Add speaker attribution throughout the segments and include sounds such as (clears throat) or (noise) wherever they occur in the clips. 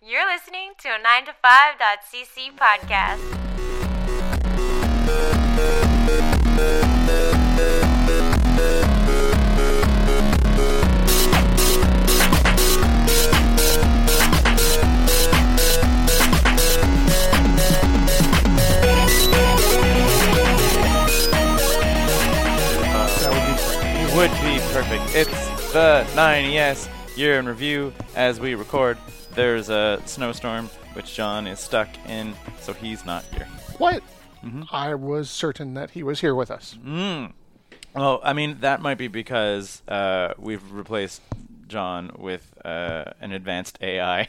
Speaker 1: You're listening to a 9to5.cc podcast.
Speaker 2: That would be perfect. It's the 9ES year in review as we record. There's a snowstorm which John is stuck in, so he's not here.
Speaker 3: What?
Speaker 2: Mm-hmm.
Speaker 3: I was certain that he was here with us.
Speaker 2: Well, I mean, that might be because uh, we've replaced John with uh, an advanced AI.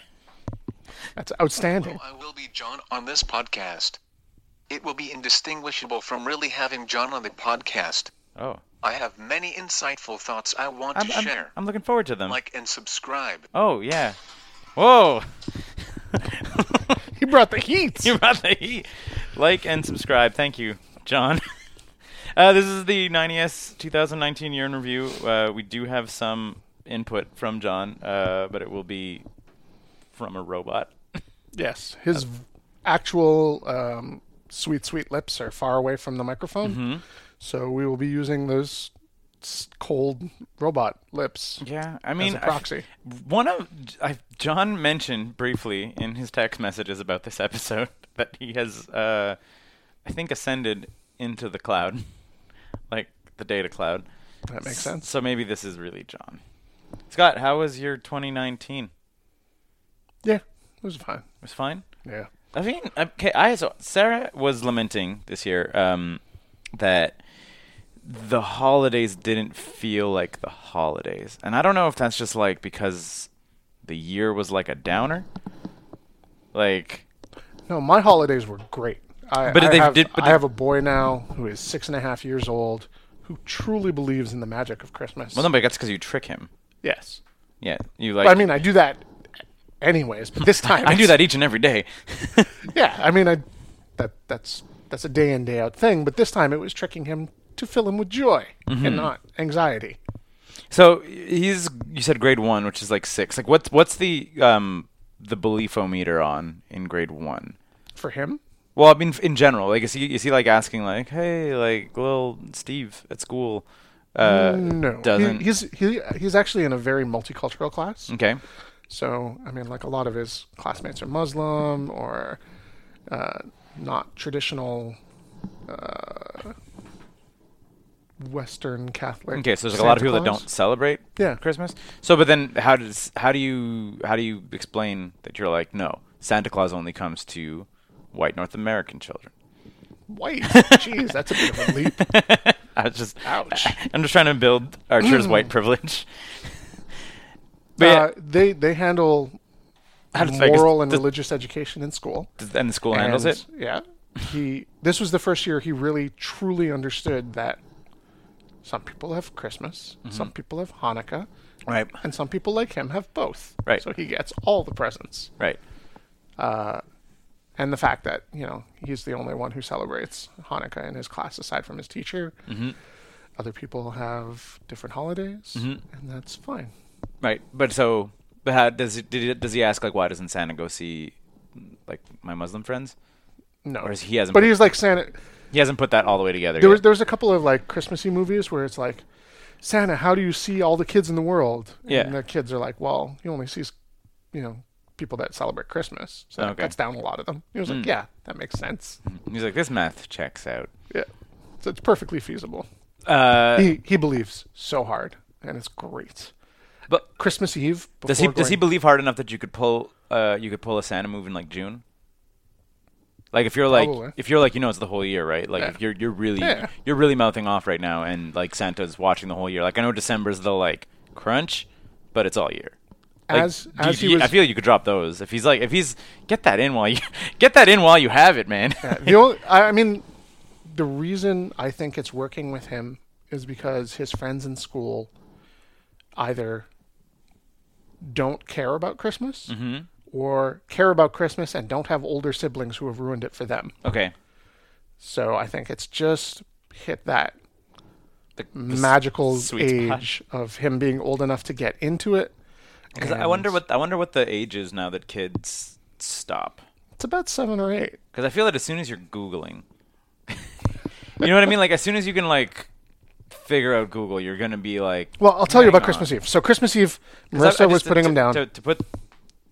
Speaker 3: That's outstanding.
Speaker 4: I will be John on this podcast. It will be indistinguishable from really having John on the podcast.
Speaker 2: Oh,
Speaker 4: I have many insightful thoughts I want
Speaker 2: I'm,
Speaker 4: to
Speaker 2: I'm,
Speaker 4: share.
Speaker 2: I'm looking forward to them.
Speaker 4: like and subscribe.
Speaker 2: oh, yeah. Whoa!
Speaker 3: He brought
Speaker 2: (laughs)
Speaker 3: the heat.
Speaker 2: you brought the heat. Like and subscribe. Thank you, John. (laughs) Uh, this is the 9ES 2019 year in review. Uh, we do have some input from John, uh, but it will be from a robot.
Speaker 3: yes, his v- actual um, sweet, sweet lips are far away from the microphone,
Speaker 2: Mm-hmm.
Speaker 3: so we will be using those s- cold robot lips.
Speaker 2: Yeah, I mean,
Speaker 3: a proxy.
Speaker 2: I- one of I, John mentioned briefly in his text messages about this (laughs) episode that he has, uh, I think, ascended into the cloud, (laughs) like the data cloud.
Speaker 3: That makes sense.
Speaker 2: So maybe this is really John. Scott, how was your 2019? It
Speaker 3: Yeah, it was fine.
Speaker 2: was fine.
Speaker 3: Yeah.
Speaker 2: I mean, okay. I so Sarah was lamenting this year um, that the holidays didn't feel like the holidays, and I don't know if that's just like because the year was like a downer, like
Speaker 3: No, my holidays were great. I,
Speaker 2: But
Speaker 3: I
Speaker 2: they
Speaker 3: have,
Speaker 2: did- but
Speaker 3: I
Speaker 2: they-
Speaker 3: have a boy now who is six and a half years old who truly believes in the magic of Christmas.
Speaker 2: well, no, but that's because you trick him.
Speaker 3: yes.
Speaker 2: Yeah, you like.
Speaker 3: I mean, I do that anyways,
Speaker 2: (laughs)
Speaker 3: but this time
Speaker 2: I do
Speaker 3: it's-
Speaker 2: that e- each and every day. (laughs)
Speaker 3: Yeah, I mean, I that that's that's a day in day out thing, but this time it was tricking him to fill him with joy
Speaker 2: Mm-hmm.
Speaker 3: and not anxiety.
Speaker 2: so he's you said grade one, which is like six. Like what's what's the um the beliefometer on in grade one?
Speaker 3: For him,
Speaker 2: Well, I mean, f- in general, like, is he is he like asking like, hey, like little Steve at school, uh,
Speaker 3: no, He-
Speaker 2: doesn't Mm.
Speaker 3: he's he he's actually in a very multicultural class.
Speaker 2: okay,
Speaker 3: So I mean, like a lot of his classmates are Muslim or uh, not traditional. Uh, Western Catholic.
Speaker 2: okay. So there's a lot of
Speaker 3: Santa
Speaker 2: people that
Speaker 3: Claus.
Speaker 2: don't celebrate
Speaker 3: Yeah.
Speaker 2: Christmas. So, but then how does how do you how do you explain that you're like, no, Santa Claus only comes to white North American children?
Speaker 3: (laughs) Wait, jeez, that's a bit of a leap.
Speaker 2: (laughs) I was just,
Speaker 3: Ouch.
Speaker 2: (laughs) I'm just trying to build
Speaker 3: (clears throat)
Speaker 2: Archer's white privilege. (laughs) but yeah,
Speaker 3: Uh, they they handle
Speaker 2: (laughs) how does Vegas-
Speaker 3: moral and
Speaker 2: does-
Speaker 3: religious education in school.
Speaker 2: does- and the school handles
Speaker 3: And,
Speaker 2: it?
Speaker 3: Yeah. He this was the first year he really truly understood that some people have Christmas,
Speaker 2: Mm-hmm.
Speaker 3: some people have Hanukkah,
Speaker 2: Right,
Speaker 3: and some people like him have both.
Speaker 2: Right.
Speaker 3: So he gets all the presents.
Speaker 2: right.
Speaker 3: And the fact that, you know, he's the only one who celebrates Hanukkah in his class aside from his teacher.
Speaker 2: Mm-hmm.
Speaker 3: Other people have different holidays,
Speaker 2: Mm-hmm.
Speaker 3: and that's fine.
Speaker 2: Right, but so, but how does it, did it, does he ask like why doesn't Santa go see like my Muslim friends?
Speaker 3: No.
Speaker 2: Or is he hasn't?
Speaker 3: but
Speaker 2: put,
Speaker 3: he's like Santa
Speaker 2: he hasn't put that all the way together.
Speaker 3: There
Speaker 2: yet.
Speaker 3: was there was a couple of like Christmassy movies where it's like, Santa, how do you see all the kids in the world?
Speaker 2: Yeah.
Speaker 3: And the kids are like, well, he only sees, you know, people that celebrate Christmas. So that
Speaker 2: Okay. Hmm.
Speaker 3: cuts down a lot of them. He was like, yeah, that makes sense.
Speaker 2: He's like this math checks out.
Speaker 3: Yeah. So it's perfectly feasible.
Speaker 2: Uh,
Speaker 3: He he believes so hard, and it's great.
Speaker 2: but
Speaker 3: Christmas Eve. Before
Speaker 2: does he does he
Speaker 3: going-
Speaker 2: believe hard enough that you could pull uh you could pull a Santa move in like June? Like if you're like
Speaker 3: Probably.
Speaker 2: if you're like you know it's the whole year right like
Speaker 3: Yeah.
Speaker 2: if you're you're really
Speaker 3: Yeah.
Speaker 2: you're really mouthing off right now and like Santa's watching the whole year like I know December's the like crunch but it's all year Like,
Speaker 3: as
Speaker 2: do
Speaker 3: as
Speaker 2: you-
Speaker 3: he was?
Speaker 2: I feel you could drop those if he's like if he's get that in while you (laughs) get that in while you have it, man.
Speaker 3: the only, I I mean, the reason I think it's working with him is because his friends in school either don't care about Christmas
Speaker 2: Mm-hmm.
Speaker 3: or care about Christmas and don't have older siblings who have ruined it for them.
Speaker 2: (laughs) okay,
Speaker 3: So I think it's just hit that
Speaker 2: The- the s-
Speaker 3: magical
Speaker 2: sweet spot.
Speaker 3: age of him being old enough to get into it
Speaker 2: Because I
Speaker 3: And
Speaker 2: wonder what I wonder what the age is now that kids stop.
Speaker 3: it's about seven or eight.
Speaker 2: Because I feel that as soon as you're googling, (laughs) you know what I mean. Like as soon as you can like figure out Google, you're gonna be like.
Speaker 3: Well, I'll tell you
Speaker 2: hang
Speaker 3: about
Speaker 2: on.
Speaker 3: Christmas Eve. So Christmas Eve,
Speaker 2: 'Cause I- I
Speaker 3: Marissa was
Speaker 2: just-
Speaker 3: putting
Speaker 2: to,
Speaker 3: them down.
Speaker 2: To, to put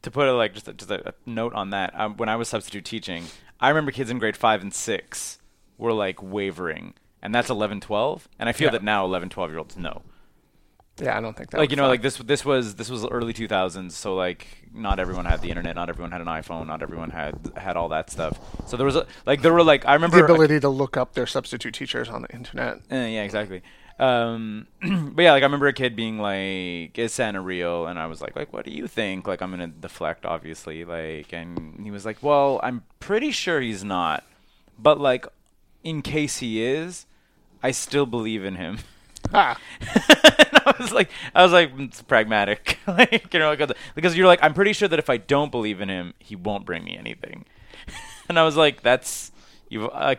Speaker 2: to put a, like just a, just a note on that. Um, when I was substitute teaching, I remember kids in grade five and six were like wavering, and that's 11, 12. and I feel
Speaker 3: Yeah. Oh,
Speaker 2: that now 11, 12 year olds know.
Speaker 3: yeah, I don't think that.
Speaker 2: like
Speaker 3: would
Speaker 2: you know
Speaker 3: fly.
Speaker 2: like this this was this was early 2000s so like not everyone had the internet not everyone had an iphone not everyone had had all that stuff so there was a, like there were like i remember
Speaker 3: the ability to look up their substitute teachers on the
Speaker 2: (laughs)
Speaker 3: internet.
Speaker 2: Uh, yeah exactly um (clears throat) but yeah like i remember a kid being like is santa real and i was like like what do you think like i'm gonna deflect obviously like and he was like well i'm pretty sure he's not but like in case he is i still believe in him (laughs)
Speaker 3: Ah,
Speaker 2: and I was like, I was like, "Mm, it's pragmatic, (laughs) like you know, because- because you're like, I'm pretty sure that if I don't believe in him, he won't bring me anything. (laughs) and I was like, that's you've uh,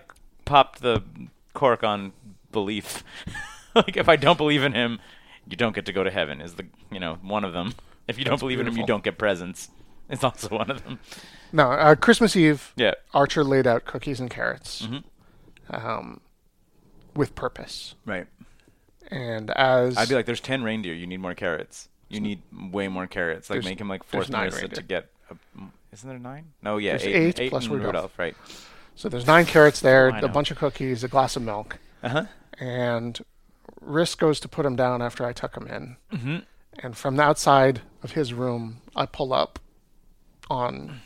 Speaker 2: popped the cork on belief. (laughs) like if I don't believe in him, you don't get to go to heaven. Is the you know one of them? If you don't believe in him, you
Speaker 3: beautiful.
Speaker 2: don't get presents. It's also one of them.
Speaker 3: no, uh, Christmas Eve.
Speaker 2: Yeah. Mm-hmm.
Speaker 3: Archer laid out cookies and carrots, um, with purpose.
Speaker 2: Right.
Speaker 3: And as
Speaker 2: I'd be like, there's ten reindeer. You need more carrots. You need way more carrots. Like
Speaker 3: There's-
Speaker 2: make him like
Speaker 3: there's
Speaker 2: force
Speaker 3: nine
Speaker 2: Marissa
Speaker 3: reindeer.
Speaker 2: to get. A, isn't there nine? No, yeah,
Speaker 3: There's
Speaker 2: eight, and-
Speaker 3: eight plus
Speaker 2: and
Speaker 3: Rudolph.
Speaker 2: Right.
Speaker 3: so, there's nine carrots there,
Speaker 2: I
Speaker 3: a
Speaker 2: know.
Speaker 3: bunch of cookies, a glass of milk,
Speaker 2: Uh huh.
Speaker 3: and Riss goes to put him down after I tuck him in. Mm-hmm. And from the outside of his room, I pull up on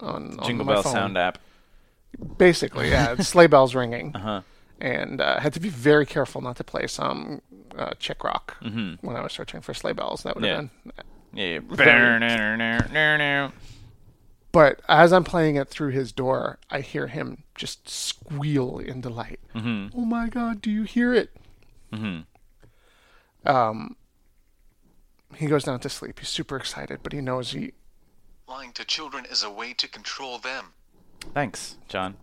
Speaker 3: on, on
Speaker 2: Jingle
Speaker 3: my
Speaker 2: Bell
Speaker 3: phone.
Speaker 2: sound app.
Speaker 3: Basically, yeah, it's sleigh bells ringing. Uh-huh. And uh, I had to be very careful not to play some uh, chick rock when I was searching for sleigh bells. That would have
Speaker 2: Yeah.
Speaker 3: been. (laughs)
Speaker 2: Yeah. yeah.
Speaker 3: But as I'm playing it through his door, I hear him just squeal in delight. Oh my God, do you hear it? Um, he goes down to sleep. He's super excited, but he knows he.
Speaker 4: Lying to children is a way to control them.
Speaker 2: Thanks, John.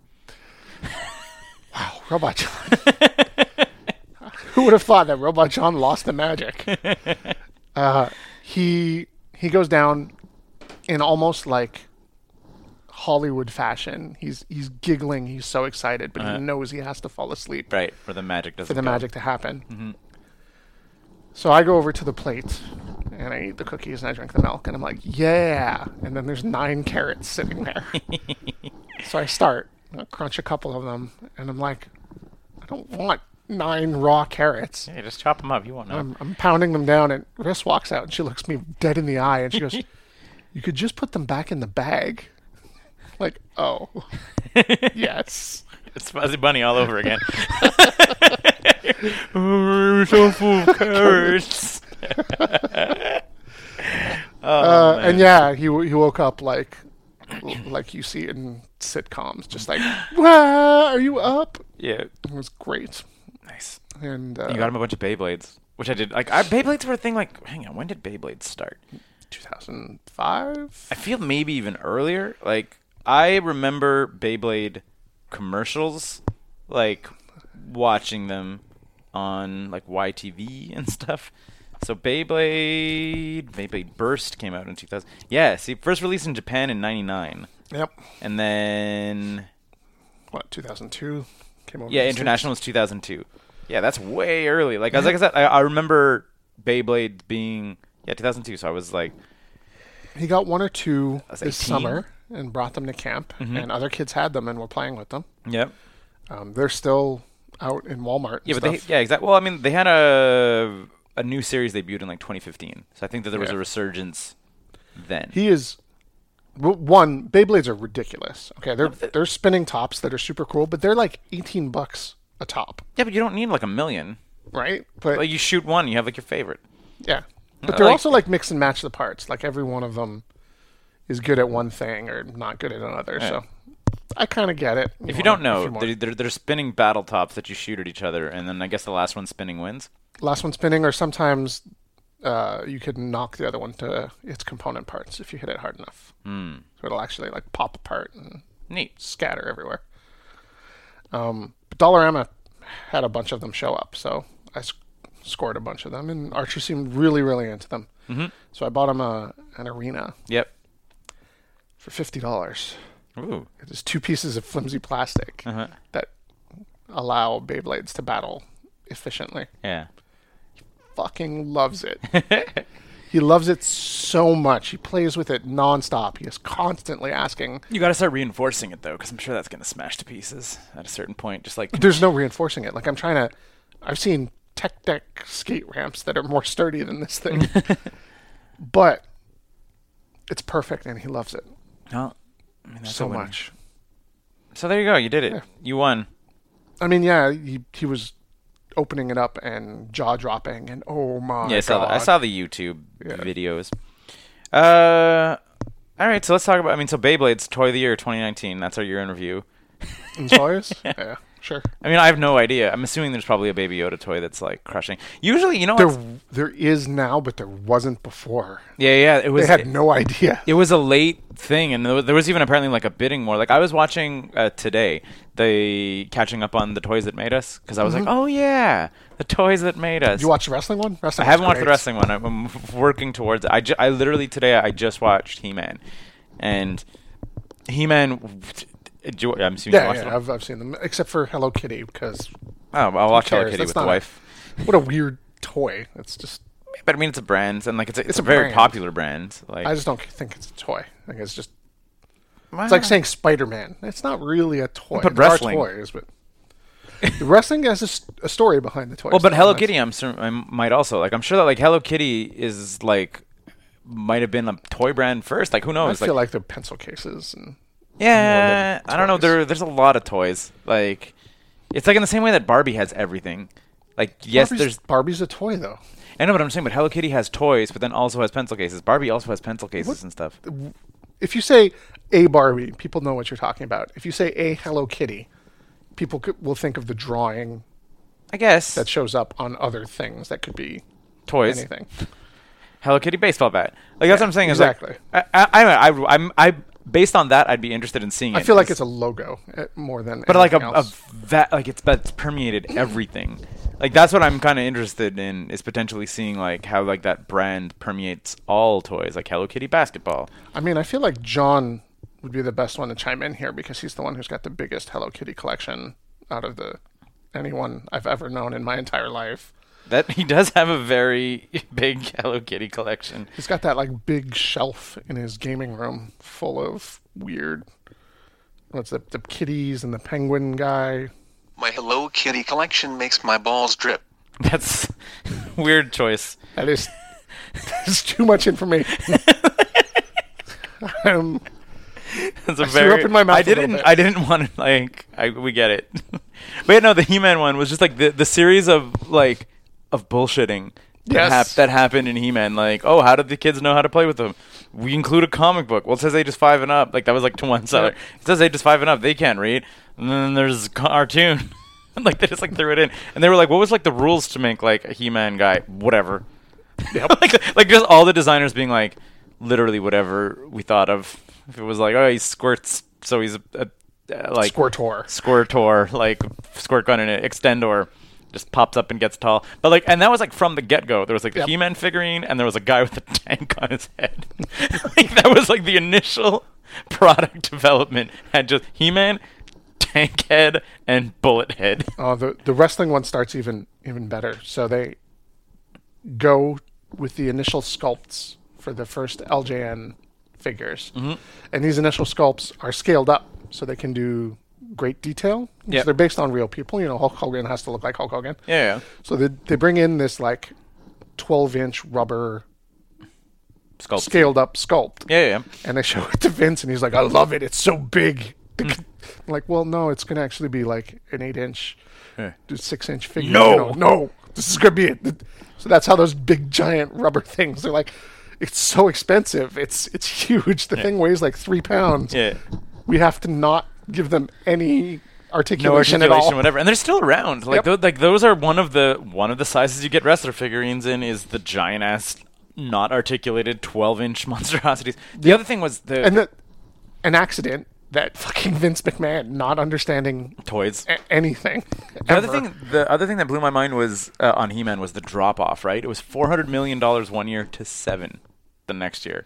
Speaker 3: Oh, Robot John. (laughs) Who would have thought that Robot John lost the magic? Uh, he he goes down in almost like Hollywood fashion. He's he's giggling. He's so excited, but he knows he has to fall asleep.
Speaker 2: Right, where the magic doesn't.
Speaker 3: for the
Speaker 2: go.
Speaker 3: magic to happen. So I go over to the plate and I eat the cookies and I drink the milk and I'm like, yeah. And then there's nine carrots sitting there. so I start, I crunch a couple of them, and I'm like, I don't want nine raw carrots.
Speaker 2: (laughs) Hey, just chop them up. You won't know. (laughs)
Speaker 3: I'm, I'm pounding them down, and Riss walks out and she looks me dead in the eye and she
Speaker 2: (laughs)
Speaker 3: goes, You could just put them back in the bag. (laughs) Like,
Speaker 2: (laughs)
Speaker 3: oh, yes.
Speaker 2: it's Fuzzy Bunny all over
Speaker 3: (laughs)
Speaker 2: again. (laughs) We're so full of
Speaker 3: (laughs)
Speaker 2: carrots. Oh,
Speaker 3: Uh, and yeah, he w- he woke up like like you see in sitcoms, just
Speaker 2: (gasps)
Speaker 3: like, "Wah, are you up?
Speaker 2: Yeah.
Speaker 3: It was great,
Speaker 2: Nice.
Speaker 3: and uh,
Speaker 2: You got him a bunch of Beyblades, which I did. Like, I, Beyblades were a thing. Like, hang on, when did Beyblades start?
Speaker 3: uh, 2005.
Speaker 2: I feel maybe even earlier. Like I remember Beyblade commercials, like watching them on like YTV and (laughs) stuff. So Beyblade, Beyblade Burst came out in 2000. Yeah, see, first released in Japan in '99,
Speaker 3: Yep,
Speaker 2: and then
Speaker 3: what 2002 came over.
Speaker 2: yeah,
Speaker 3: to
Speaker 2: international was 2002. Yeah, that's way early. Like, as like I said, I, I remember Beyblade being yeah 2002. So I was like,
Speaker 3: States. He got one or two
Speaker 2: was Mm-hmm.
Speaker 3: this
Speaker 2: 18.
Speaker 3: summer and brought them to camp, and other kids had them and were playing with them.
Speaker 2: yep.
Speaker 3: Um, they're still out in Walmart. And
Speaker 2: Yeah, but
Speaker 3: stuff.
Speaker 2: they, yeah, exactly. Well, I mean, they had a a new series debuted in like 2015, so I think that there was
Speaker 3: Yeah.
Speaker 2: a resurgence then.
Speaker 3: he is w- one Beyblades are ridiculous. Okay, they're they're spinning tops that are super cool, but they're like 18 bucks a top.
Speaker 2: yeah, but you don't need like a million.
Speaker 3: right? But
Speaker 2: Like you shoot one, you have like your favorite.
Speaker 3: yeah, but they're
Speaker 2: like-
Speaker 3: also like mix and match the parts. Like every one of them is good at one thing or not good at another. So I kind of get it.
Speaker 2: If you don't know, they're, they're they're spinning battle tops that you shoot at each other, and then I guess the last one spinning wins.
Speaker 3: last one spinning, or sometimes uh, you could knock the other one to its component parts if you hit it hard enough. Mm. So it'll actually like pop apart and
Speaker 2: Neat.
Speaker 3: scatter everywhere. Um, but Dollarama had a bunch of them show up, so I sc- scored a bunch of them, and Archer seemed really, really into them. So I bought him a, an arena
Speaker 2: Yep.
Speaker 3: for fifty dollars.
Speaker 2: Ooh.
Speaker 3: It is two pieces of flimsy plastic
Speaker 2: Uh-huh.
Speaker 3: that allow Beyblades to battle efficiently.
Speaker 2: Yeah.
Speaker 3: Fucking loves
Speaker 2: (laughs)
Speaker 3: it. he loves it so much. He plays with it nonstop. He is constantly asking.
Speaker 2: You got to start reinforcing it though, because I'm sure that's gonna smash to pieces at a certain point. Just like
Speaker 3: There's no reinforcing it. Like I'm trying to. I've seen tech deck skate ramps that are more sturdy than
Speaker 2: (laughs)
Speaker 3: this thing, but it's perfect, and he loves it
Speaker 2: no, I mean, that's a
Speaker 3: so
Speaker 2: winner.
Speaker 3: much.
Speaker 2: So there you go. You did it. You won.
Speaker 3: I mean, yeah, he he was opening it up and jaw dropping, and oh my
Speaker 2: Yeah, I saw.
Speaker 3: god!
Speaker 2: The, I saw the YouTube videos. Uh, all right. So let's talk about. I mean, so Beyblade's toy of the year 2019. That's our year in review.
Speaker 3: In
Speaker 2: (laughs)
Speaker 3: Sawyer's? yeah, sure.
Speaker 2: I mean, I have no idea. I'm assuming there's probably a Baby Yoda toy that's like crushing. Usually, you know,
Speaker 3: There
Speaker 2: what's-
Speaker 3: there is now, but there wasn't before.
Speaker 2: yeah, yeah. It was.
Speaker 3: They had
Speaker 2: it-
Speaker 3: no idea.
Speaker 2: it was a late thing, and there wa- there was even apparently like a bidding war. Like I was watching uh, today the catching up on the toys that made us because I was like, oh yeah, the toys that made us.
Speaker 3: Mm-hmm. You watched the wrestling one? Wrestling
Speaker 2: I haven't
Speaker 3: was
Speaker 2: watched the
Speaker 3: great.
Speaker 2: wrestling one. I'm- I'm working towards it. I, ju- I literally today I just watched He Man, and He Man. I'm assuming you
Speaker 3: Yeah,
Speaker 2: watched
Speaker 3: yeah,
Speaker 2: it.
Speaker 3: I've, I've seen them, except for Hello Kitty, because
Speaker 2: Oh, I'll watch Hello
Speaker 3: cares?
Speaker 2: Kitty
Speaker 3: That's
Speaker 2: with the
Speaker 3: not a-
Speaker 2: wife.
Speaker 3: what a weird toy. It's just,
Speaker 2: But I mean, it's a brand, and like it's a, it's
Speaker 3: It's
Speaker 2: a,
Speaker 3: a
Speaker 2: very
Speaker 3: brand.
Speaker 2: popular brand. Like
Speaker 3: I just don't think it's a toy. I think it's just,
Speaker 2: Wow.
Speaker 3: it's like saying Spider Man. It's not really a toy.
Speaker 2: Ah. But
Speaker 3: There are
Speaker 2: wrestling.
Speaker 3: toys, but the wrestling has a, s- a story behind the toy.
Speaker 2: Well, but Hello Kitty, I'm sur- I might also like. I'm sure that like Hello Kitty is like might have been a toy brand first. Like who
Speaker 3: I
Speaker 2: knows?
Speaker 3: feel like they're pencil cases and
Speaker 2: yeah,
Speaker 3: more than
Speaker 2: I don't know.
Speaker 3: toys.
Speaker 2: There there's a lot of toys. Like it's like in the same way that Barbie has everything. Like yes,
Speaker 3: Barbie's,
Speaker 2: there's
Speaker 3: Barbie's a toy though.
Speaker 2: I know what I'm saying, but Hello Kitty has toys, but then also has pencil cases. Barbie also has pencil cases and stuff.
Speaker 3: If you say a Barbie, people know what you're talking about. If you say a Hello Kitty, people could, will think of the drawing
Speaker 2: I guess
Speaker 3: that shows up on other things that could be
Speaker 2: toys.
Speaker 3: anything.
Speaker 2: Hello Kitty baseball bat. Like that's what I'm saying. is,
Speaker 3: exactly.
Speaker 2: Like, I, I, I, I, I'm, I, based on that, I'd be interested in seeing.
Speaker 3: I feel like it's a logo uh, more than
Speaker 2: but like a,
Speaker 3: anything
Speaker 2: a
Speaker 3: else.
Speaker 2: that like it's that's permeated everything like that's what i'm kind of interested in is potentially seeing like how like that brand permeates all toys like hello kitty basketball
Speaker 3: I mean, I feel like John would be the best one to chime in here because he's the one who's got the biggest Hello Kitty collection out of the anyone I've ever known in my entire life.
Speaker 2: that (laughs) he does have a very (laughs) big hello kitty collection
Speaker 3: He's got that like big shelf in his gaming room full of weird. What's the the kitties and the penguin guy?
Speaker 4: My Hello Kitty collection makes my balls drip.
Speaker 2: that's (laughs) weird choice
Speaker 3: That is (laughs) that's too
Speaker 2: (laughs)
Speaker 3: much information. (laughs) um,
Speaker 2: (laughs) that's a
Speaker 3: threw
Speaker 2: very
Speaker 3: up in my mouth
Speaker 2: i
Speaker 3: a little
Speaker 2: didn't
Speaker 3: bit.
Speaker 2: i didn't want to like i we get it (laughs) but yeah, no the he-man one was just like the the series of like of bullshitting that,
Speaker 3: Yes.
Speaker 2: hap- that happened in He-Man. Like, oh, how did the kids know how to play with them? We include a comic book. Well, it says ages five and up. Like that was like to one seller. It says ages five and up. They can't read. And then there's cartoon. (laughs) like they just like threw it in, and they were like, what was like the rules to make like a He-Man guy? Whatever. (laughs) like, like just all the designers being like, literally whatever we thought of. If it was like, oh, he squirts, so he's a, a, a like
Speaker 3: Squirtor.
Speaker 2: Squirtor, like squirt gun and an extendor just pops up and gets tall. But like, and that was like from the get go. There was like the
Speaker 3: Yep.
Speaker 2: He-Man figurine, and there was a guy with a (laughs) tank on his head. (laughs) like that was like the initial (laughs) product development had just He-Man, tank head, and bullet head. (laughs)
Speaker 3: Oh, the the wrestling one starts even even better. So they go with the initial sculpts for the first LJN figures, and these initial sculpts are scaled up so they can do great detail.
Speaker 2: Yep.
Speaker 3: So they're based on real people. You know, Hulk Hogan has to look like Hulk Hogan.
Speaker 2: Yeah,
Speaker 3: So they they bring in this like twelve inch rubber
Speaker 2: sculpt.
Speaker 3: scaled up sculpt,
Speaker 2: Yeah, yeah.
Speaker 3: and they show it to Vince, and he's like, "I love it. It's so big." I'm (laughs) like, well, no, it's gonna actually be like an eight inch
Speaker 2: Yeah.
Speaker 3: the six inch figure.
Speaker 2: No.
Speaker 3: you know, no, this is gonna be it. So that's how those big giant rubber things are like. It's so expensive. It's it's huge. The thing weighs like three pounds.
Speaker 2: Yeah.
Speaker 3: we have to not give them any articulation,
Speaker 2: No
Speaker 3: at all.
Speaker 2: articulation, whatever, and they're still around. Like,
Speaker 3: Yep.
Speaker 2: tho- like those are one of the one of the sizes you get wrestler figurines in is the giant ass, (laughs) not articulated, twelve inch monstrosities. The other thing was the
Speaker 3: And that an accident that fucking Vince McMahon not understanding
Speaker 2: Toys.
Speaker 3: a- anything.
Speaker 2: The other
Speaker 3: ever.
Speaker 2: thing, the other thing that blew my mind was uh, on He-Man was the drop-off. Right, it was four hundred million dollars one year to seven the next year.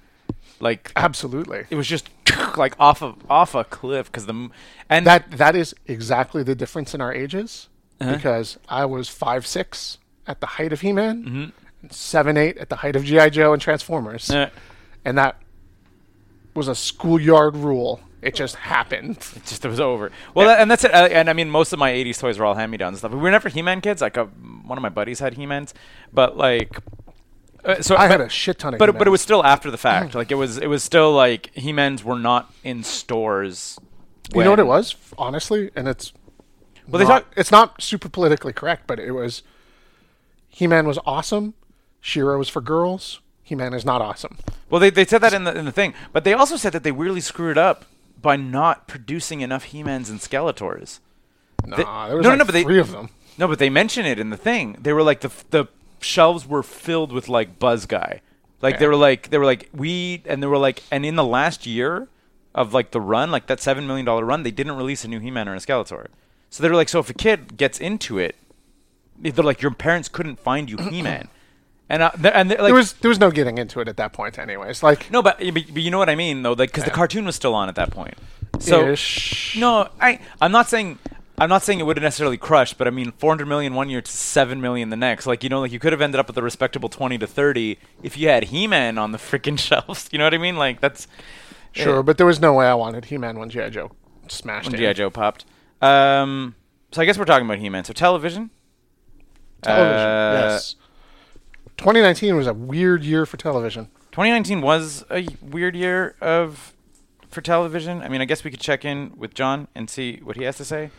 Speaker 2: Like
Speaker 3: absolutely.
Speaker 2: it was just like off of off a cliff because the m- and
Speaker 3: That that is exactly the difference in our ages
Speaker 2: Uh-huh.
Speaker 3: because I was five six at the height of He Man,
Speaker 2: Mm-hmm.
Speaker 3: seven eight at the height of GI Joe and Transformers,
Speaker 2: Uh,
Speaker 3: and that was a schoolyard rule. It just happened.
Speaker 2: it just it was over. Well, that, and that's it. Uh, and I mean, most of my '80s toys were all hand-me-downs and stuff. We were never He-Man kids. Like uh, one of my buddies had He-Mans, but like, uh, so
Speaker 3: I
Speaker 2: but-
Speaker 3: had a shit ton of.
Speaker 2: But but
Speaker 3: He-Mans. Mm.
Speaker 2: it was still after the fact. Like it was it was still like He-Mans were not in stores.
Speaker 3: You know what
Speaker 2: when-
Speaker 3: it was, honestly, and it's
Speaker 2: Well, they
Speaker 3: not-
Speaker 2: talk.
Speaker 3: it's not super politically correct, but it was He Man was awesome, Shiro was for girls, He Man is not awesome.
Speaker 2: Well, they, they said that in the in the thing, but they also said that they weirdly screwed up by not producing enough He-Mans and Skeletors.
Speaker 3: Nah, there was
Speaker 2: no, no,
Speaker 3: like
Speaker 2: no, but they-
Speaker 3: three of them.
Speaker 2: No, but they mention it in the thing. They were like the f- the shelves were filled with like Buzz Guy. Like they
Speaker 3: Yeah.
Speaker 2: were like they were like we and they were like and in the last year of like the run, like that seven million dollar run, they didn't release a new He-Man or a Skeletor. So they were like, so if a kid gets into it, they're like your parents couldn't find you He-Man, (clears throat) and I, and they're, like
Speaker 3: there was there was no getting into it at that point, anyways. Like
Speaker 2: no, but, but but you know what I mean though, like because the cartoon was still on at that point. So
Speaker 3: ish.
Speaker 2: no, I I'm not saying I'm not saying it would have necessarily crushed, but I mean 400 million one year to 7 million the next. Like you know like you could have ended up with a respectable 20 to 30 if you had He-Man on the freaking (laughs) shelves. You know what I mean? Like that's
Speaker 3: sure, but there was no way I wanted He Man when GI Joe smashed
Speaker 2: when
Speaker 3: it.
Speaker 2: GI Joe popped. Um so I guess we're talking about He-Man. So television?
Speaker 3: Television,
Speaker 2: Uh,
Speaker 3: yes. 2019 was a weird year for television.
Speaker 2: 2019 was a weird year of for television. I mean, I guess we could check in with John and see what he has to say.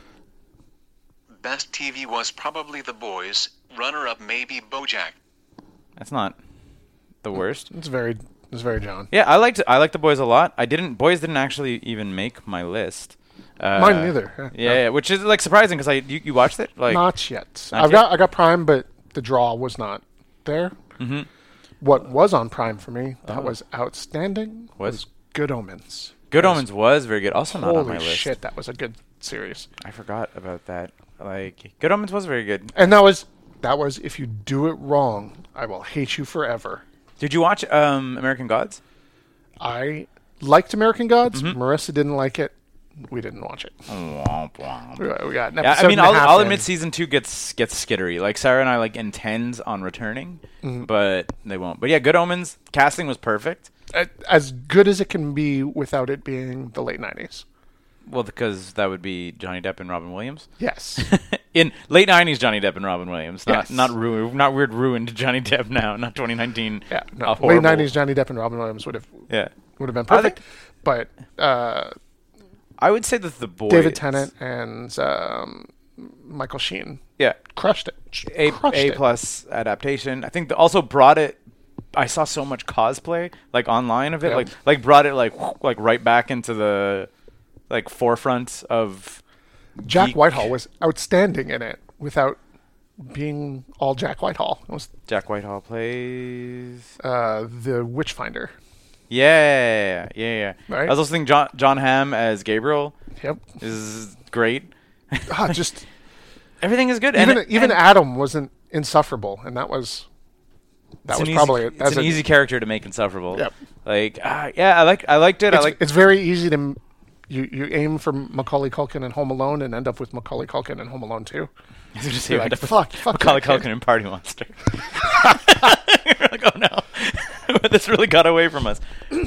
Speaker 4: Best TV was probably The Boys, runner up maybe Bojack.
Speaker 2: That's not the worst.
Speaker 3: It's very it's very John.
Speaker 2: Yeah, I liked I liked the boys a lot. I didn't boys didn't actually even make my list. Uh,
Speaker 3: Mine neither.
Speaker 2: Yeah, yeah, which is like surprising because I you, you watched it like
Speaker 3: not yet.
Speaker 2: Not
Speaker 3: I've
Speaker 2: yet?
Speaker 3: got I got Prime, but the draw was not there. Mm-hmm. What was on Prime for me that was outstanding
Speaker 2: Uh-huh. Was?
Speaker 3: Good Omens.
Speaker 2: Good Omens was very good. Also not on my
Speaker 3: Holy
Speaker 2: list.
Speaker 3: shit, that was a good series,
Speaker 2: I forgot about that. Like Good Omens was very good.
Speaker 3: and that was that was if you do it wrong, I will hate you forever.
Speaker 2: Did you watch um, American Gods?
Speaker 3: I liked American Gods.
Speaker 2: Mm-hmm.
Speaker 3: Marissa didn't like it. We didn't watch it. We got- we got an
Speaker 2: Yeah,
Speaker 3: episode
Speaker 2: I mean,
Speaker 3: and a
Speaker 2: I'll,
Speaker 3: half
Speaker 2: I'll
Speaker 3: in.
Speaker 2: admit season two gets gets skittery. Like Sarah and I like intends on returning,
Speaker 3: Mm-hmm.
Speaker 2: but they won't. But yeah, Good Omens casting was perfect.
Speaker 3: a- as good as it can be without it being the late '90s.
Speaker 2: Well, because that would be Johnny Depp and Robin Williams.
Speaker 3: Yes,
Speaker 2: (laughs) in late '90s Johnny Depp and Robin Williams, not
Speaker 3: Yes.
Speaker 2: not ru- not weird ruined Johnny Depp now, not 2019.
Speaker 3: (laughs) yeah,
Speaker 2: (laughs)
Speaker 3: no.
Speaker 2: uh,
Speaker 3: late
Speaker 2: horrible.
Speaker 3: '90s Johnny Depp and Robin Williams would have
Speaker 2: Yeah,
Speaker 3: would have been
Speaker 2: Are they-
Speaker 3: perfect. But uh,
Speaker 2: I would say that the boys,
Speaker 3: David Tennant and um, Michael Sheen
Speaker 2: yeah,
Speaker 3: crushed it. Ch-
Speaker 2: a
Speaker 3: crushed
Speaker 2: a
Speaker 3: it.
Speaker 2: plus adaptation. I think th- also brought it. I saw so much cosplay like online of it,
Speaker 3: Yeah.
Speaker 2: like like brought it like like right back into the like forefront of
Speaker 3: Jack
Speaker 2: geek-
Speaker 3: Whitehall was outstanding in it without being all Jack Whitehall. It was
Speaker 2: Jack Whitehall plays.
Speaker 3: uh, the Witchfinder.
Speaker 2: Yeah, yeah, yeah.
Speaker 3: Right.
Speaker 2: I was also thinking John John Hamm as Gabriel
Speaker 3: Yep.
Speaker 2: is great. (laughs)
Speaker 3: Ah, just
Speaker 2: Everything is good.
Speaker 3: even
Speaker 2: and,
Speaker 3: even
Speaker 2: and-
Speaker 3: Adam wasn't insufferable, and that was that
Speaker 2: It's
Speaker 3: was
Speaker 2: an
Speaker 3: probably
Speaker 2: easy,
Speaker 3: that's
Speaker 2: it's an
Speaker 3: a-
Speaker 2: easy character to make insufferable.
Speaker 3: Yep.
Speaker 2: Like ah, yeah, I like I liked it. I
Speaker 3: It's,
Speaker 2: like
Speaker 3: it's very easy to m- you you aim for Macaulay Culkin and Home Alone and end up with Macaulay Culkin and Home Alone too.
Speaker 2: (laughs) just
Speaker 3: you're like, fuck, fuck
Speaker 2: Macaulay
Speaker 3: that kid.
Speaker 2: Culkin and Party Monster. (laughs) You're like oh no, (laughs) this really got away from us.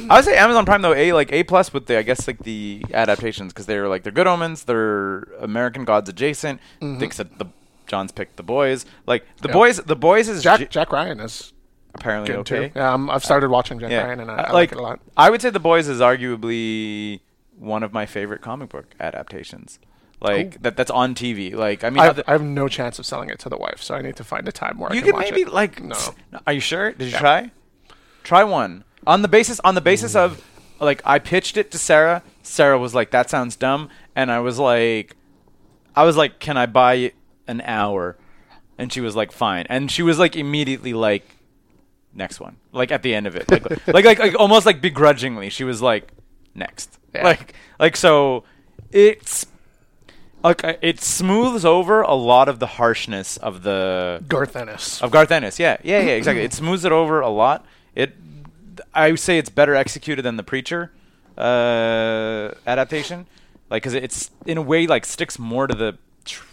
Speaker 2: I would say Amazon Prime though a like a plus with the I guess like the adaptations because they're like they're good omens. They're American Gods adjacent. Except the John's picked the boys. Like the
Speaker 3: Mm-hmm. Yeah.
Speaker 2: boys, the boys is
Speaker 3: Jack
Speaker 2: j-
Speaker 3: Jack Ryan is
Speaker 2: apparently
Speaker 3: good
Speaker 2: okay.
Speaker 3: too. Um, I've started watching Jack Ryan and I, I
Speaker 2: Uh,
Speaker 3: like, it a lot.
Speaker 2: I would say The Boys is arguably one of my favorite comic book adaptations. Like that that's on TV. Like I mean,
Speaker 3: I,
Speaker 2: other-
Speaker 3: I have no chance of selling it to the wife, so I need to find a time where I
Speaker 2: you
Speaker 3: can
Speaker 2: could
Speaker 3: watch
Speaker 2: maybe
Speaker 3: it.
Speaker 2: like
Speaker 3: no.
Speaker 2: s- Are you sure? Did you try? Try one. On the basis on the basis of like I pitched it to Sarah. Sarah was like that sounds dumb and I was like I was like can I buy an hour? And she was like fine. And she was like immediately like next one.
Speaker 3: (laughs)
Speaker 2: Like at the end of it. Like like like, like almost like begrudgingly she was like next.
Speaker 3: Yeah.
Speaker 2: Like Like so, it's like uh, it smooths over a lot of the harshness of the
Speaker 3: Garth Ennis.
Speaker 2: of Garth Ennis. Yeah, yeah, yeah, exactly. it smooths it over a lot. It, I would say, it's better executed than the Preacher uh, adaptation, like because it's in a way like sticks more to the, tr-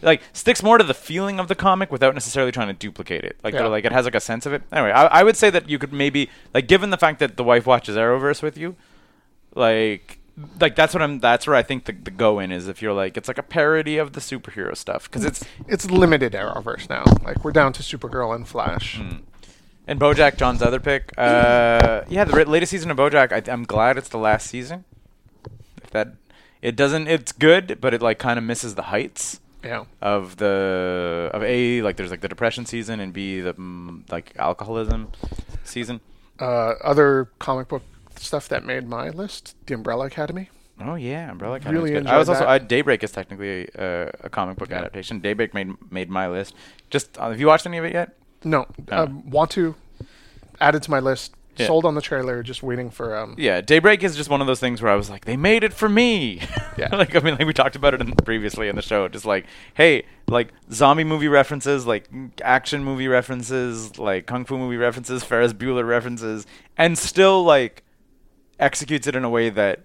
Speaker 2: like sticks more to the feeling of the comic without necessarily trying to duplicate it. Like
Speaker 3: Yeah.
Speaker 2: they're like it has like a sense of it. Anyway, I, I would say that you could maybe like given the fact that the wife watches Arrowverse with you, like like that's what I'm. That's where I think the, the go in is. If you're like, it's like a parody of the superhero stuff because it's
Speaker 3: It's limited Arrowverse now. Like we're down to Supergirl and Flash.
Speaker 2: Hmm. And BoJack, John's other pick. Uh,
Speaker 3: Mm-hmm.
Speaker 2: yeah, the re- latest season of BoJack. I, I'm glad it's the last season. If that it doesn't, it's good, but it like kind of misses the heights
Speaker 3: Yeah.
Speaker 2: of the of a like there's like the depression season and b the mm, like alcoholism season.
Speaker 3: Uh, other comic book stuff that made my list: The Umbrella Academy.
Speaker 2: Oh yeah, Umbrella Academy.
Speaker 3: Really
Speaker 2: is good. I
Speaker 3: enjoyed
Speaker 2: was also
Speaker 3: that.
Speaker 2: I, Daybreak is technically a, a comic book adaptation. Daybreak made made my list. Just uh, have you watched any of it yet?
Speaker 3: No, um, want to added to my list.
Speaker 2: Ah. Yeah.
Speaker 3: Sold on the trailer. Just waiting for um.
Speaker 2: Yeah, Daybreak is just one of those things where I was like, they made it for me. (laughs)
Speaker 3: Yeah.
Speaker 2: like I mean, like we talked about it in, previously in the show. Just like, hey, like zombie movie references, like action movie references, like kung fu movie references, Ferris Bueller references, and still like executes it in a way that,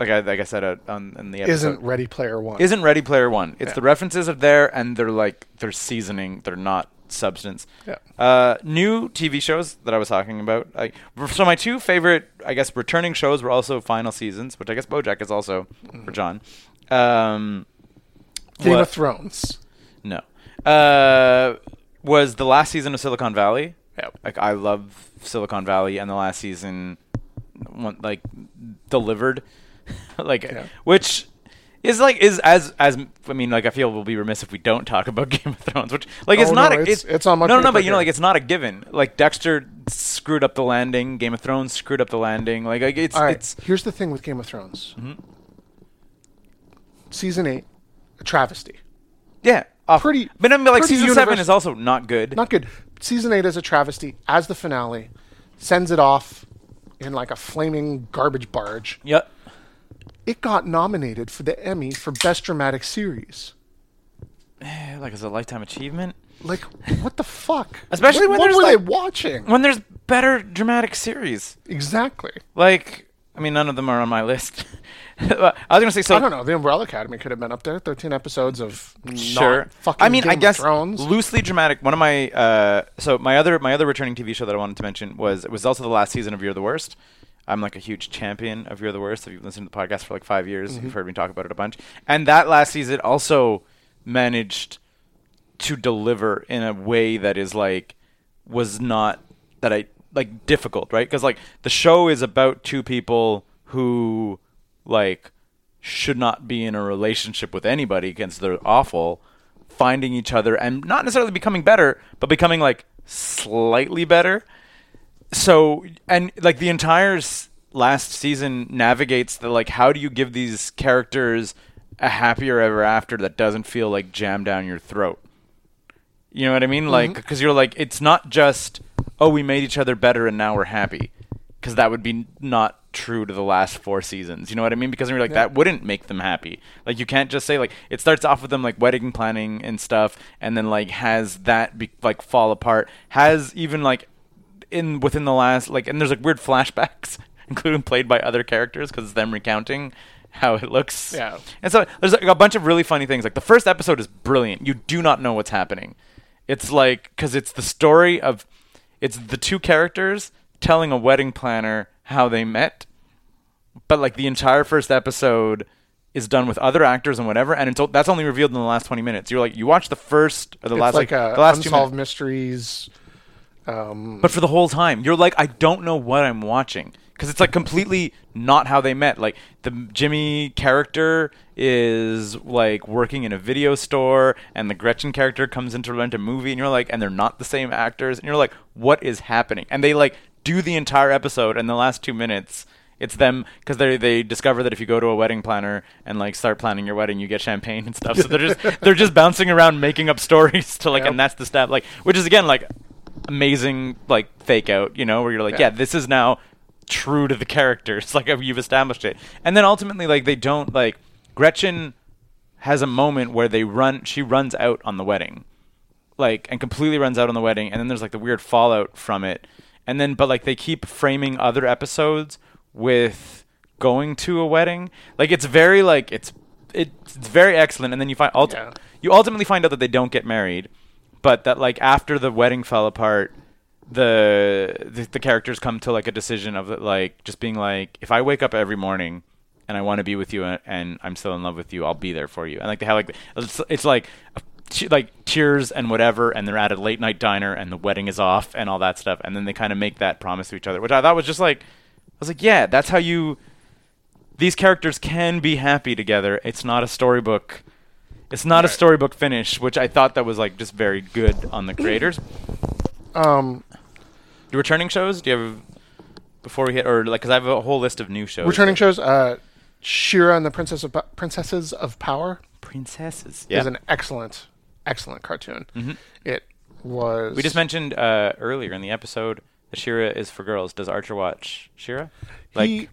Speaker 2: like I like I said uh, on in the episode,
Speaker 3: Isn't Ready Player One?
Speaker 2: isn't Ready Player One. It's
Speaker 3: Yeah.
Speaker 2: the references are there, and they're like they're seasoning. They're not substance.
Speaker 3: Yeah.
Speaker 2: Uh, new TV shows that I was talking about. I, so my two favorite, I guess, returning shows were also final seasons, which I guess BoJack is also for John. Um,
Speaker 3: Mm-hmm. Game
Speaker 2: what-
Speaker 3: of Thrones?
Speaker 2: no. Uh, was the last season of Silicon Valley.
Speaker 3: Yep.
Speaker 2: Like I love Silicon Valley, and the last season, one, like delivered, (laughs) like
Speaker 3: Yeah.
Speaker 2: which is like is as as I mean like I feel we'll be remiss if we don't talk about (laughs) Game of Thrones, which like it's
Speaker 3: Oh,
Speaker 2: not
Speaker 3: no,
Speaker 2: a,
Speaker 3: it's- it's on my
Speaker 2: no no no
Speaker 3: paper
Speaker 2: but you know
Speaker 3: here.
Speaker 2: like it's not a given like Dexter screwed up the landing, Game of Thrones screwed up the landing, like, like it's
Speaker 3: All right.
Speaker 2: it's Mm-hmm.
Speaker 3: Here's the thing with Game of Thrones. Season eight, a travesty.
Speaker 2: yeah awful.
Speaker 3: Pretty-
Speaker 2: Oh, but I mean like
Speaker 3: pretty
Speaker 2: season seven
Speaker 3: universal-
Speaker 2: is also not good
Speaker 3: Not good. Season eight is a travesty. As the finale, sends it off in like a flaming garbage barge.
Speaker 2: yep
Speaker 3: It got nominated for the Emmy for best dramatic series.
Speaker 2: Yeah, like it's a lifetime achievement.
Speaker 3: Like, what the fuck?
Speaker 2: Especially when
Speaker 3: what, what
Speaker 2: there's,
Speaker 3: were
Speaker 2: like-
Speaker 3: they watching?
Speaker 2: when there's better dramatic series.
Speaker 3: Exactly.
Speaker 2: Like, I mean, none of them are on my list. (laughs) I was gonna say so.
Speaker 3: I don't know. The Umbrella Academy could have been up there. Thirteen episodes of
Speaker 2: Sure.
Speaker 3: Not fucking
Speaker 2: I mean,
Speaker 3: Game
Speaker 2: I guess
Speaker 3: of Thrones.
Speaker 2: loosely dramatic. One of my uh, so my other my other returning TV show that I wanted to mention was it was also the last season of You're the Worst. I'm like a huge champion of You're the Worst. If you've listened to the podcast for like five years,
Speaker 3: Mm-hmm.
Speaker 2: you've heard me talk about it a bunch. And that last season also managed to deliver in a way that is like was not that I like difficult, right? Because like the show is about two people who like should not be in a relationship with anybody because they're awful, finding each other and not necessarily becoming better, but becoming like slightly better so and like the entire s- last season navigates the like how do you give these characters a happier ever after that doesn't feel like jammed down your throat you know what i mean like because you're like it's not just oh we made each other better and now we're happy because that would be n- not true to the last four seasons you know what i mean because you're like that wouldn't make them happy like you can't just say like it starts off with them like wedding planning and stuff and then like has that be, like fall apart has even like in within the last like and there's like weird flashbacks (laughs) including played by other characters because it's them recounting how it looks
Speaker 3: Yeah.
Speaker 2: and so there's like a bunch of really funny things like the first episode is brilliant you do not know what's happening it's like because it's the story of it's the two characters telling a wedding planner how they met but like the entire first episode is done with other actors and whatever and it's, o- that's only revealed in the last 20 minutes you're like you watch the first or the
Speaker 3: it's
Speaker 2: last
Speaker 3: like,
Speaker 2: like,
Speaker 3: a
Speaker 2: the last two minutes.
Speaker 3: unsolved mysteries.
Speaker 2: But for the whole time, you're like, I don't know what I'm watching because it's like completely not how they met. Like the Jimmy character is like working in a video store, and the Gretchen character comes in to rent a movie, and you're like, and they're not the same actors, and you're like, what is happening? And they like do the entire episode, and the last two minutes. It's them because they they discover that if you go to a wedding planner and like start planning your wedding, you get champagne and stuff. So they're just they're just bouncing around making up stories to like,
Speaker 3: Yep.
Speaker 2: and that's the step like, which is again like amazing like fake out, you know, where you're like, yeah,
Speaker 3: Yeah.
Speaker 2: this is now true to the characters (laughs) like you've established it and then ultimately like they don't like gretchen has a moment where they run she runs out on the wedding like and completely runs out on the wedding and then there's like the weird fallout from it and then but like they keep framing other episodes with going to a wedding like it's very like it's it's very excellent and then you find ulti-
Speaker 3: Yeah.
Speaker 2: you ultimately find out that they don't get married but that like after the wedding fell apart the the, the characters come to like a decision of like just being like if i wake up every morning and i want to be with you and, and i'm still in love with you i'll be there for you and like they have like it's, it's like a che- like cheers and whatever and they're at a late night diner and the wedding is off and all that stuff and then they kind of make that promise to each other which i thought was just like i was like yeah that's how you these characters can be happy together it's not a storybook it's not a storybook finish which i thought that was like just very good on the creators
Speaker 3: Um,
Speaker 2: the returning shows? Do you have before we hit or like? Because I have a whole list of new shows.
Speaker 3: returning shows. Uh, Shira and the Princess of Po- Princesses of Power
Speaker 2: princesses. Yeah, Mm-hmm.
Speaker 3: is an excellent, excellent cartoon. It was.
Speaker 2: we just mentioned uh, earlier in the episode that Shira is for girls. Does Archer watch Shira? Like
Speaker 3: he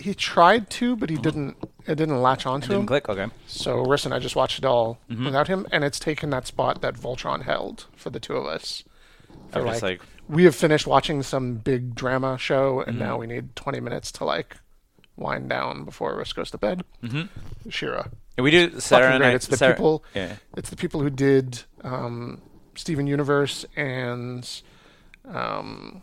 Speaker 3: he tried to, but he didn't. It didn't latch onto
Speaker 2: didn't
Speaker 3: him.
Speaker 2: click. Okay,
Speaker 3: So Riss and I just watched it all
Speaker 2: Mm-hmm.
Speaker 3: without him, and it's taken that spot that Voltron held for the two of us.
Speaker 2: I
Speaker 3: They're
Speaker 2: was just like,
Speaker 3: we have finished watching some big drama show,
Speaker 2: Mm-hmm.
Speaker 3: and now we need 20 minutes to like wind down before Riss goes to bed. Mm-hmm. Shira,
Speaker 2: and we do Saturday
Speaker 3: fucking great.
Speaker 2: night.
Speaker 3: It's the
Speaker 2: Sarah-
Speaker 3: people.
Speaker 2: Yeah,
Speaker 3: It's the people who did um, Steven Universe and um,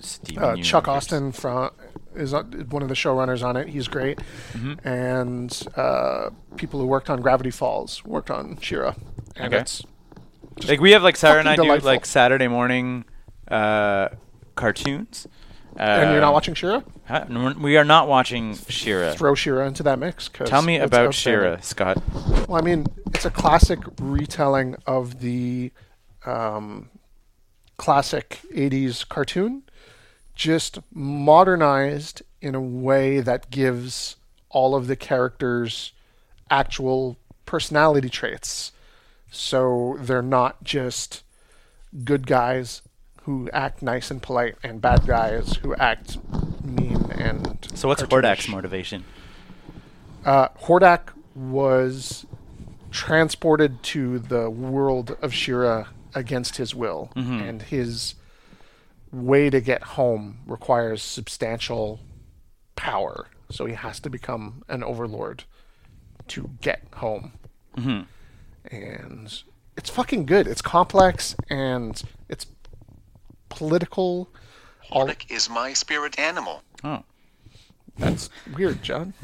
Speaker 2: Steven
Speaker 3: uh, Chuck
Speaker 2: Universe.
Speaker 3: Austin from is on- one of the showrunners on it. He's great,
Speaker 2: Mm-hmm.
Speaker 3: and uh, people who worked on Gravity Falls worked on Shira, and
Speaker 2: Okay.
Speaker 3: it's
Speaker 2: Like we have like Sarah and I
Speaker 3: fucking
Speaker 2: do
Speaker 3: delightful.
Speaker 2: like Saturday morning uh, cartoons. Uh,
Speaker 3: and you're not watching Shira.
Speaker 2: watching. We are not watching Shira.
Speaker 3: Throw Shira into that mix. 'cause
Speaker 2: Tell me
Speaker 3: it's
Speaker 2: about
Speaker 3: outstanding.
Speaker 2: Shira, Scott.
Speaker 3: Well, I mean, it's a classic retelling of the um, classic 80s cartoon, just modernized in a way that gives all of the characters actual personality traits. So they're not just good guys who act nice and polite and bad guys who act mean and.
Speaker 2: So what's
Speaker 3: cartoonish.
Speaker 2: Hordak's motivation?
Speaker 3: Uh, Hordak was transported to the world of Shira against his will,
Speaker 2: Mm-hmm.
Speaker 3: and his way to get home requires substantial power. So he has to become an overlord to get home.
Speaker 2: Mm-hmm.
Speaker 3: And it's fucking good. It's complex and it's political. All-
Speaker 4: Hordak is my spirit animal.
Speaker 2: Oh.
Speaker 3: that's weird, John.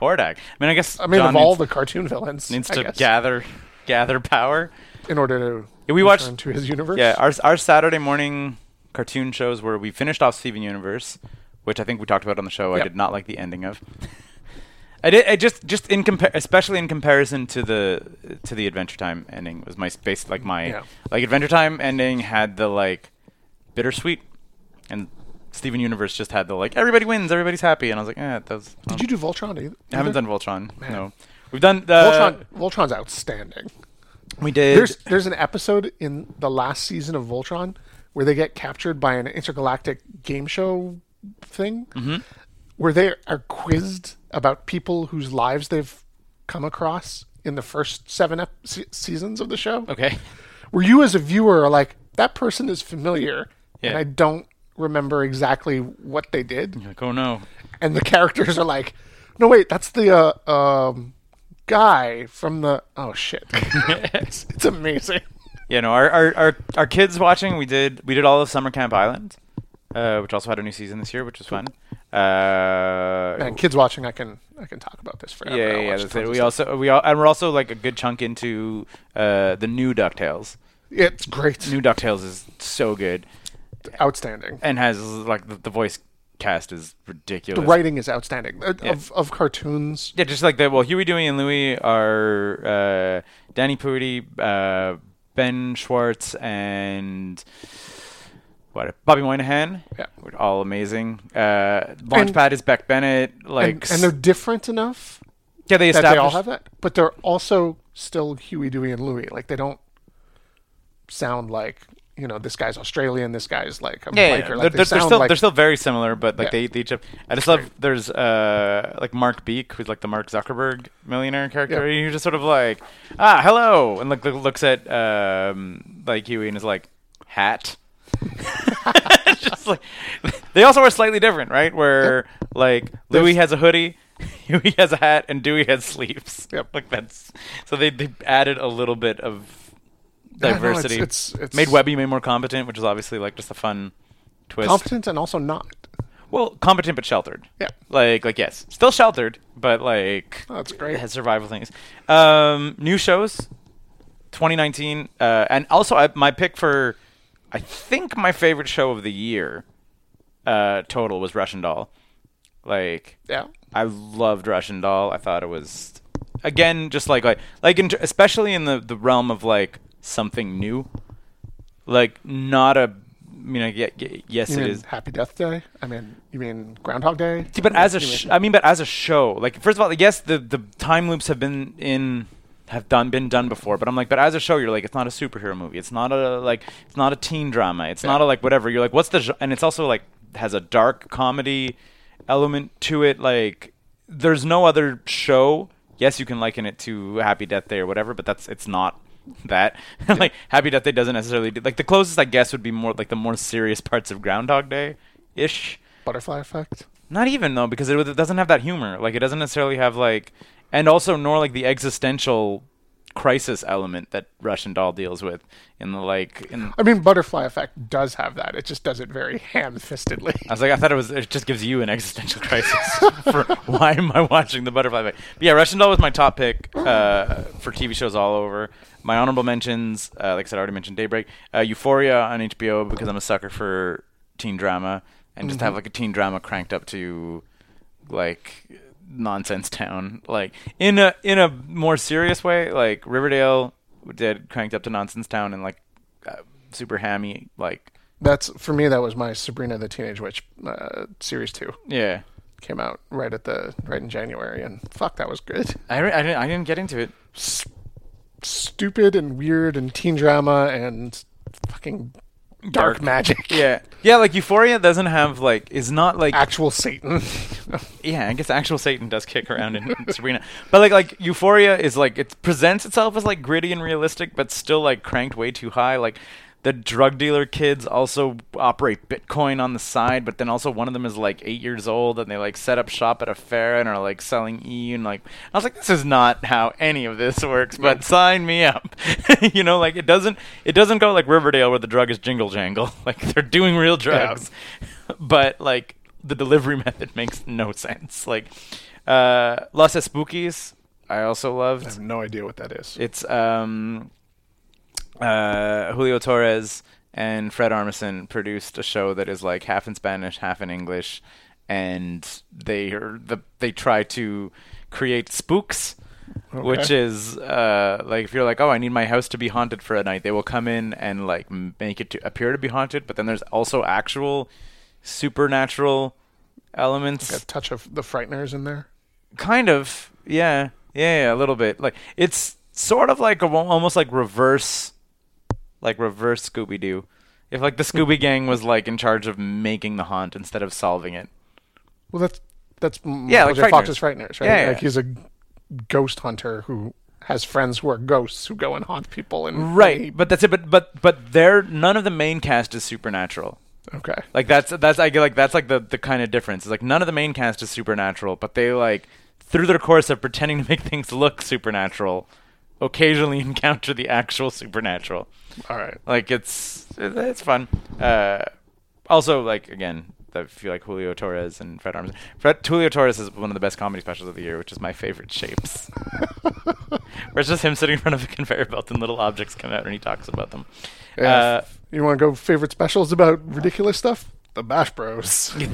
Speaker 2: Hordak. I mean, I guess
Speaker 3: I mean,
Speaker 2: John
Speaker 3: of all
Speaker 2: needs,
Speaker 3: the cartoon villains,
Speaker 2: needs
Speaker 3: I
Speaker 2: to
Speaker 3: guess.
Speaker 2: gather gather power.
Speaker 3: in order to
Speaker 2: Yeah, we
Speaker 3: return
Speaker 2: watched-
Speaker 3: to his universe.
Speaker 2: Yeah, our our Saturday morning cartoon shows where we finished off Steven Universe, which I think we talked about on the show. I
Speaker 3: Yep.
Speaker 2: did not like the ending of. I did. I just just in compar- especially in comparison to the to the Adventure Time ending was my space like my
Speaker 3: Yeah.
Speaker 2: like Adventure Time ending had the like bittersweet and. Steven Universe just had the like everybody wins, everybody's happy, and I was like, eh, that was. I
Speaker 3: Did you do Voltron? Either?
Speaker 2: haven't
Speaker 3: either?
Speaker 2: done Uh, Voltron. No, we've done the
Speaker 3: Voltron. Voltron's outstanding.
Speaker 2: We did.
Speaker 3: There's there's an episode in the last season of Voltron where they get captured by an intergalactic game show thing,
Speaker 2: Mm-hmm.
Speaker 3: where they are quizzed about people whose lives they've come across in the first seven ep- se- seasons of the show.
Speaker 2: okay.
Speaker 3: where you as a viewer are like, that person is familiar, and
Speaker 2: Yeah.
Speaker 3: I don't remember exactly what they did.
Speaker 2: Like, oh no.
Speaker 3: and the (laughs) characters are like, no, wait, that's the uh, um, guy from the.
Speaker 2: (laughs)
Speaker 3: Oh shit, it's, it's amazing.
Speaker 2: Yeah, no. Our, our our our kids watching. We did we did all of Summer Camp Island, uh, which also had a new season this year, which was fun. Uh,
Speaker 3: And kids watching, I can I can talk about this forever.
Speaker 2: yeah,
Speaker 3: I
Speaker 2: yeah, yeah.
Speaker 3: watched
Speaker 2: That's
Speaker 3: tons
Speaker 2: it.
Speaker 3: of
Speaker 2: We
Speaker 3: stuff.
Speaker 2: also we all, and we're also like a good chunk into uh, the new Ducktales.
Speaker 3: it's great,
Speaker 2: New Ducktales is so good
Speaker 3: outstanding.
Speaker 2: and has like the, the voice cast is ridiculous.
Speaker 3: The writing is outstanding Uh, of of cartoons.
Speaker 2: Yeah, just like that. Well, Huey, Dewey, and Louie are uh, Danny Pudi, uh, Ben Schwartz, and what Bobby Moynihan.
Speaker 3: Yeah.
Speaker 2: We're all amazing. Uh, Launchpad is Beck Bennett. Like,
Speaker 3: And, and they're different enough
Speaker 2: yeah, they
Speaker 3: that
Speaker 2: establish
Speaker 3: they all have that, but they're also still Huey, Dewey, and Louie. Like they don't sound like you know, this guy's Australian, this guy's like a
Speaker 2: Yeah, yeah,
Speaker 3: biker.
Speaker 2: yeah.
Speaker 3: Like,
Speaker 2: They're,
Speaker 3: they
Speaker 2: they're
Speaker 3: sound
Speaker 2: still
Speaker 3: like-
Speaker 2: they're still very similar, but like
Speaker 3: Yeah.
Speaker 2: they, they each have. I just love there's uh like Mark Beek who's like the Mark Zuckerberg millionaire character.
Speaker 3: Yeah.
Speaker 2: and You're just sort of like ah hello, and like look- looks at um like Huey and is like hat. (laughs) It's just like they also are slightly different, right? Where like Louis has a hoodie, (laughs) Huey has a hat, and Dewey has sleeves.
Speaker 3: Yep.
Speaker 2: Like that's so they they added a little bit of
Speaker 3: Yeah, no, it's-
Speaker 2: diversity.
Speaker 3: it's- it's-
Speaker 2: made Webby made more competent, which is obviously like just a fun twist.
Speaker 3: competent and also not.
Speaker 2: well, competent but sheltered.
Speaker 3: Yeah.
Speaker 2: Like like yes, still sheltered, but like
Speaker 3: Oh, that's great.
Speaker 2: It has survival things. Um, new shows, 2019, uh, and also I, my pick for, I think my favorite show of the year, uh, total was Russian Doll. Like
Speaker 3: Yeah.
Speaker 2: I loved Russian Doll. I thought it was again just like like like in, especially in the the realm of like something new, like not a you know ye- ye- yes
Speaker 3: You
Speaker 2: it
Speaker 3: mean
Speaker 2: is
Speaker 3: Happy Death Day? I mean, you mean Groundhog Day?
Speaker 2: See, but as a, sh- I mean, but as a show, like first of all, yes, the the time loops have been in, have done been done before. But I'm like, but as a show, you're like, it's not a superhero movie. It's not a like, it's not a teen drama. It's not a like whatever. You're like, what's the? gen- And it's also like has a dark comedy element to it. Like, there's no other show. Yes, you can liken it to Happy Death Day or whatever, but that's it's not that. (laughs) like Happy Death Day doesn't necessarily do, like the closest I guess would be more like the more serious parts of Groundhog Day ish.
Speaker 3: Butterfly Effect?
Speaker 2: Not even though, because it, it doesn't have that humor. Like it doesn't necessarily have like, and also nor like the existential crisis element that Russian Doll deals with in the like. In,
Speaker 3: I mean, Butterfly Effect does have that. It just does it very (laughs) ham-fistedly.
Speaker 2: I was like, I thought it was. It just gives you an existential (laughs) crisis for why am I watching the Butterfly Effect? But yeah, Russian Doll was my top pick uh, for TV shows all over. My honorable mentions, uh, like I said, I already mentioned Daybreak, uh, Euphoria on HBO because I'm a sucker for teen drama and just have like a teen drama cranked up to like nonsense town like in a in a more serious way like riverdale did cranked up to nonsense town and like uh, super hammy like
Speaker 3: That's for me. That was my Sabrina the Teenage Witch uh, series two
Speaker 2: yeah
Speaker 3: came out right at the right in January, and fuck, that was good.
Speaker 2: I, re- I, didn't, I didn't get into it
Speaker 3: Stupid and weird and teen drama and fucking dark,
Speaker 2: Dark.
Speaker 3: magic.
Speaker 2: yeah yeah like euphoria doesn't have like is not like
Speaker 3: Actual Satan. (laughs)
Speaker 2: yeah i guess actual satan does kick around in (laughs) sabrina but like like euphoria is like it presents itself as like gritty and realistic but still like cranked way too high like the drug dealer kids also operate bitcoin on the side but then also one of them is like eight years old and they like set up shop at a fair and are like selling e and like i was like this is not how any of this works but sign me up (laughs) you know like it doesn't it doesn't go like riverdale where the drug is jingle jangle (laughs) like they're doing real drugs (laughs) but like the delivery (laughs) method makes no sense. Like uh Los Spookies, I also
Speaker 3: I have
Speaker 2: loved.
Speaker 3: no idea what that is.
Speaker 2: It's um uh Julio Torres and Fred Armisen produced a show that is like half in Spanish, half in English, and they are the they try to create spooks. Which is uh, like if you're like, oh, I need my house to be haunted for a night, they will come in and like m- make it to appear to be haunted. But then there's also actual supernatural elements
Speaker 3: a touch of the Frighteners in there.
Speaker 2: kind of yeah yeah yeah, a little bit like it's sort of like a, almost like reverse like reverse scooby-doo if like the scooby gang was like in charge of making the haunt instead of solving it
Speaker 3: Well, that's that's M-
Speaker 2: Yeah, like
Speaker 3: Michael J.
Speaker 2: Frighteners.
Speaker 3: Fox's Frighteners, right?
Speaker 2: Yeah, yeah.
Speaker 3: Like he's a ghost hunter who has friends who are ghosts who go and haunt people and
Speaker 2: right but that's it but but but they're none of the main cast is supernatural
Speaker 3: Okay.
Speaker 2: Like that's that's I get like that's like the the kind of difference. It's like none of the main cast is supernatural, but they like through their course of pretending to make things look supernatural, occasionally (laughs) encounter the actual supernatural. (laughs)
Speaker 3: All right.
Speaker 2: Like it's it- it's fun. Uh, also, like again, I feel like Julio Torres and Fred Armisen. Fred Julio Torres is one of the best comedy specials of the year, which is my favorite
Speaker 3: (laughs)
Speaker 2: shapes. Where it's just him sitting in front of a conveyor belt and little objects come out and he talks about them.
Speaker 3: Yeah.
Speaker 2: Uh, (laughs)
Speaker 3: you want to go favorite specials about ridiculous stuff? The Bash Bros.
Speaker 2: yeah,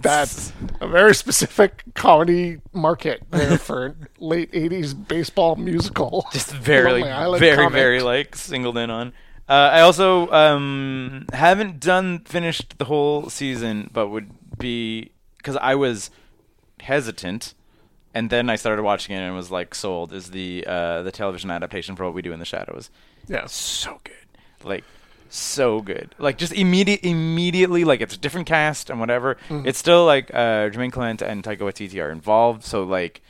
Speaker 3: That's a very specific comedy market there
Speaker 2: (laughs)
Speaker 3: for late '80s baseball musical.
Speaker 2: just very
Speaker 3: Lonely Island
Speaker 2: very
Speaker 3: comic.
Speaker 2: very like singled in on uh, i also um, haven't done finished the whole season but would be because i was hesitant and then i started watching it and was like sold is the uh, the television adaptation for what we do in the shadows
Speaker 3: Yeah.
Speaker 2: so good like so good. Like just immediate, immediately, like it's a different cast and whatever.
Speaker 3: Mm-hmm.
Speaker 2: It's still like uh, Jermaine Clement and Taika Waititi are involved, so like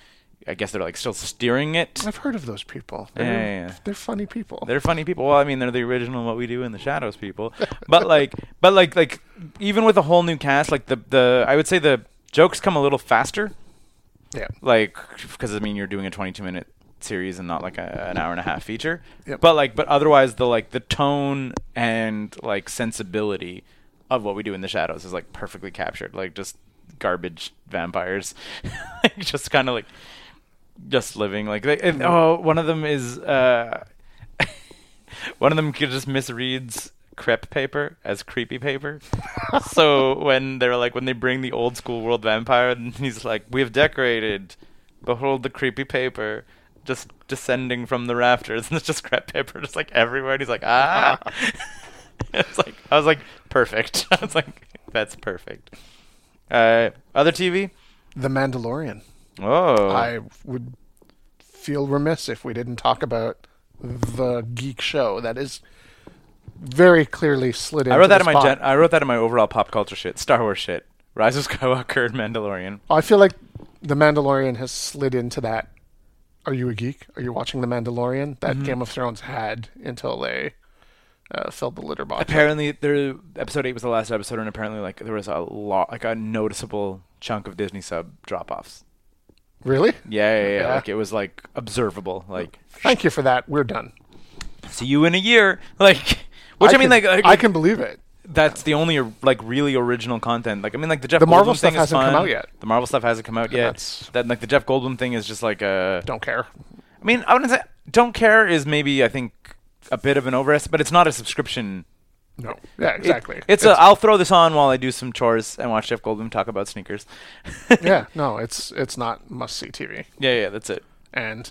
Speaker 2: I guess they're like still steering it.
Speaker 3: I've heard of those people.
Speaker 2: Yeah,
Speaker 3: They're,
Speaker 2: yeah, yeah.
Speaker 3: they're funny people.
Speaker 2: They're funny people. Well, I mean, they're the original "What We Do in the Shadows" people. But like, but like, like even with a whole new cast, like the the I would say the jokes come a little faster,
Speaker 3: yeah.
Speaker 2: like because I mean you're doing a 22 minute series and not like a, an hour and a half feature.
Speaker 3: Yep.
Speaker 2: But like, but otherwise the like the tone and like sensibility of what we do in the shadows is like perfectly captured. Like just garbage vampires, (laughs) like just kind of like just living like they, and- oh one of them is uh one of them could just misreads crepe paper as creepy paper so when they're like when they bring the old school world vampire and he's like we've decorated behold the creepy paper just descending from the rafters (laughs) and it's just crepe paper just like everywhere and he's like ah it's like i was like perfect (laughs) i was like that's perfect uh other tv
Speaker 3: The Mandalorian.
Speaker 2: oh
Speaker 3: I would feel remiss if we didn't talk about the geek show that is very clearly slid in.
Speaker 2: I wrote that in my gen- I wrote that in my overall pop culture shit, Star Wars shit, Rise of Skywalker, and Mandalorian.
Speaker 3: I feel like The Mandalorian has slid into that. Are you a geek? Are you watching The Mandalorian? That
Speaker 2: Mm-hmm.
Speaker 3: Game of Thrones had until they uh, filled the litter box.
Speaker 2: Apparently, there episode eight was the last episode, and apparently, like there was a lot, like a noticeable chunk of Disney sub drop offs.
Speaker 3: Really?
Speaker 2: Yeah, yeah, yeah,
Speaker 3: Yeah.
Speaker 2: Like it was like observable. Like
Speaker 3: Thank you for that. We're done.
Speaker 2: see you in a year. (laughs) Like which I, mean,
Speaker 3: can-
Speaker 2: like, like
Speaker 3: I can believe it.
Speaker 2: that's the only or- like really original content. Like I mean, like the Jeff
Speaker 3: The Marvel
Speaker 2: Goldblum
Speaker 3: stuff
Speaker 2: thing is
Speaker 3: hasn't come
Speaker 2: fun.
Speaker 3: out yet.
Speaker 2: The Marvel stuff hasn't come out yet.
Speaker 3: that's-
Speaker 2: That like the Jeff Goldblum thing is just like a
Speaker 3: Don't care.
Speaker 2: I mean, I wouldn't say don't care is maybe I think a bit of an overest, but it's not a subscription.
Speaker 3: No. Yeah,
Speaker 2: It-
Speaker 3: exactly.
Speaker 2: it's, a I'll throw this on while I do some chores and watch Jeff Goldblum talk about sneakers. (laughs)
Speaker 3: yeah. No, it's it's not must see TV.
Speaker 2: yeah, yeah, that's it.
Speaker 3: And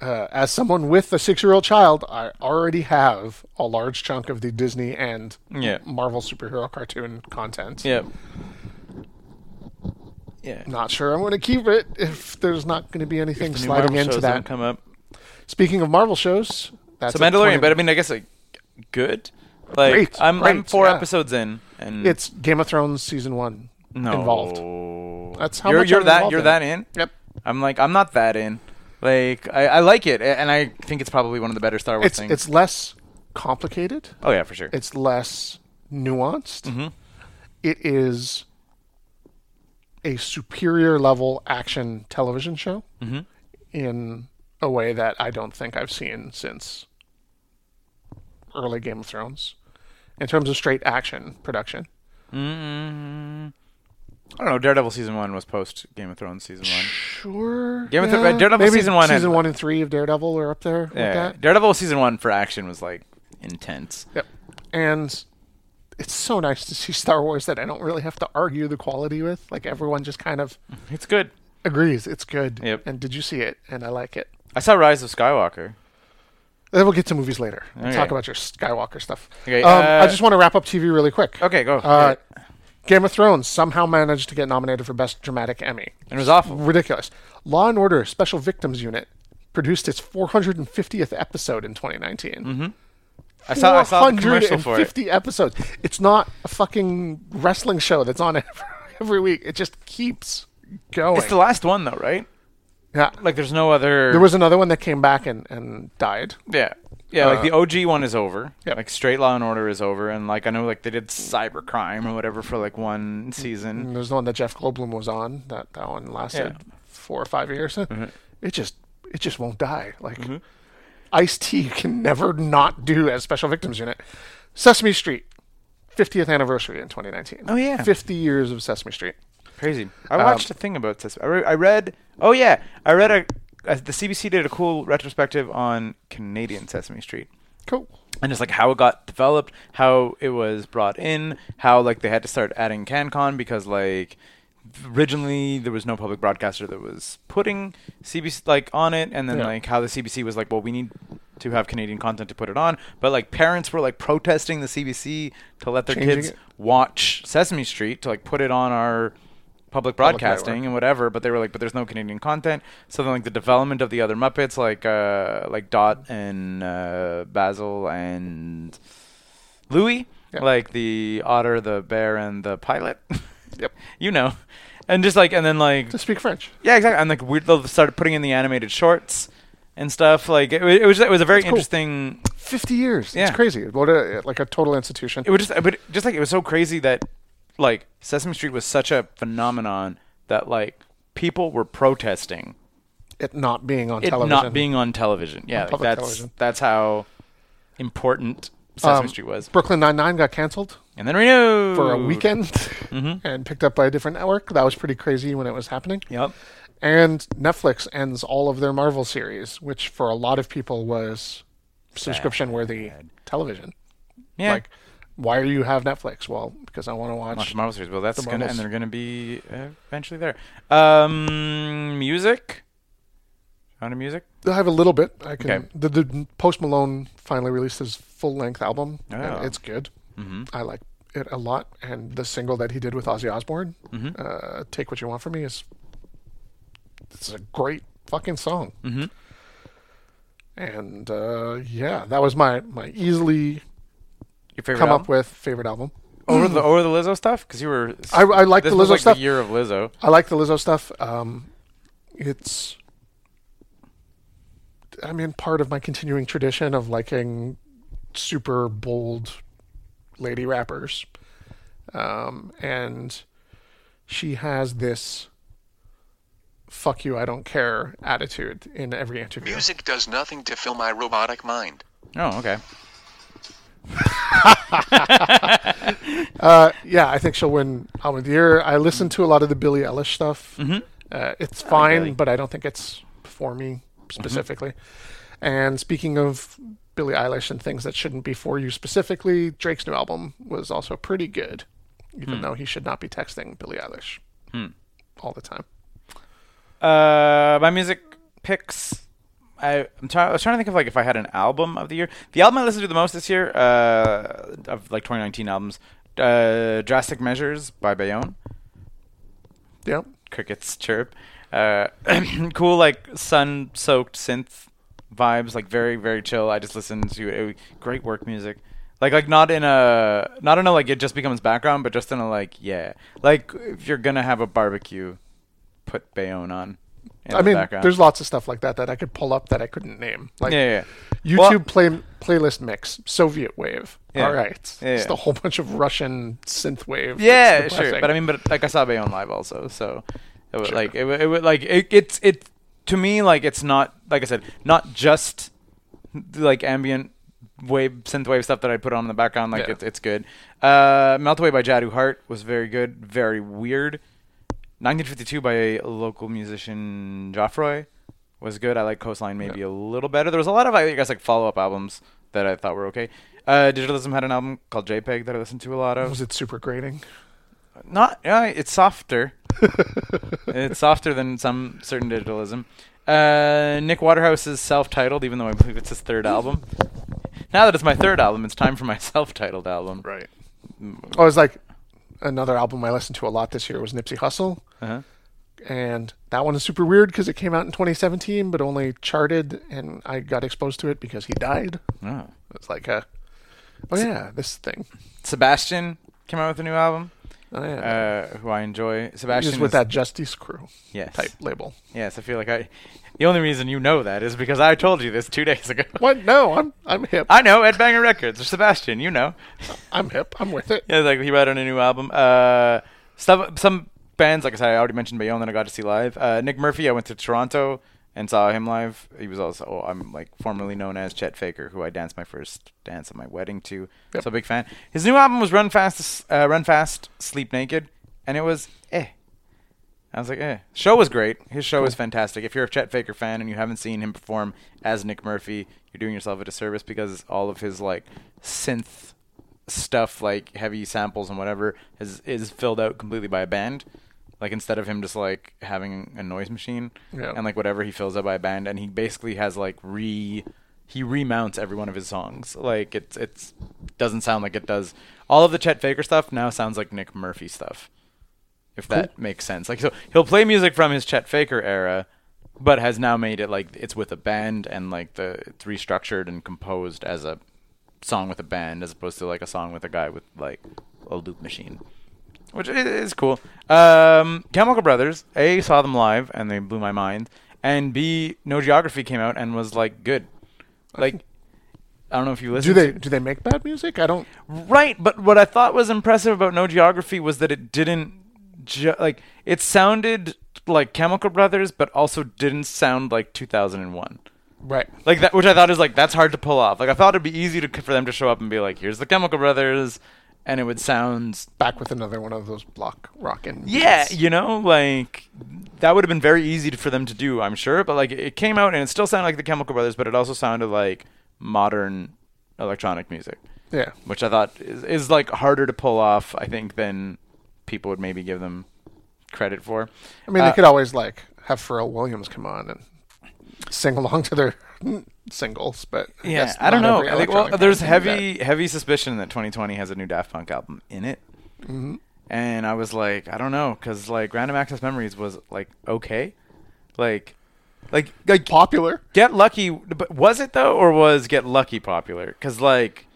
Speaker 3: uh, as someone with a six year old child, I already have a large chunk of the Disney and
Speaker 2: Yeah.
Speaker 3: Marvel superhero cartoon content.
Speaker 2: Yeah. Yeah.
Speaker 3: Not sure I'm going to keep it if there's not going to be anything
Speaker 2: The new
Speaker 3: sliding
Speaker 2: Marvel
Speaker 3: into
Speaker 2: shows
Speaker 3: that.
Speaker 2: haven't come up.
Speaker 3: Speaking of Marvel shows, that's
Speaker 2: So
Speaker 3: at
Speaker 2: Mandalorian,
Speaker 3: 20
Speaker 2: but I mean, I guess like good. Like
Speaker 3: Great,
Speaker 2: I'm I'm
Speaker 3: great,
Speaker 2: four
Speaker 3: yeah.
Speaker 2: episodes in, and
Speaker 3: it's Game of Thrones season one
Speaker 2: no.
Speaker 3: involved. That's how
Speaker 2: you're
Speaker 3: much
Speaker 2: you're
Speaker 3: I'm
Speaker 2: that
Speaker 3: involved
Speaker 2: you're
Speaker 3: in it.
Speaker 2: that in.
Speaker 3: Yep.
Speaker 2: I'm like I'm not that in. Like I, I like it, a- and I think it's probably one of the better Star Wars
Speaker 3: It's
Speaker 2: things.
Speaker 3: it's less complicated.
Speaker 2: oh yeah, for sure.
Speaker 3: It's less nuanced.
Speaker 2: Mm-hmm.
Speaker 3: It is a superior level action television show
Speaker 2: Mm-hmm.
Speaker 3: in a way that I don't think I've seen since early Game of Thrones in terms of straight action production.
Speaker 2: I don't know. Daredevil season one was post Game of Thrones season one.
Speaker 3: Sure.
Speaker 2: Game of Thro- uh, Daredevil
Speaker 3: Maybe
Speaker 2: season one had-
Speaker 3: Season one and three of Daredevil are up there with
Speaker 2: Yeah,
Speaker 3: that.
Speaker 2: Daredevil season one for action was like intense.
Speaker 3: Yep. And it's so nice to see Star Wars that I don't really have to argue the quality with. Like everyone just kind of
Speaker 2: It's good.
Speaker 3: agrees it's good.
Speaker 2: Yep.
Speaker 3: And did you see it? And I like it.
Speaker 2: I saw Rise of Skywalker.
Speaker 3: Then we'll get to movies later. and
Speaker 2: Okay.
Speaker 3: Talk about your Skywalker stuff.
Speaker 2: Okay,
Speaker 3: Um,
Speaker 2: uh,
Speaker 3: I just want to wrap up TV really quick.
Speaker 2: Okay, go.
Speaker 3: Uh, Game of Thrones somehow managed to get nominated for Best Dramatic Emmy.
Speaker 2: it was awful.
Speaker 3: Ridiculous. Law and Order Special Victims Unit produced its 450th episode in 2019.
Speaker 2: I Mm-hmm. saw I saw the commercial for it.
Speaker 3: 450 episodes. It's not a fucking wrestling show that's on (laughs) every, every week. It just keeps going.
Speaker 2: It's the last one though, right?
Speaker 3: yeah.
Speaker 2: Like there's no other.
Speaker 3: There was another one that came back and, and died.
Speaker 2: yeah. Yeah,
Speaker 3: Uh,
Speaker 2: like the OG one is over.
Speaker 3: Yep.
Speaker 2: Like Straight Law and Order is over, and like I know like they did Cybercrime or whatever for like one season.
Speaker 3: And there's the one that Jeff Goldblum was on. That that one lasted
Speaker 2: Yeah. Mm-hmm.
Speaker 3: four or five years. (laughs) It just it just won't die. Like Ice T can never not do as Special Victims Unit. Sesame Street, 50th anniversary in 2019.
Speaker 2: Oh, yeah.
Speaker 3: 50 years of Sesame Street.
Speaker 2: Crazy. I watched
Speaker 3: Um,
Speaker 2: a thing about this. I, re- I read. Oh yeah, I read a. Uh, the CBC did a cool retrospective on Canadian Sesame Street.
Speaker 3: Cool.
Speaker 2: and just like how it got developed, how it was brought in, how like they had to start adding CanCon because like originally there was no public broadcaster that was putting CBC like on it, and then
Speaker 3: Yeah.
Speaker 2: like how the CBC was like, well, we need to have Canadian content to put it on, but like parents were like protesting the CBC to let their
Speaker 3: Changing
Speaker 2: kids
Speaker 3: it.
Speaker 2: watch Sesame Street to like put it on our public broadcasting
Speaker 3: network.
Speaker 2: and whatever but they were like but there's no canadian content so then like the development of the other muppets like uh like dot and uh basil and Louis,
Speaker 3: Yeah.
Speaker 2: like the otter, the bear, and the pilot. (laughs)
Speaker 3: Yep.
Speaker 2: you know, and just like and then like
Speaker 3: To speak French.
Speaker 2: yeah, exactly. And like we they'll started putting in the animated shorts and stuff. Like it, wa- it was it was a very
Speaker 3: That's cool.
Speaker 2: interesting.
Speaker 3: 50 years.
Speaker 2: Yeah.
Speaker 3: It's crazy. What a, like a total institution.
Speaker 2: It was just but just like it was so crazy that like Sesame Street was such a phenomenon that like people were protesting
Speaker 3: It not being on
Speaker 2: it
Speaker 3: television.
Speaker 2: not being on television. Yeah, like,
Speaker 3: public
Speaker 2: that's
Speaker 3: television.
Speaker 2: that's how important Sesame
Speaker 3: Um,
Speaker 2: Street was.
Speaker 3: Brooklyn Nine-Nine got canceled
Speaker 2: And then renewed
Speaker 3: for a weekend
Speaker 2: Mm-hmm.
Speaker 3: (laughs) and picked up by a different network. That was pretty crazy when it was happening.
Speaker 2: Yep.
Speaker 3: And Netflix ends all of their Marvel series, which for a lot of people was subscription worthy television.
Speaker 2: Yeah.
Speaker 3: Like, why do you have Netflix? Well, because I want to watch.
Speaker 2: Watch the Marvel series. Well, that's
Speaker 3: The
Speaker 2: gonna and
Speaker 3: Marvels.
Speaker 2: they're gonna be uh, eventually there. Um, music. Sound of music.
Speaker 3: I have a little bit. I can.
Speaker 2: Okay.
Speaker 3: The, the Post Malone finally released his full length album.
Speaker 2: Oh. Mm-hmm.
Speaker 3: And it's good. I like it a lot. And the single that he did with Ozzy Osbourne,
Speaker 2: Mm-hmm.
Speaker 3: uh, "Take What You Want from Me," is it's a great fucking song. Mm-hmm. And uh, yeah, that was my my easily
Speaker 2: Your favorite
Speaker 3: come
Speaker 2: album?
Speaker 3: up with favorite album.
Speaker 2: over the over the Lizzo stuff because you were.
Speaker 3: I- I like
Speaker 2: this
Speaker 3: the
Speaker 2: was
Speaker 3: Lizzo
Speaker 2: like
Speaker 3: stuff.
Speaker 2: The year of Lizzo.
Speaker 3: I like the Lizzo stuff. Um, it's, I mean, part of my continuing tradition of liking super bold lady rappers. Um, and she has this fuck you, I don't care attitude in every interview.
Speaker 4: Music does nothing to fill my robotic mind.
Speaker 2: Oh, okay.
Speaker 3: Uh, yeah, I think she'll win Album of the Year. I listen to a lot of the Billie Eilish stuff.
Speaker 2: Mm-hmm.
Speaker 3: Uh, it's fine,
Speaker 2: Billie.
Speaker 3: but I don't think it's for me specifically.
Speaker 2: Mm-hmm.
Speaker 3: And speaking of Billie Eilish and things that shouldn't be for you specifically, Drake's new album was also pretty good, even
Speaker 2: Hmm.
Speaker 3: though he should not be texting Billie Eilish all the time.
Speaker 2: Uh, my music picks. I, I'm trying. I was trying to think of like if I had an album of the year. The album I listened to the most this year, uh, of like 2019 albums, uh, "Drastic Measures" by Bayonne.
Speaker 3: Yep.
Speaker 2: crickets chirp. Uh, (clears throat) cool, like sun soaked synth vibes, like very very chill. I just listened to it. great work music, like like not in a not in a like it just becomes background, but just in a like yeah, like if you're gonna have a barbecue, put Bayonne on. In
Speaker 3: I
Speaker 2: the
Speaker 3: mean,
Speaker 2: background.
Speaker 3: there's lots of stuff like that that I could pull up that I couldn't name. Like
Speaker 2: Yeah, yeah.
Speaker 3: YouTube
Speaker 2: Well-
Speaker 3: play playlist mix, Soviet wave.
Speaker 2: Yeah.
Speaker 3: All right,
Speaker 2: Yeah,
Speaker 3: it's
Speaker 2: yeah.
Speaker 3: the whole bunch of Russian synth wave. that's
Speaker 2: yeah,
Speaker 3: depressing.
Speaker 2: sure. But I mean, but like I saw Bayonne live also, so it would, like it would, it would like it, it's it to me like it's not like I said not just like ambient wave synth wave stuff that I put on in the background like
Speaker 3: Yeah.
Speaker 2: it's it's good. Uh, Melt Away by Jadu Hart was very good, very weird. 1952 by a local musician Joffroy was good. I like Coastline maybe a little better. There was a lot of I guess like follow up albums that I thought were okay. Uh, Digitalism had an album called JPEG that I listened to a lot of
Speaker 3: was it super grating?
Speaker 2: not uh, it's softer (laughs) it's softer than some certain digitalism uh, nick waterhouse is self-titled even though i believe it's his third album now that it's my third album it's time for my (laughs) self-titled album
Speaker 3: Right. I was Oh, like, another album I listened to a lot this year was Nipsey Hussle,
Speaker 2: uh-huh.
Speaker 3: and that one is super weird because it came out in 2017, but only charted, and I got exposed to it because he died.
Speaker 2: oh.
Speaker 3: It's like a, oh yeah, this thing.
Speaker 2: sebastian came out with a new album
Speaker 3: Oh yeah.
Speaker 2: uh, who i enjoy
Speaker 3: Just
Speaker 2: sebastian
Speaker 3: with
Speaker 2: is-
Speaker 3: that Justice Crew
Speaker 2: yes
Speaker 3: type label.
Speaker 2: yes i feel like i the only reason you know that is because i told you this two days ago
Speaker 3: What? No, I'm I'm hip.
Speaker 2: (laughs) i know ed banger records or sebastian you know
Speaker 3: I'm hip. I'm with it.
Speaker 2: (laughs) Yeah, like he wrote on a new album. Uh, some some bands, like I said, I already mentioned Bayonne that I got to see live. Uh, Nick Murphy, I went to Toronto and saw him live. He was also oh, I'm like formerly known as Chet Faker, who I danced my first dance at my wedding to. So big fan. His new album was Run Fast, uh, Run Fast, Sleep Naked, and it was eh. I was like, eh. Show was great. His show was fantastic. If you're a Chet Faker fan and you haven't seen him perform as Nick Murphy, you're doing yourself a disservice because all of his like synth stuff, like heavy samples and whatever, is is filled out completely by a band. Like instead of him just like having a noise machine
Speaker 3: Yeah.
Speaker 2: and like whatever he fills out by a band, and he basically has like re he remounts every one of his songs. Like it's it's doesn't sound like it does. All of the Chet Faker stuff now sounds like Nick Murphy stuff if that makes sense. Like so he'll play music from his Chet Faker era, but has now made it like it's with a band and like the it's restructured and composed as a song with a band as opposed to like a song with a guy with like a loop machine, which i- is cool. Um, Chemical Brothers, A, saw them live and they blew my mind, and B, No Geography came out and was like good. Like, I don't know if you
Speaker 3: Do
Speaker 2: listen.
Speaker 3: they
Speaker 2: to-
Speaker 3: do they make bad music? I don't.
Speaker 2: Right, but what I thought was impressive about No Geography was that it didn't ju- like it sounded like Chemical Brothers, but also didn't sound like 2001.
Speaker 3: Right.
Speaker 2: Like that, which I thought is like that's hard to pull off. Like I thought it'd be easy to for them to show up and be like, "Here's the Chemical Brothers," and it would sound
Speaker 3: Back with another one of those block rockin'.
Speaker 2: yeah,
Speaker 3: beats.
Speaker 2: you know, like that would have been very easy to- for them to do, I'm sure. But like it- it came out and it still sounded like the Chemical Brothers, but it also sounded like modern electronic music
Speaker 3: Yeah.
Speaker 2: which I thought is, is like harder to pull off, I think, than people would maybe give them credit for.
Speaker 3: I mean,
Speaker 2: Uh,
Speaker 3: they could always like have Pharrell Williams come on and sing along to their (laughs) singles, but I
Speaker 2: Yeah,
Speaker 3: guess
Speaker 2: I don't
Speaker 3: not
Speaker 2: know.
Speaker 3: every
Speaker 2: I think, well,
Speaker 3: electronic
Speaker 2: there's
Speaker 3: band can do
Speaker 2: heavy heavy suspicion that 2020 has a new Daft Punk album in it,
Speaker 3: Mm-hmm.
Speaker 2: and I was like, I don't know, because like Random Access Memories was like okay, like, like
Speaker 3: that. popular.
Speaker 2: Get Lucky, but was it though, or was Get Lucky popular? Because like,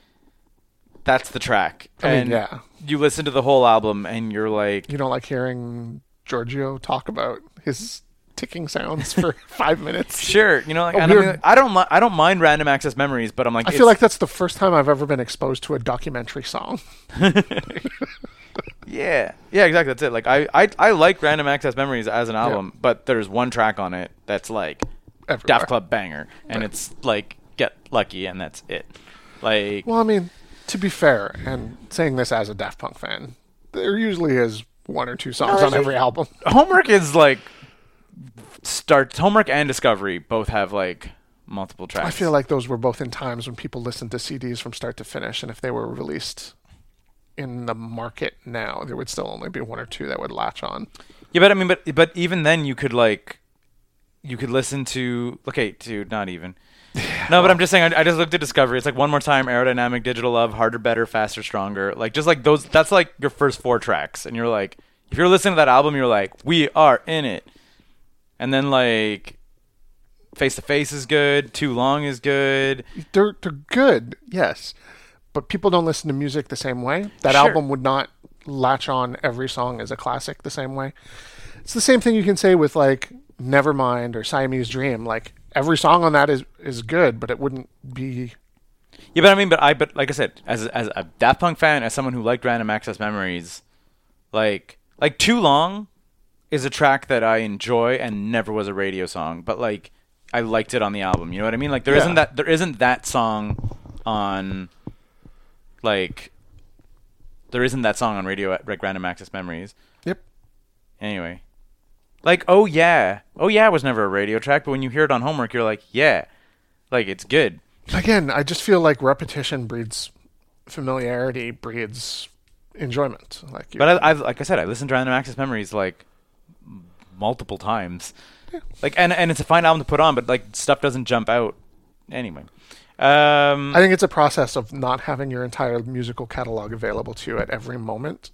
Speaker 2: that's the track,
Speaker 3: I mean,
Speaker 2: and
Speaker 3: yeah.
Speaker 2: you listen to the whole album, and you're like,
Speaker 3: You don't like hearing Giorgio talk about his ticking
Speaker 2: (laughs)
Speaker 3: sounds for five minutes.
Speaker 2: Sure, you know, like,
Speaker 3: A
Speaker 2: and I, mean,
Speaker 3: Oh, weird-
Speaker 2: like, I don't, li- I don't mind random access memories, but I'm like,
Speaker 3: I
Speaker 2: it's-
Speaker 3: feel like that's the first time I've ever been exposed to a documentary song.
Speaker 2: yeah, yeah, exactly. That's it. Like, I, I, I like random access memories as an album, but there's one track on it that's like
Speaker 3: Everywhere.
Speaker 2: Daft Club banger, and it's like Get Lucky, and that's it. Like,
Speaker 3: Well, I mean, to be fair, and saying this as a Daft Punk fan, there usually is one or two songs on every album.
Speaker 2: Homework is like starts Homework and Discovery both have like multiple tracks.
Speaker 3: I feel like those were both in times when people listened to CDs from start to finish, and if they were released in the market now, there would still only be one or two that would latch on.
Speaker 2: Yeah, but I mean, but but even then, you could like, you could listen to okay, dude, not even. No, but I'm just saying. I, I just looked at Discovery. It's like one more time, aerodynamic, digital love, harder, better, faster, stronger. Like just like those. That's like your first four tracks, and you're like, if you're listening to that album, you're like, we are in it. And then like, face to face is good. Too long is good.
Speaker 3: They're they're good, yes, but people don't listen to music the same way. That
Speaker 2: Sure.
Speaker 3: album would not latch on every song as a classic the same way. It's the same thing you can say with like Nevermind or Siamese Dream. Like every song on that is is good, but it wouldn't be
Speaker 2: Yeah, but I mean, but I, but like I said, as as a Daft Punk fan, as someone who liked Random Access Memories, like like Too Long is a track that I enjoy and never was a radio song, but like I liked it on the album. You know what I mean? Like there
Speaker 3: Yeah.
Speaker 2: not that there isn't that song on like there isn't that song on radio like Random Access Memories.
Speaker 3: yep.
Speaker 2: Anyway, like oh yeah, oh yeah was never a radio track, but when you hear it on homework, you're like yeah, like it's good.
Speaker 3: Again, I just feel like repetition breeds familiarity, breeds enjoyment. Like you-
Speaker 2: But I, I've, like I said, I listened to Random Access Memories like m- multiple times. Like, and and it's a fine album to put on, but like stuff doesn't jump out. Anyway, um,
Speaker 3: I think it's a process of not having your entire musical catalog available to you at every moment.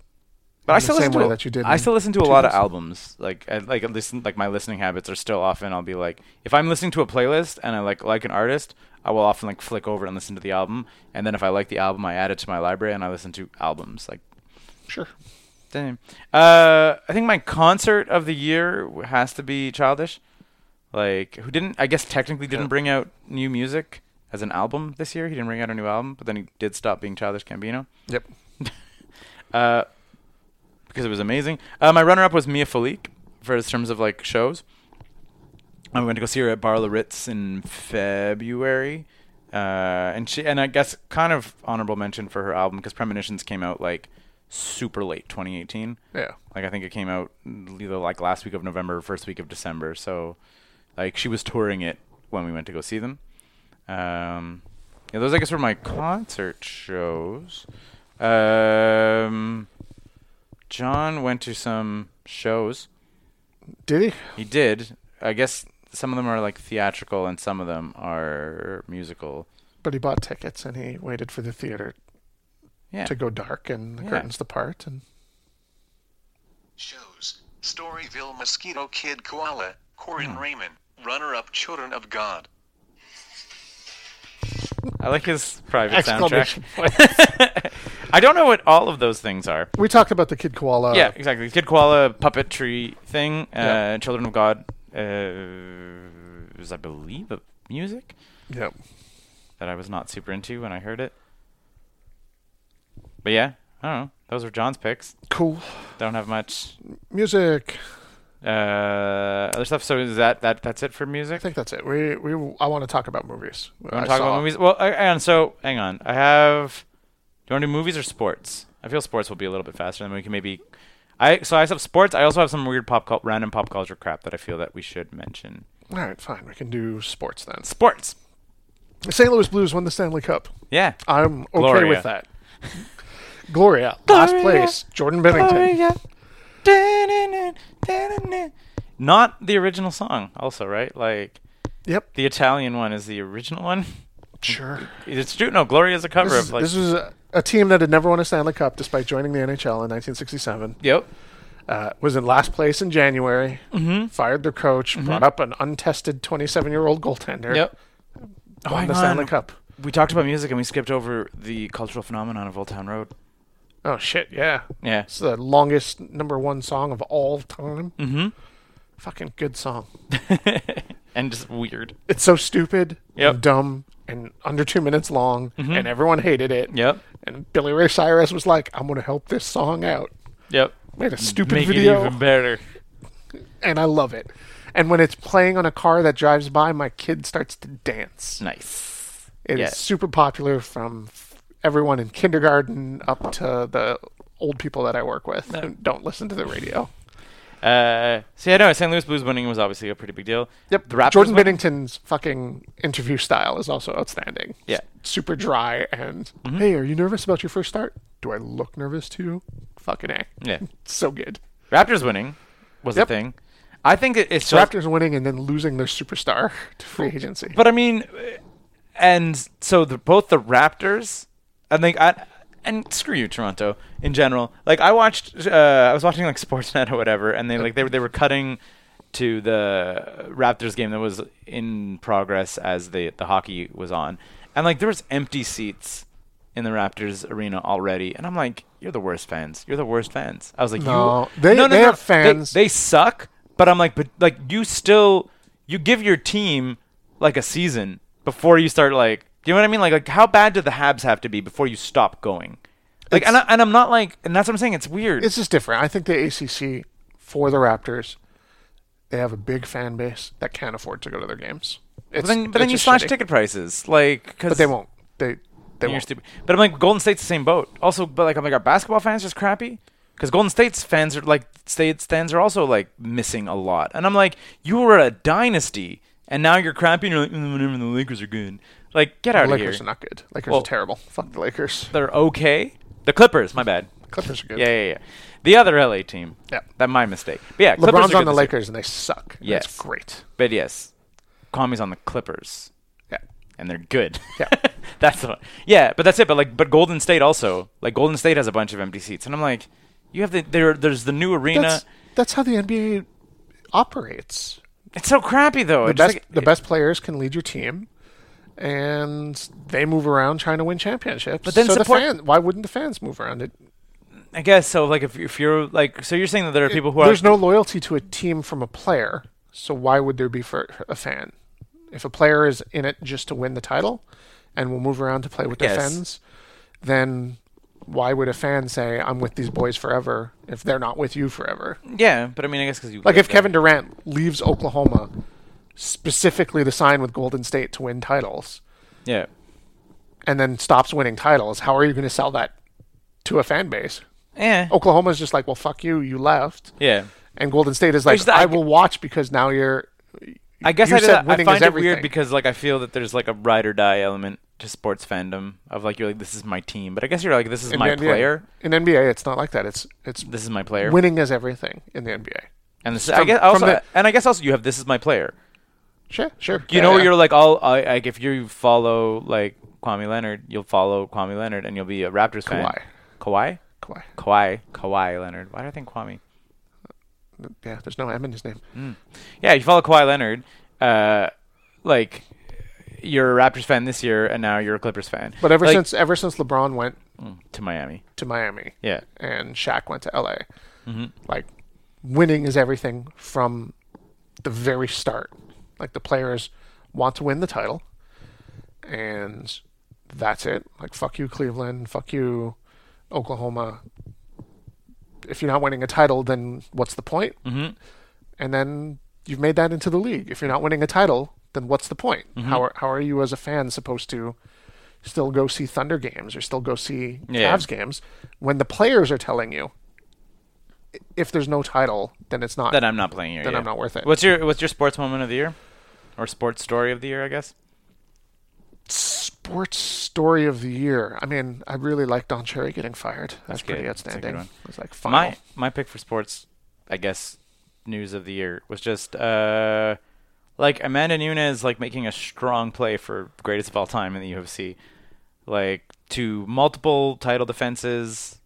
Speaker 2: but I
Speaker 3: in
Speaker 2: still
Speaker 3: the same
Speaker 2: listen to
Speaker 3: way
Speaker 2: a-
Speaker 3: that you did
Speaker 2: I
Speaker 3: in
Speaker 2: still listen to a lot of
Speaker 3: 2000.
Speaker 2: albums. Like, I, like I listen, like my listening habits are still often. I'll be like, if I'm listening to a playlist and I like like an artist, I will often like flick over and listen to the album, and then if I like the album, I add it to my library and I listen to albums. Like,
Speaker 3: Sure.
Speaker 2: damn. Uh, I think my concert of the year w- has to be Childish. Like, who didn't? I guess technically didn't bring out new music as an album this year. He didn't bring out a new album, but then he did stop being Childish Gambino
Speaker 3: Yep.
Speaker 2: because it was amazing. Uh, my runner-up was Mia Falik for in terms of like shows. I went to go see her at Bar La Ritz in February, uh, and she and I guess kind of honorable mention for her album because Premonitions came out like super late 2018.
Speaker 3: Yeah.
Speaker 2: Like I think it came out either like last week of November or first week of December. So like she was touring it when we went to go see them. Um yeah, those I guess were my concert shows. Um John went to some shows.
Speaker 3: Did he?
Speaker 2: He did. I guess some of them are like theatrical and some of them are musical.
Speaker 3: But he bought tickets and he waited for the theater
Speaker 2: Yeah.
Speaker 3: to go dark and the
Speaker 2: Yeah.
Speaker 3: curtains to part. And
Speaker 4: Shows Storyville Mosquito Kid Koala, Corin Raymond, runner up Children of God.
Speaker 2: I like his private soundtrack. (laughs)
Speaker 3: Exclamation point.
Speaker 2: I don't know what all of those things are.
Speaker 3: we talked about the kid koala.
Speaker 2: yeah, exactly. Kid Koala puppetry thing. Uh,
Speaker 3: Uh, Yeah.
Speaker 2: Children of God uh, was, I believe, a music
Speaker 3: Yeah.
Speaker 2: that I was not super into when I heard it. But yeah, I don't know. Those are John's picks.
Speaker 3: Cool.
Speaker 2: Don't have much
Speaker 3: Music.
Speaker 2: uh, other stuff. So is that that that's it for music?
Speaker 3: I think that's it. We we I want to talk about movies.
Speaker 2: You want to talk about movies? Well, uh, hang on. So, hang on. I have. Do you want to do movies or sports? I feel sports will be a little bit faster, and we can maybe. I so I have sports. I also have some weird pop cult, random pop culture crap that I feel that we should mention.
Speaker 3: All right, fine. We can do sports then.
Speaker 2: Sports.
Speaker 3: The St. Louis Blues won the Stanley Cup.
Speaker 2: Yeah.
Speaker 3: I'm okay
Speaker 2: Gloria.
Speaker 3: with that. Gloria, last
Speaker 2: Gloria.
Speaker 3: place. Jordan Bennington.
Speaker 2: Not the original song, also, right? Like
Speaker 3: Yep.
Speaker 2: the Italian one is the original one.
Speaker 3: Sure.
Speaker 2: It's true. No, Gloria is a cover
Speaker 3: This is,
Speaker 2: of like.
Speaker 3: this was a, a team that had never won a Stanley Cup despite joining the NHL in 1967.
Speaker 2: yep.
Speaker 3: Uh, was in last place in January.
Speaker 2: Mm-hmm.
Speaker 3: Fired their coach. Brought up an untested 27-year-old goaltender.
Speaker 2: Yep.
Speaker 3: Won
Speaker 2: hang
Speaker 3: the Stanley
Speaker 2: on.
Speaker 3: Cup.
Speaker 2: We talked about music and we skipped over the cultural phenomenon of Old Town Road.
Speaker 3: Oh shit! Yeah.
Speaker 2: Yeah.
Speaker 3: It's the longest number one song of all time.
Speaker 2: Mm-hmm.
Speaker 3: Fucking good song.
Speaker 2: (laughs) and just weird.
Speaker 3: It's so stupid
Speaker 2: Yep. Mm-hmm.
Speaker 3: and dumb and under two minutes long, and everyone hated it.
Speaker 2: Yep.
Speaker 3: And Billy Ray Cyrus was like, "I'm gonna help this song out."
Speaker 2: Yep.
Speaker 3: Made a stupid
Speaker 2: Make
Speaker 3: video,
Speaker 2: it even better.
Speaker 3: and I love it. And when it's playing on a car that drives by, my kid starts to dance.
Speaker 2: Nice.
Speaker 3: It is
Speaker 2: Yeah.
Speaker 3: super popular from f- everyone in kindergarten up to the old people that I work with who don't listen to the radio.
Speaker 2: Uh, so yeah, no, St. Louis Blues winning was obviously a pretty big deal.
Speaker 3: Yep.
Speaker 2: The Raptors.
Speaker 3: Jordan
Speaker 2: winning-
Speaker 3: Bennington's fucking interview style is also outstanding.
Speaker 2: Yeah. Mm-hmm.
Speaker 3: S- super dry and hey, are you nervous about your first start? Do I look nervous to you? Fucking A.
Speaker 2: Yeah.
Speaker 3: (laughs) So good.
Speaker 2: Raptors winning was a
Speaker 3: Yep.
Speaker 2: thing. I think it, it's just,
Speaker 3: Raptors winning and then losing their superstar to free agency.
Speaker 2: but I mean, uh, and so the, both the Raptors and like I and screw you Toronto in general. Like I watched, uh, I was watching like (laughs) Sportsnet or whatever, and they like they were they were cutting to the Raptors game that was in progress as the the hockey was on, and like there was empty seats in the Raptors arena already, and I'm like, you're the worst fans. You're the worst fans. I was like,
Speaker 3: No,
Speaker 2: you,
Speaker 3: they- they are fans.
Speaker 2: They, they suck. But I'm like, but like you still you give your team like a season before you start like do you know what I mean? Like like how bad do the Habs have to be before you stop going? Like and, I, and I'm not like and that's what I'm saying. It's weird.
Speaker 3: it's just different. I think the ACC for the Raptors, they have a big fan base that can't afford to go to their games. It's,
Speaker 2: but then, but then
Speaker 3: it's
Speaker 2: you
Speaker 3: just
Speaker 2: slash
Speaker 3: shitty.
Speaker 2: ticket prices like because
Speaker 3: But they won't. They they
Speaker 2: You're
Speaker 3: won't.
Speaker 2: stupid. But I'm like Golden State's the same boat. Also, but like I'm like are basketball fans just crappy? Because Golden State's fans are like State's fans are also like missing a lot. And I'm like, you were a dynasty, and now you're crappy, and you're like, mm, whatever. The Lakers are good. Like, get out
Speaker 3: The
Speaker 2: of
Speaker 3: Lakers are
Speaker 2: here.
Speaker 3: not good. Lakers
Speaker 2: Well-
Speaker 3: are terrible. Fuck the Lakers.
Speaker 2: They're okay. The Clippers, my bad.
Speaker 3: Clippers are good.
Speaker 2: Yeah, yeah, yeah. The other LA team.
Speaker 3: Yeah.
Speaker 2: that my mistake. But yeah, Clippers
Speaker 3: LeBron's
Speaker 2: are
Speaker 3: on
Speaker 2: good
Speaker 3: the
Speaker 2: this year.
Speaker 3: Lakers and they suck. Yeah,
Speaker 2: Yes.
Speaker 3: That's great.
Speaker 2: But yes, Kwamen's on the Clippers.
Speaker 3: Yeah.
Speaker 2: and they're good.
Speaker 3: Yeah.
Speaker 2: (laughs) that's the one. Yeah, but that's it. But like, but Golden State also like Golden State has a bunch of empty seats, and I'm like, you have the there. There's the new arena.
Speaker 3: That's, that's how the NBA operates.
Speaker 2: it's so crappy though.
Speaker 3: The
Speaker 2: It's just
Speaker 3: best, the best players can lead your team, and they move around trying to win championships. But
Speaker 2: then
Speaker 3: so
Speaker 2: support-
Speaker 3: the fan, why wouldn't the fans move around? It,
Speaker 2: like, I guess so. Like if if you're like so, you're saying that there are people who
Speaker 3: there's
Speaker 2: are
Speaker 3: no loyalty to a team from a player, so why would there be for a fan? If a player is in it just to win the title, and will move around to play with their
Speaker 2: Yes.
Speaker 3: fans, then why would a fan say, "I'm with these boys forever" if they're not with you forever?
Speaker 2: yeah. But I mean, I guess because you
Speaker 3: Like
Speaker 2: live
Speaker 3: if
Speaker 2: there.
Speaker 3: Kevin Durant leaves Oklahoma specifically to sign with Golden State to win titles
Speaker 2: yeah.
Speaker 3: and then stops winning titles, how are you going to sell that to a fan base?
Speaker 2: Yeah. Eh.
Speaker 3: Oklahoma's just like, "Well, fuck you, you left."
Speaker 2: Yeah.
Speaker 3: And Golden State is like,
Speaker 2: There's the-
Speaker 3: "I will watch because now you're
Speaker 2: I guess
Speaker 3: You
Speaker 2: I, did
Speaker 3: said
Speaker 2: that. I
Speaker 3: winning
Speaker 2: find
Speaker 3: is
Speaker 2: it weird
Speaker 3: everything.
Speaker 2: because like I feel that there's like a ride or die element to sports fandom of like you're like this is my team, but I guess you're like this is
Speaker 3: in
Speaker 2: my
Speaker 3: the NBA.
Speaker 2: player.
Speaker 3: In NBA, it's not like that. It's it's
Speaker 2: This is my player.
Speaker 3: winning is everything in the NBA.
Speaker 2: and this, I
Speaker 3: from-
Speaker 2: guess
Speaker 3: from
Speaker 2: also,
Speaker 3: the-
Speaker 2: and I guess also you have this is my player.
Speaker 3: Sure, sure.
Speaker 2: you know where you're like all I, like if you follow like Kwame Leonard, you'll follow Kwame Leonard and you'll be a Raptors fan. Kawhi.
Speaker 3: Kawhi.
Speaker 2: Kawhi. Kawhi Leonard. Why do I think Kwame?
Speaker 3: Yeah,
Speaker 2: Mm-hmm.
Speaker 3: there's no M in his name.
Speaker 2: Yeah, you follow Kawhi Leonard. Uh, like you're a Raptors fan this year, and now you're a Clippers fan.
Speaker 3: But ever
Speaker 2: Like,
Speaker 3: since ever since LeBron went
Speaker 2: to Miami,
Speaker 3: to Miami
Speaker 2: yeah, Mm-hmm.
Speaker 3: and Shaq went to LA, like winning is everything from the very start. Like the players want to win the title, and that's it. Like fuck you, Cleveland. Fuck you, Oklahoma. If you're not winning a title, then what's the point?
Speaker 2: Mhm.
Speaker 3: And then you've made that into the league. If you're not winning a title, then what's the point?
Speaker 2: Mm-hmm.
Speaker 3: How are, how are you as a fan supposed to still go see Thunder games or still go see
Speaker 2: Yeah.
Speaker 3: Cavs games when the players are telling you i- if there's no title, then it's not.
Speaker 2: that I'm not playing here.
Speaker 3: Then
Speaker 2: yeah.
Speaker 3: I'm not worth it.
Speaker 2: What's your What's your sports moment of the year, or sports story of the year? I guess.
Speaker 3: sports story of the year? I mean, I really like Don Cherry getting fired. That's,
Speaker 2: good.
Speaker 3: pretty
Speaker 2: That's a good
Speaker 3: outstanding.
Speaker 2: one.
Speaker 3: It's like final.
Speaker 2: My my pick for sports, I guess, news of the year was just uh, like Amanda Nunes like making a strong play for greatest of all time in the UFC, like to multiple title defenses,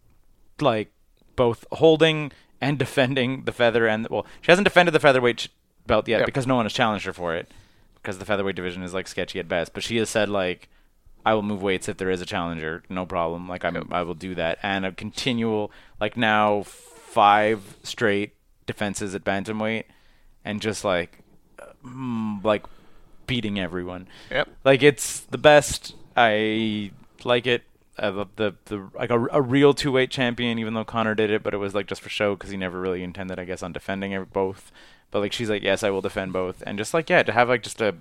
Speaker 2: like both holding and defending the feather and well, she hasn't defended the featherweight ch- belt yet
Speaker 3: Yep.
Speaker 2: because no one has challenged her for it because the featherweight division is like sketchy at best. But she has said like. I will move weights if there is a challenger, no problem. Like I'm, I will do that. And a continual, like now five straight defenses at bantamweight, and just like, mm, like beating everyone.
Speaker 3: Yep.
Speaker 2: Like it's the best. I like it. Uh, the, the the like a, a real two weight champion, even though Connor did it, but it was like just for show because he never really intended, I guess, on defending every- both. But like she's like, yes, I will defend both, and just like yeah, to have like just a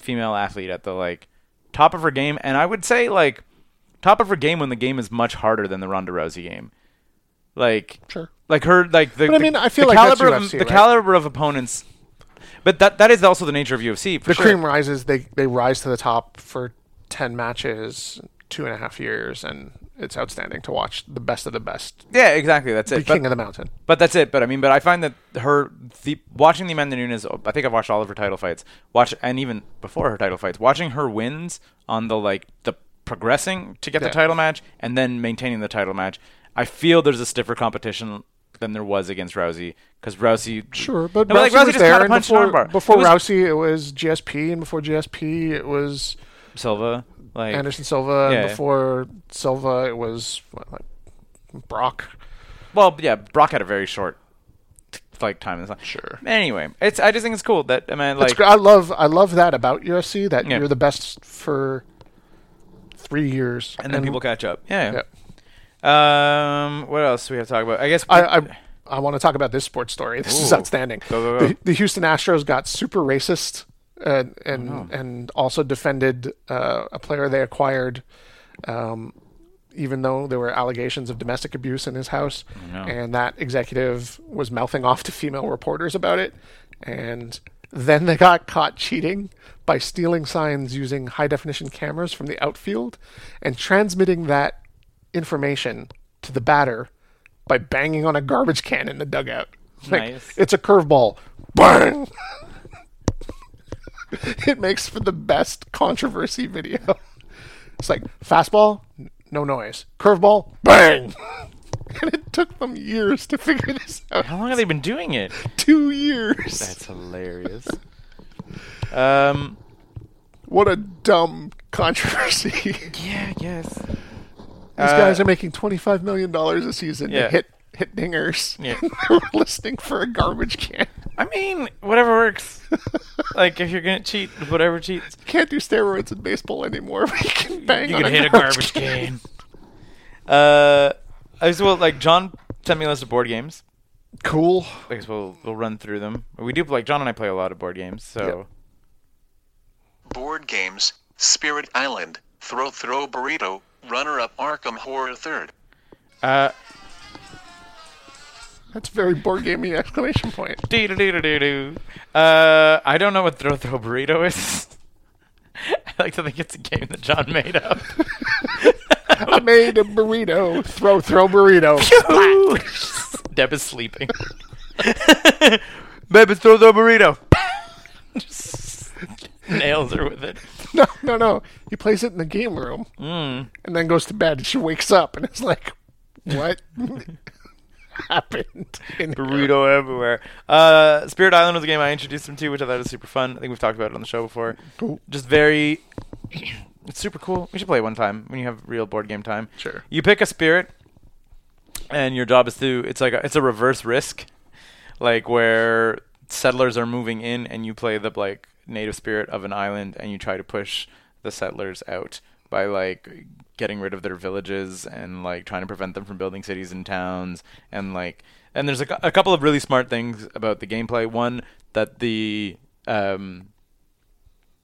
Speaker 2: female athlete at the like top of her game, and I would say like top of her game when the game is much harder than the Ronda Rousey game. Like
Speaker 3: Sure.
Speaker 2: like her like the
Speaker 3: But I
Speaker 2: the-
Speaker 3: mean, I feel
Speaker 2: the
Speaker 3: like that's
Speaker 2: caliber of
Speaker 3: UFC,
Speaker 2: the
Speaker 3: right?
Speaker 2: caliber of opponents. But that that is also the nature of UFC. For
Speaker 3: The
Speaker 2: sure.
Speaker 3: cream rises. They they rise to the top for ten matches, two and a half years, and it's outstanding to watch. The best of the best,
Speaker 2: Yeah, exactly. That's
Speaker 3: the
Speaker 2: it.
Speaker 3: king
Speaker 2: But,
Speaker 3: of the mountain.
Speaker 2: but that's it. But I mean, but I find that her the watching the Amanda Nunes. I think I've watched all of her title fights. Watch and even before her title fights, watching her wins on the like the progressing to get
Speaker 3: Yeah.
Speaker 2: the title match and then maintaining the title match. I feel there's a stiffer competition than there was against Rousey because Rousey.
Speaker 3: Sure, but
Speaker 2: No,
Speaker 3: Rousey, was
Speaker 2: just
Speaker 3: there,
Speaker 2: caught a
Speaker 3: and
Speaker 2: punch and
Speaker 3: before,
Speaker 2: armbar.
Speaker 3: before
Speaker 2: It was
Speaker 3: Rousey, it was GSP, and before GSP, it was
Speaker 2: Silva, like
Speaker 3: Anderson Silva,
Speaker 2: Yeah, yeah.
Speaker 3: and before Silva, it was what, like Brock.
Speaker 2: Well, yeah, Brock had a very short like time. in the sun.
Speaker 3: Sure.
Speaker 2: Anyway, it's I just think it's cool that I mean
Speaker 3: It's
Speaker 2: like
Speaker 3: gr- I love I love that about UFC that
Speaker 2: Yeah.
Speaker 3: you're the best for three years,
Speaker 2: and then people catch up.
Speaker 3: Yeah.
Speaker 2: Yeah. Um, what else do we have to talk about? I guess
Speaker 3: I, I I want to talk about this sports story. This is
Speaker 2: Ooh.
Speaker 3: outstanding.
Speaker 2: Go, go, go.
Speaker 3: The, the Houston Astros got super racist and
Speaker 2: Oh,
Speaker 3: and, and also defended uh, a player they acquired, um, even though there were allegations of domestic abuse in his house,
Speaker 2: no.
Speaker 3: and that executive was mouthing off to female reporters about it, and then they got caught cheating by stealing signs using high definition cameras from the outfield and transmitting that information to the batter by banging on a garbage can in the dugout. Like,
Speaker 2: Nice.
Speaker 3: It's a curveball. Bang! (laughs) it makes for the best controversy video. It's like fastball, n- no noise. Curveball, bang! (laughs) and it took them years to figure this out.
Speaker 2: how long have they been doing it?
Speaker 3: Two
Speaker 2: (laughs)
Speaker 3: years.
Speaker 2: That's hilarious. um,
Speaker 3: what a dumb controversy. (laughs) These
Speaker 2: yeah, I guess.
Speaker 3: guys are making $25 million a season
Speaker 2: Uh, yeah.
Speaker 3: to hit, hit dingers. (laughs)
Speaker 2: Yeah.
Speaker 3: They were listening for a garbage can. (laughs)
Speaker 2: I mean, whatever (laughs) works. like if you're gonna cheat, whatever cheats.
Speaker 3: Can't do steroids in baseball anymore. (laughs) We can bang
Speaker 2: You
Speaker 3: on
Speaker 2: can
Speaker 3: a
Speaker 2: hit a garbage
Speaker 3: garbage
Speaker 2: can. (laughs) uh, I just well like John sent me a list of board games.
Speaker 3: Cool.
Speaker 2: I guess we'll we'll run through them. We do like John and I play a lot of board games, so
Speaker 4: Board games, Spirit Island, Throw Throw Burrito, Runner Up Arkham Horror Third.
Speaker 2: uh
Speaker 3: That's very board gamey exclamation point. (laughs)
Speaker 2: doo doo doo doo doo. Uh I don't know what throw throw burrito is. (laughs) I like to think it's a game that John made (laughs) up.
Speaker 3: I made
Speaker 2: (laughs)
Speaker 3: a burrito. Throw, throw burrito.
Speaker 2: Ooh. Deb is (laughs) sleeping. Babe, it's throw throw burrito. (laughs) Just Nails her with it.
Speaker 3: (laughs) No, no, no. He plays it in the game
Speaker 2: Mm.
Speaker 3: room and then goes to bed and she wakes up and it's like, what? (laughs) happened. in here.
Speaker 2: burrito everywhere. Uh, Spirit Island was a game I introduced him to, which I thought was super fun. I think we've talked about it on the show before.
Speaker 3: Cool.
Speaker 2: Just very, it's super cool. We should play it one time when you have real board game time.
Speaker 3: Sure.
Speaker 2: You pick a spirit, and your job is to. It's like a, it's a reverse risk, like where settlers are moving in, and you play the like native spirit of an island, and you try to push the settlers out by like getting rid of their villages and like trying to prevent them from building cities and towns and like and there's a, cou- a couple of really smart things about the gameplay one that the um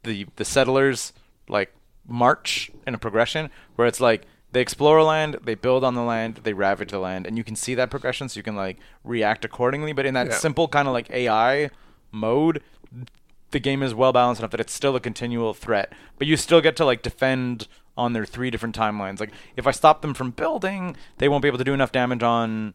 Speaker 2: the the settlers like march in a progression where it's like they explore land, they build on the land, they ravage the land, and you can see that progression, so you can like react accordingly. But in that
Speaker 3: Yeah.
Speaker 2: simple kind of like AI mode, the game is well balanced enough that it's still a continual threat, but you still get to like defend on their three different timelines. Like if I stop them from building, they won't be able to do enough damage on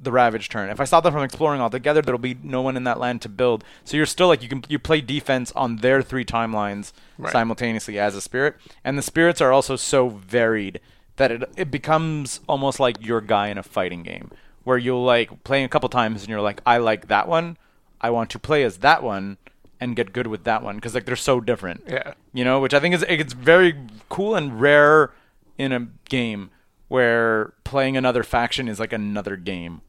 Speaker 2: the ravage turn. If I stop them from exploring altogether, there'll be no one in that land to build. So you're still like you can you play defense on their three timelines
Speaker 3: Right.
Speaker 2: simultaneously as a spirit, and the spirits are also so varied that it it becomes almost like your guy in a fighting game where you'll like playing a couple times and you're like I like that one, I want to play as that one and get good with that one because like they're so different
Speaker 3: Yeah.
Speaker 2: you know, which I think is it's very cool and rare in a game where playing another faction is like another game.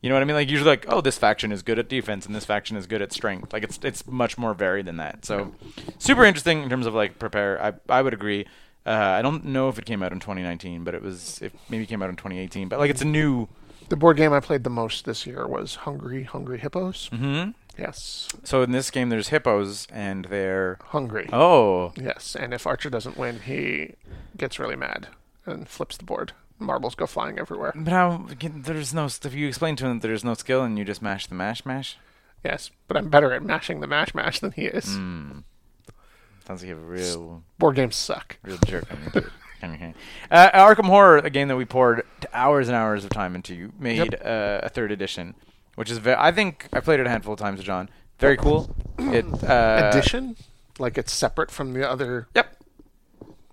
Speaker 2: You know what I mean? Like usually, like oh, this faction is good at defense and this faction is good at strength. Like it's it's much more varied than that. So super interesting in terms of like prepare. I I would agree. Uh, I don't know if it came out in 2019, but it was it maybe came out in 2018. But like it's a new.
Speaker 3: The board game I played the most this year was Hungry Hungry Hippos. Mm-hmm. Yes,
Speaker 2: So in this game, there's hippos and they're
Speaker 3: hungry.
Speaker 2: oh
Speaker 3: Yes, and if Archer doesn't win, he gets really mad and flips the board. Marbles go flying everywhere.
Speaker 2: But how? Can, there's no. If you explain to him that there's no skill and you just mash the mash mash,
Speaker 3: Yes, but I'm better at mashing the mash mash than he is.
Speaker 2: Mm. sounds like you have a real,
Speaker 3: Board games suck.
Speaker 2: real jerk on your dude. on your hand. Uh, Arkham Horror, a game that we poured t- hours and hours of time into, made uh, a third edition, which is ve- I think I played it a handful of times, with John. Very cool. It uh,
Speaker 3: Addition, like it's separate from the other.
Speaker 2: Yep.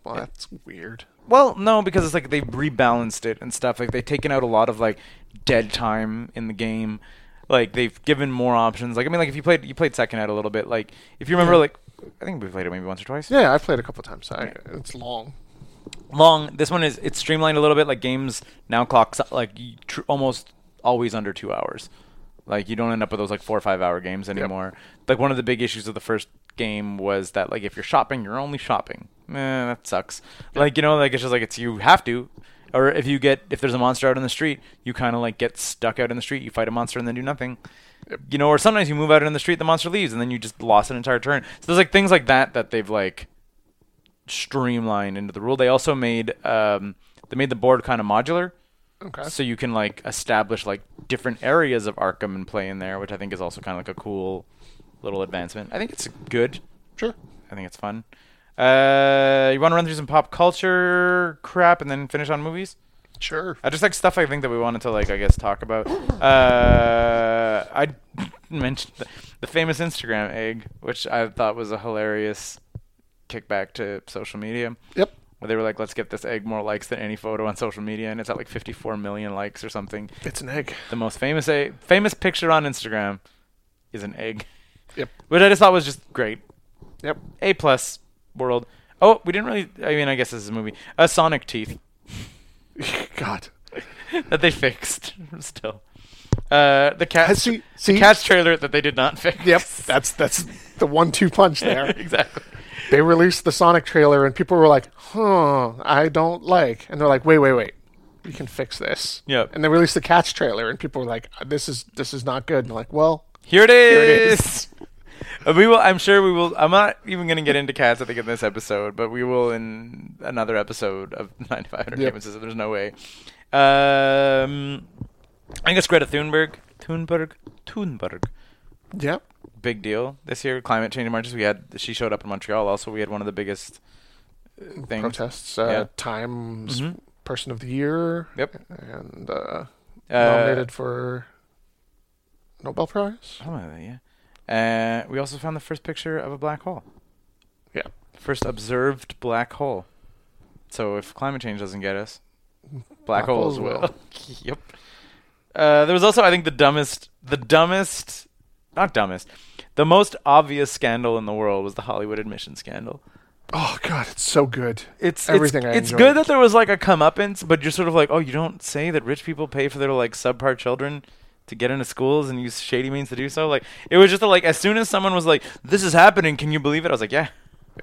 Speaker 3: Well, that's weird.
Speaker 2: Well, no, because it's like they've rebalanced it and stuff. Like they've taken out a lot of like dead time in the game. Like they've given more options. Like I mean, like if you played you played Second Out a little bit. Like if you remember, like I think we played it maybe once or twice.
Speaker 3: Yeah, I've played a couple times. I, It's long.
Speaker 2: long. This one is it's streamlined a little bit. Like games now clocks like you tr- almost always under two hours. Like you don't end up with those like four or five hour games anymore. Like one of the big issues of the first game was that like if you're shopping, you're only shopping. Eh, that sucks. Like you know, like it's just like it's you have to. Or if you get if there's a monster out in the street, you kind of like get stuck out in the street. You fight a monster and then do nothing. You know, or sometimes you move out in the street, the monster leaves, and then you just lost an entire turn. So there's like things like that that they've like streamlined into the rule. They also made um, they made the board kind of modular,
Speaker 3: Okay.
Speaker 2: so you can like establish like different areas of Arkham and play in there, which I think is also kind of like a cool little advancement. I think it's good.
Speaker 3: Sure.
Speaker 2: I think it's fun. Uh, you want to run through some pop culture crap and then finish on movies?
Speaker 3: Sure.
Speaker 2: I just like stuff I think that we wanted to like I guess talk about. Uh, I (laughs) mentioned the, the famous Instagram egg, which I thought was a hilarious kickback to social media
Speaker 3: Yep.
Speaker 2: where they were like, let's get this egg more likes than any photo on social media, and it's at like 54 million likes or something.
Speaker 3: It's an egg.
Speaker 2: The most famous egg, famous picture on Instagram is an egg, (laughs)
Speaker 3: Yep.
Speaker 2: which I just thought was just great.
Speaker 3: Yep. (laughs)
Speaker 2: A plus world. Oh, we didn't really. I mean, I guess this is a movie. A Sonic teeth (laughs)
Speaker 3: God.
Speaker 2: that they fixed (laughs) still. Uh, the cat.
Speaker 3: See- see?
Speaker 2: The cat's trailer that they did not (laughs) fix.
Speaker 3: Yep. That's that's the one-two punch there.
Speaker 2: (laughs) exactly.
Speaker 3: they released the Sonic trailer and people were like, huh, I don't like. And they're like, wait, wait, wait. We can fix this.
Speaker 2: Yep.
Speaker 3: And they released the Cats trailer and people were like, this is this is not good. And they're like, well,
Speaker 2: Here it
Speaker 3: it
Speaker 2: is. (laughs)
Speaker 3: is.
Speaker 2: Uh, we will. I'm sure we will. I'm not even going to get into cats. I think in this episode, but we will in another episode of (laughs) 9500
Speaker 3: Yep.
Speaker 2: Game System. There's no way. Um, I think it's Greta Thunberg. Thunberg. Thunberg.
Speaker 3: Yep.
Speaker 2: Big deal this year. Climate change marches. We had. She showed up in Montreal. Also, we had one of the biggest uh, things.
Speaker 3: Protests, uh,
Speaker 2: Yeah. Mm-hmm.
Speaker 3: Times Person of the Year.
Speaker 2: Yep.
Speaker 3: And uh,
Speaker 2: Uh,
Speaker 3: nominated for Nobel Prize.
Speaker 2: oh, yeah. Uh, we also found the first picture of a black hole.
Speaker 3: Yeah.
Speaker 2: First observed black hole. So if climate change doesn't get us, black,
Speaker 3: Black
Speaker 2: holes,
Speaker 3: holes
Speaker 2: will.
Speaker 3: will.
Speaker 2: (laughs) yep. Uh, there was also, I think, the dumbest, the dumbest, not dumbest, the most obvious scandal in the world was the Hollywood admission scandal.
Speaker 3: Oh God, it's so good.
Speaker 2: It's
Speaker 3: everything.
Speaker 2: It's,
Speaker 3: I
Speaker 2: it's
Speaker 3: enjoy.
Speaker 2: good that there was like a comeuppance, but you're sort of like, oh, you don't say that rich people pay for their like subpar children to get into schools and use shady means to do so. Like it was just like as soon as someone was like, "This is happening," can you believe it? I was like, yeah.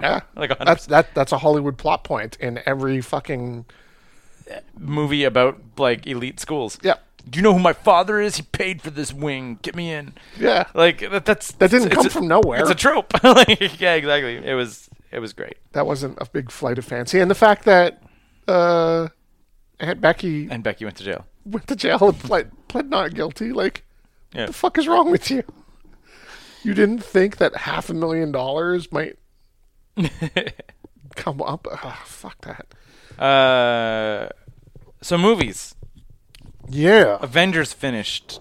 Speaker 3: yeah,
Speaker 2: Like,
Speaker 3: that's that. That's a Hollywood plot point in every fucking
Speaker 2: movie about like elite schools.
Speaker 3: Yeah.
Speaker 2: Do you know who my father is? He paid for this wing. Get me in.
Speaker 3: yeah.
Speaker 2: Like that, that's
Speaker 3: That didn't
Speaker 2: it's-
Speaker 3: come
Speaker 2: it's a-
Speaker 3: from nowhere.
Speaker 2: It's a trope. (laughs) like, yeah, exactly. It was it was great.
Speaker 3: that wasn't a big flight of fancy, and the fact that uh, Aunt Becky
Speaker 2: And Becky went to jail.
Speaker 3: went to jail and pled, pled not guilty. Like,
Speaker 2: Yeah.
Speaker 3: the fuck is wrong with you? You didn't think that half a million dollars might come up? Ah, fuck that.
Speaker 2: (laughs) Uh, so movies.
Speaker 3: Yeah,
Speaker 2: Avengers finished.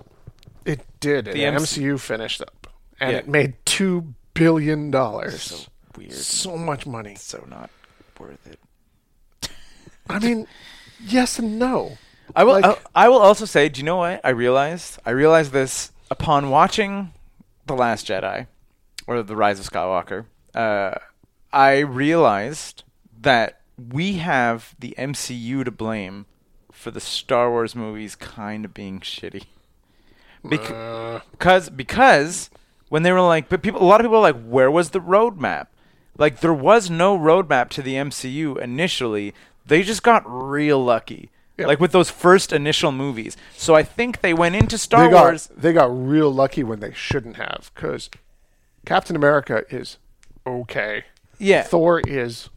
Speaker 3: it did. The
Speaker 2: MC
Speaker 3: MCU finished up, and
Speaker 2: Yeah.
Speaker 3: it made two billion dollars.
Speaker 2: Weird.
Speaker 3: So much money.
Speaker 2: So not worth it.
Speaker 3: I mean, yes and no.
Speaker 2: I will. uh,
Speaker 3: Like-
Speaker 2: I, I will also say. Do you know what I realized? I realized this upon watching the Last Jedi or the Rise of Skywalker. Uh, I realized that we have the MCU to blame for the Star Wars movies kind of being shitty. Bec- because because when they were like, but people, a lot of people are like, where was the roadmap? Like there was no roadmap to the MCU initially. They just got real lucky, like with those first initial movies. So I think they went into Star
Speaker 3: They got
Speaker 2: Wars.
Speaker 3: they got real lucky when they shouldn't have because Captain America is okay.
Speaker 2: Yeah.
Speaker 3: Thor is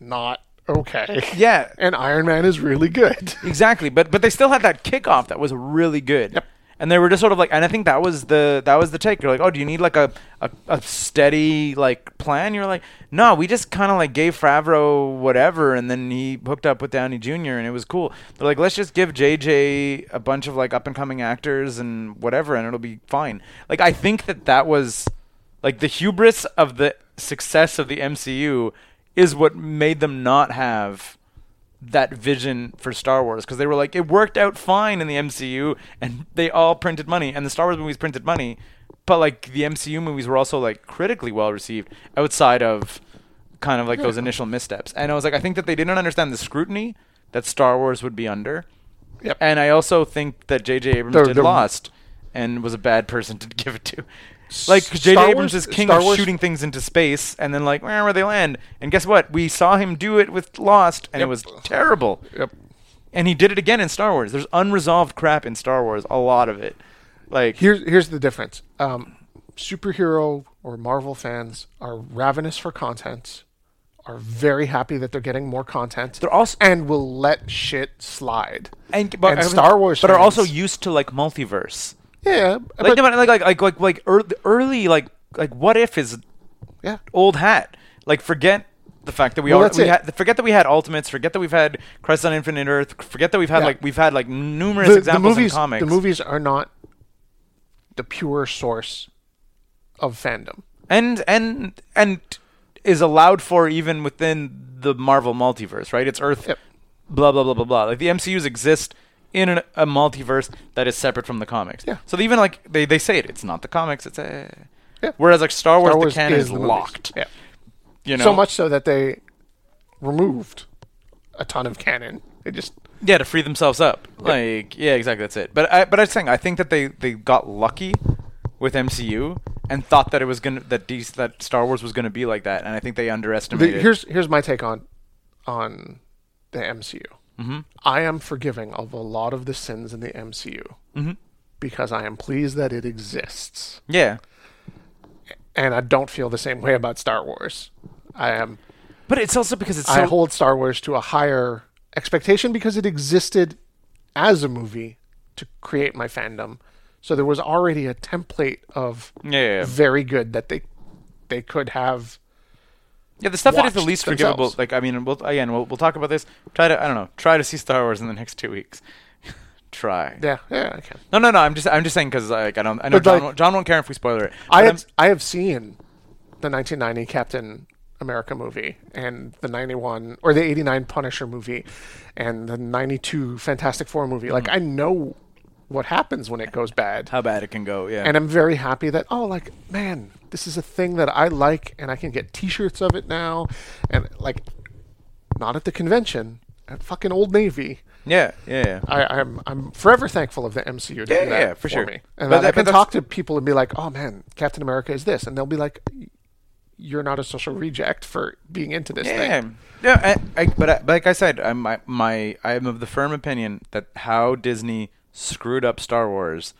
Speaker 3: not okay.
Speaker 2: Yeah.
Speaker 3: And Iron Man is really good.
Speaker 2: Exactly, but but they still had that kickoff that was really good.
Speaker 3: Yep.
Speaker 2: And they were just sort of like, and I think that was the that was the take. You're like, oh, do you need like a, a, a steady like plan? You're like, no, we just kind of like gave Favreau whatever, and then he hooked up with Downey Jr. and it was cool. They're like, let's just give JJ a bunch of like up and coming actors and whatever, and it'll be fine. Like I think that that was like the hubris of the success of the MCU is what made them not have that vision for Star Wars because they were like it worked out fine in the MCU and they all printed money and the Star Wars movies printed money but like the MCU movies were also like critically well received outside of kind of like those initial missteps and I was like I think that they didn't understand the scrutiny that Star Wars would be under
Speaker 3: Yep.
Speaker 2: and I also think that JJ Abrams
Speaker 3: They're-
Speaker 2: did
Speaker 3: they're-
Speaker 2: Lost and was a bad person to (laughs) give it to like J.J.
Speaker 3: Star
Speaker 2: Abrams is
Speaker 3: Wars-
Speaker 2: king
Speaker 3: Star
Speaker 2: of
Speaker 3: Wars-
Speaker 2: shooting things into space, and then like where where they land, and guess what? We saw him do it with Lost, and it
Speaker 3: Yep.
Speaker 2: was terrible.
Speaker 3: Yep.
Speaker 2: And he did it again in Star Wars. There's unresolved crap in Star Wars, a lot of it. Like
Speaker 3: Here's here's the difference. Um, superhero or Marvel fans are ravenous for content, are very happy that they're getting more content.
Speaker 2: They're also-
Speaker 3: and will let shit slide.
Speaker 2: and, but,
Speaker 3: Star Wars,
Speaker 2: but are also
Speaker 3: fans-
Speaker 2: used to like multiverse.
Speaker 3: yeah,
Speaker 2: Like
Speaker 3: but,
Speaker 2: no matter- like like like like like early, early like like what if is
Speaker 3: yeah.
Speaker 2: old hat. Like forget the fact that we
Speaker 3: Well,
Speaker 2: all
Speaker 3: that's
Speaker 2: we
Speaker 3: it.
Speaker 2: had forget that we had Ultimates. Forget that we've had Crisis on Infinite Earth. Forget that we've had
Speaker 3: Yeah.
Speaker 2: like we've had like numerous
Speaker 3: the, the
Speaker 2: examples
Speaker 3: movies,
Speaker 2: in comics.
Speaker 3: the movies are not the pure source of fandom.
Speaker 2: and and and is allowed for even within the Marvel multiverse, right? It's Earth,
Speaker 3: Yep.
Speaker 2: blah blah blah blah blah. Like the MCU's exist in an, a multiverse that is separate from the comics.
Speaker 3: Yeah.
Speaker 2: So they even like they, they say it, it's not the comics. It's a.
Speaker 3: Yeah.
Speaker 2: Whereas like Star Wars,
Speaker 3: Star Wars
Speaker 2: the canon
Speaker 3: is
Speaker 2: is
Speaker 3: the movies.
Speaker 2: locked.
Speaker 3: Yeah.
Speaker 2: You know,
Speaker 3: So much so that they removed a ton of canon. They just
Speaker 2: Yeah, to free themselves up. Like, yeah, exactly. That's it. But I, but I was saying, I think that they, they got lucky with MCU and thought that it was gonna that these that Star Wars was gonna be like that, and I think they
Speaker 3: the-
Speaker 2: underestimated.
Speaker 3: here's here's my take on on the MCU. Mm-hmm. I am forgiving of a lot of the sins in the MCU
Speaker 2: Mm-hmm.
Speaker 3: because I am pleased that it exists,
Speaker 2: yeah,
Speaker 3: and I don't feel the same way about Star Wars. I am
Speaker 2: but it's also because it's so
Speaker 3: I hold Star Wars to a higher expectation because it existed as a movie to create my fandom. So there was already a template of
Speaker 2: Yeah, yeah, yeah.
Speaker 3: very good that they they could have.
Speaker 2: yeah the stuff that is the
Speaker 3: watched
Speaker 2: least forgivable.
Speaker 3: themselves.
Speaker 2: Like, I mean, we'll again we'll we'll talk about this. Try to I don't know try to see Star Wars in the next two weeks. (laughs) try.
Speaker 3: Yeah, yeah, I can.
Speaker 2: No, no, no. I'm just I'm just saying because like I don't I know
Speaker 3: But,
Speaker 2: John,
Speaker 3: like-
Speaker 2: won't, John won't care if we spoiler it.
Speaker 3: I
Speaker 2: but I'm-
Speaker 3: have, I have seen the 1990 Captain America movie and the 91 or the 89 Punisher movie and the 92 Fantastic Four movie. Like I know what happens when it goes bad.
Speaker 2: Hmm. How bad it can go, yeah.
Speaker 3: and I'm very happy that oh like man this is a thing that I like and I can get t-shirts of it now and like not at the convention at fucking Old Navy
Speaker 2: yeah, yeah, yeah.
Speaker 3: I, I'm I'm forever thankful of the MCU to
Speaker 2: Yeah,
Speaker 3: do that
Speaker 2: yeah, for sure.
Speaker 3: me
Speaker 2: But
Speaker 3: and that, I
Speaker 2: that- but
Speaker 3: can
Speaker 2: that's-
Speaker 3: talk to people and be like oh man Captain America is this and they'll be like you're not a social reject for being into this
Speaker 2: Yeah,
Speaker 3: thing
Speaker 2: yeah. I, I, but, I, but like I said, I'm my, my I'm of the firm opinion that how Disney screwed up Star Wars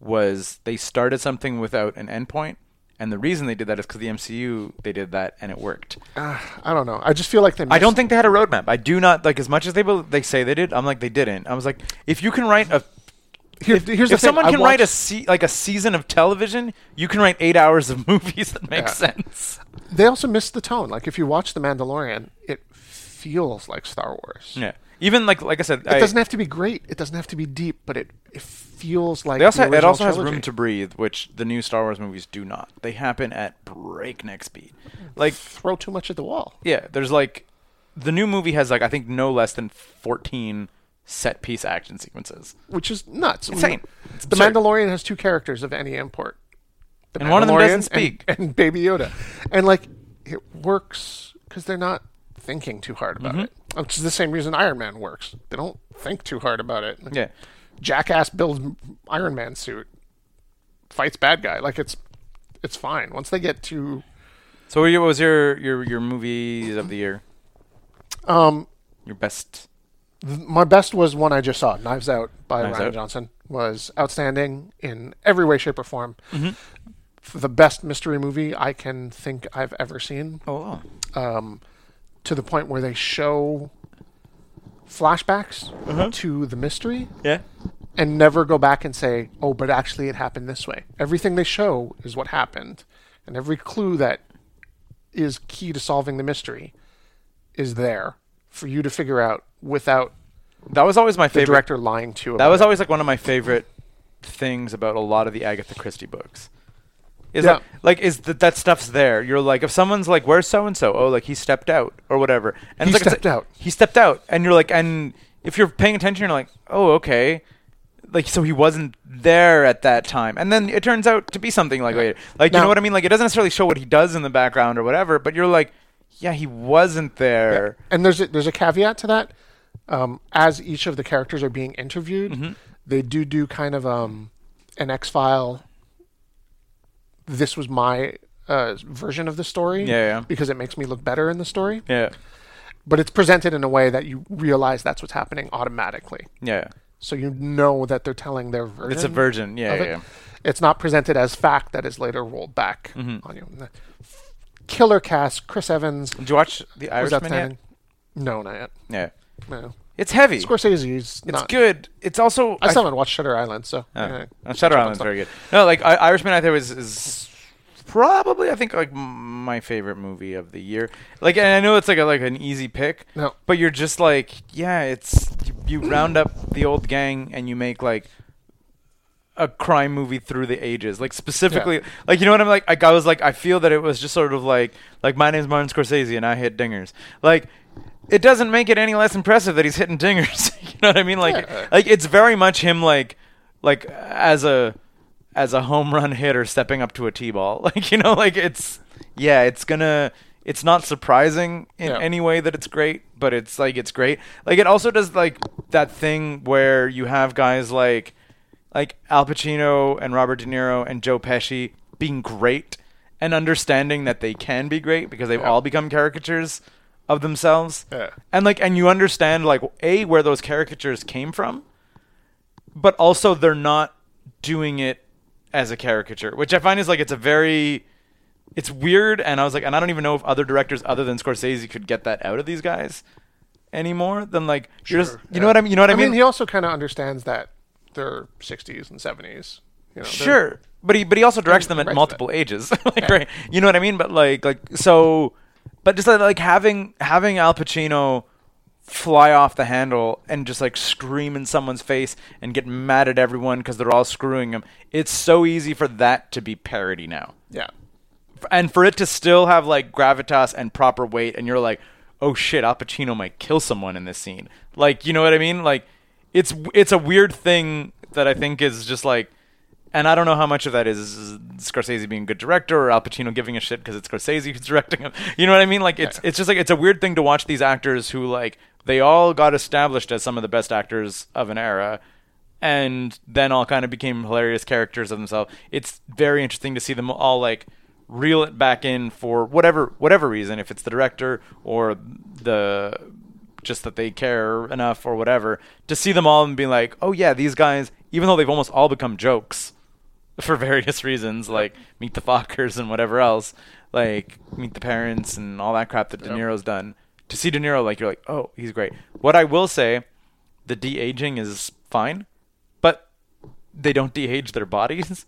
Speaker 2: was they started something without an endpoint, and the reason they did that is because the MCU they did that and it worked.
Speaker 3: Ah, I don't know I just feel like they
Speaker 2: I don't
Speaker 3: missed-
Speaker 2: think they had a roadmap. I do not like as much as they bel- they say they did. I'm like they didn't. I was like, if you can write a
Speaker 3: Here- here's the
Speaker 2: if
Speaker 3: thing,
Speaker 2: someone
Speaker 3: I
Speaker 2: can write a
Speaker 3: watched-
Speaker 2: se- like a season of television, you can write eight hours of (laughs) movies that make
Speaker 3: Yeah.
Speaker 2: sense.
Speaker 3: they also missed the tone like if you watch The Mandalorian it feels like Star Wars
Speaker 2: Yeah, even like like I said,
Speaker 3: It
Speaker 2: I,
Speaker 3: doesn't have to be great. It doesn't have to be deep, but it, it feels like
Speaker 2: They also,
Speaker 3: the
Speaker 2: it also has
Speaker 3: original
Speaker 2: room to
Speaker 3: trilogy.
Speaker 2: breathe, which the new Star Wars movies do not. They happen at breakneck speed. Like,
Speaker 3: throw too much at the wall.
Speaker 2: yeah, there's like, the new movie has like I think no less than 14 set piece action sequences,
Speaker 3: which is nuts.
Speaker 2: Insane. It's
Speaker 3: the
Speaker 2: absurd.
Speaker 3: Mandalorian has two characters of any import. The
Speaker 2: And one of them doesn't
Speaker 3: Mandalorian and-
Speaker 2: speak.
Speaker 3: And, Baby Yoda, and like it works because they're not thinking too hard about
Speaker 2: Mm-hmm.
Speaker 3: it. Which is the same reason Iron Man works. They don't think too hard about it.
Speaker 2: Yeah.
Speaker 3: Jackass builds Iron Man suit, fights bad guy. Like it's it's fine. Once they get to
Speaker 2: So, what was your your your movies of the year?
Speaker 3: um,
Speaker 2: Your best?
Speaker 3: my best was one I just saw, Knives Out by
Speaker 2: Knives
Speaker 3: Ryan
Speaker 2: Out.
Speaker 3: Johnson, was outstanding in every way, shape, or form.
Speaker 2: Mm-hmm.
Speaker 3: F- The best mystery movie I can think I've ever seen,
Speaker 2: Oh, wow.
Speaker 3: um, to the point where they show flashbacks
Speaker 2: Uh-huh.
Speaker 3: to the mystery
Speaker 2: yeah.
Speaker 3: and never go back and say, "Oh, but actually it happened this way." Everything they show is what happened, and every clue that is key to solving the mystery is there for you to figure out without
Speaker 2: That was always my
Speaker 3: the
Speaker 2: favorite.
Speaker 3: director lying to him.
Speaker 2: That was always like one of my favorite things about a lot of the Agatha Christie books. Is
Speaker 3: Yeah.
Speaker 2: like, like is that that stuff's there? You're like if someone's like where's so and so? Oh, like he stepped out or whatever. And it's
Speaker 3: He
Speaker 2: like, it's
Speaker 3: stepped
Speaker 2: like-
Speaker 3: out.
Speaker 2: He stepped out, and you're like, and if you're paying attention, you're like, oh, okay. Like so, he wasn't there at that time, and then it turns out to be something like later. Like you
Speaker 3: Now-
Speaker 2: know what I mean? Like it doesn't necessarily show what he does in the background or whatever, but you're like, yeah, he wasn't there.
Speaker 3: and there's a, there's a caveat to that. Um, as each of the characters are being interviewed,
Speaker 2: Mm-hmm.
Speaker 3: they do do kind of um, an X file. This was my uh, version of the story,
Speaker 2: Yeah, yeah.
Speaker 3: because it makes me look better in the story.
Speaker 2: Yeah,
Speaker 3: But it's presented in a way that you realize that's what's happening automatically,
Speaker 2: yeah.
Speaker 3: so you know that they're telling their version.
Speaker 2: It's a version. Yeah,
Speaker 3: of
Speaker 2: yeah.
Speaker 3: it.
Speaker 2: yeah.
Speaker 3: It's not presented as fact that is later rolled back
Speaker 2: Mm-hmm.
Speaker 3: on you. Killer cast, Chris Evans.
Speaker 2: Did you watch the
Speaker 3: was
Speaker 2: Irishman yet?
Speaker 3: outstanding. No, not yet.
Speaker 2: Yeah.
Speaker 3: No.
Speaker 2: It's heavy.
Speaker 3: Scorsese's
Speaker 2: it's
Speaker 3: not.
Speaker 2: good. It's also
Speaker 3: I still haven't watched Shutter Island, so
Speaker 2: Oh.
Speaker 3: yeah.
Speaker 2: Uh, Shutter Island's very good. No, like I, Irishman, I think was is probably I think like m- my favorite movie of the year. Like, and I know it's like a, like an easy pick.
Speaker 3: No.
Speaker 2: but you're just like, yeah, it's you, you round up the old gang and you make like a crime movie through the ages. Like specifically, like you know what I'm like. Like I was like, I feel that it was just sort of like like my name's Martin Scorsese and I hit dingers. Like. It doesn't make it any less impressive that he's hitting dingers. (laughs) you know what I mean? Like,
Speaker 3: Yeah.
Speaker 2: like it's very much him like like as a as a home run hitter stepping up to a tee ball (laughs) like you know like it's yeah it's gonna it's not surprising in
Speaker 3: Yeah.
Speaker 2: any way that it's great but it's like it's great like it also does like that thing where you have guys like like Al Pacino and Robert De Niro and Joe Pesci being great and understanding that they can be great because they've all become caricatures of themselves
Speaker 3: Yeah.
Speaker 2: and like and you understand like a where those caricatures came from but also they're not doing it as a caricature, which I find is like it's a very it's weird and I was like and I don't even know if other directors other than Scorsese could get that out of these guys anymore than like you're just, you know what I mean you know what I,
Speaker 3: I mean, he also kind of understands that they're 60s and 70s. You know, they're-
Speaker 2: sure but he but he also directs them at
Speaker 3: Right.
Speaker 2: multiple ages (laughs) like right you know what i mean but like like so but just like, like having having al pacino fly off the handle and just like scream in someone's face and get mad at everyone because they're all screwing him it's so easy for that to be parody now
Speaker 3: Yeah.
Speaker 2: and for it to still have like gravitas and proper weight and you're like oh shit al pacino might kill someone in this scene like you know what i mean like it's it's a weird thing that I think is just like, and I don't know how much of that is Scorsese being a good director or Al Pacino giving a shit because it's Scorsese who's (laughs) directing him. You know what I mean? Like it's it's just like it's a weird thing to watch these actors who like they all got established as some of the best actors of an era. And then all kind of became hilarious characters of themselves. It's very interesting to see them all like reel it back in for whatever whatever reason, if it's the director or the just that they care enough or whatever to see them all and be like, oh yeah, these guys, even though they've almost all become jokes for various reasons, like Meet the Fockers and whatever else, like Meet the Parents and all that crap that De Niro's done. To see De Niro, like you're like, oh, he's great. What I will say, the de aging is fine, but they don't de age their bodies.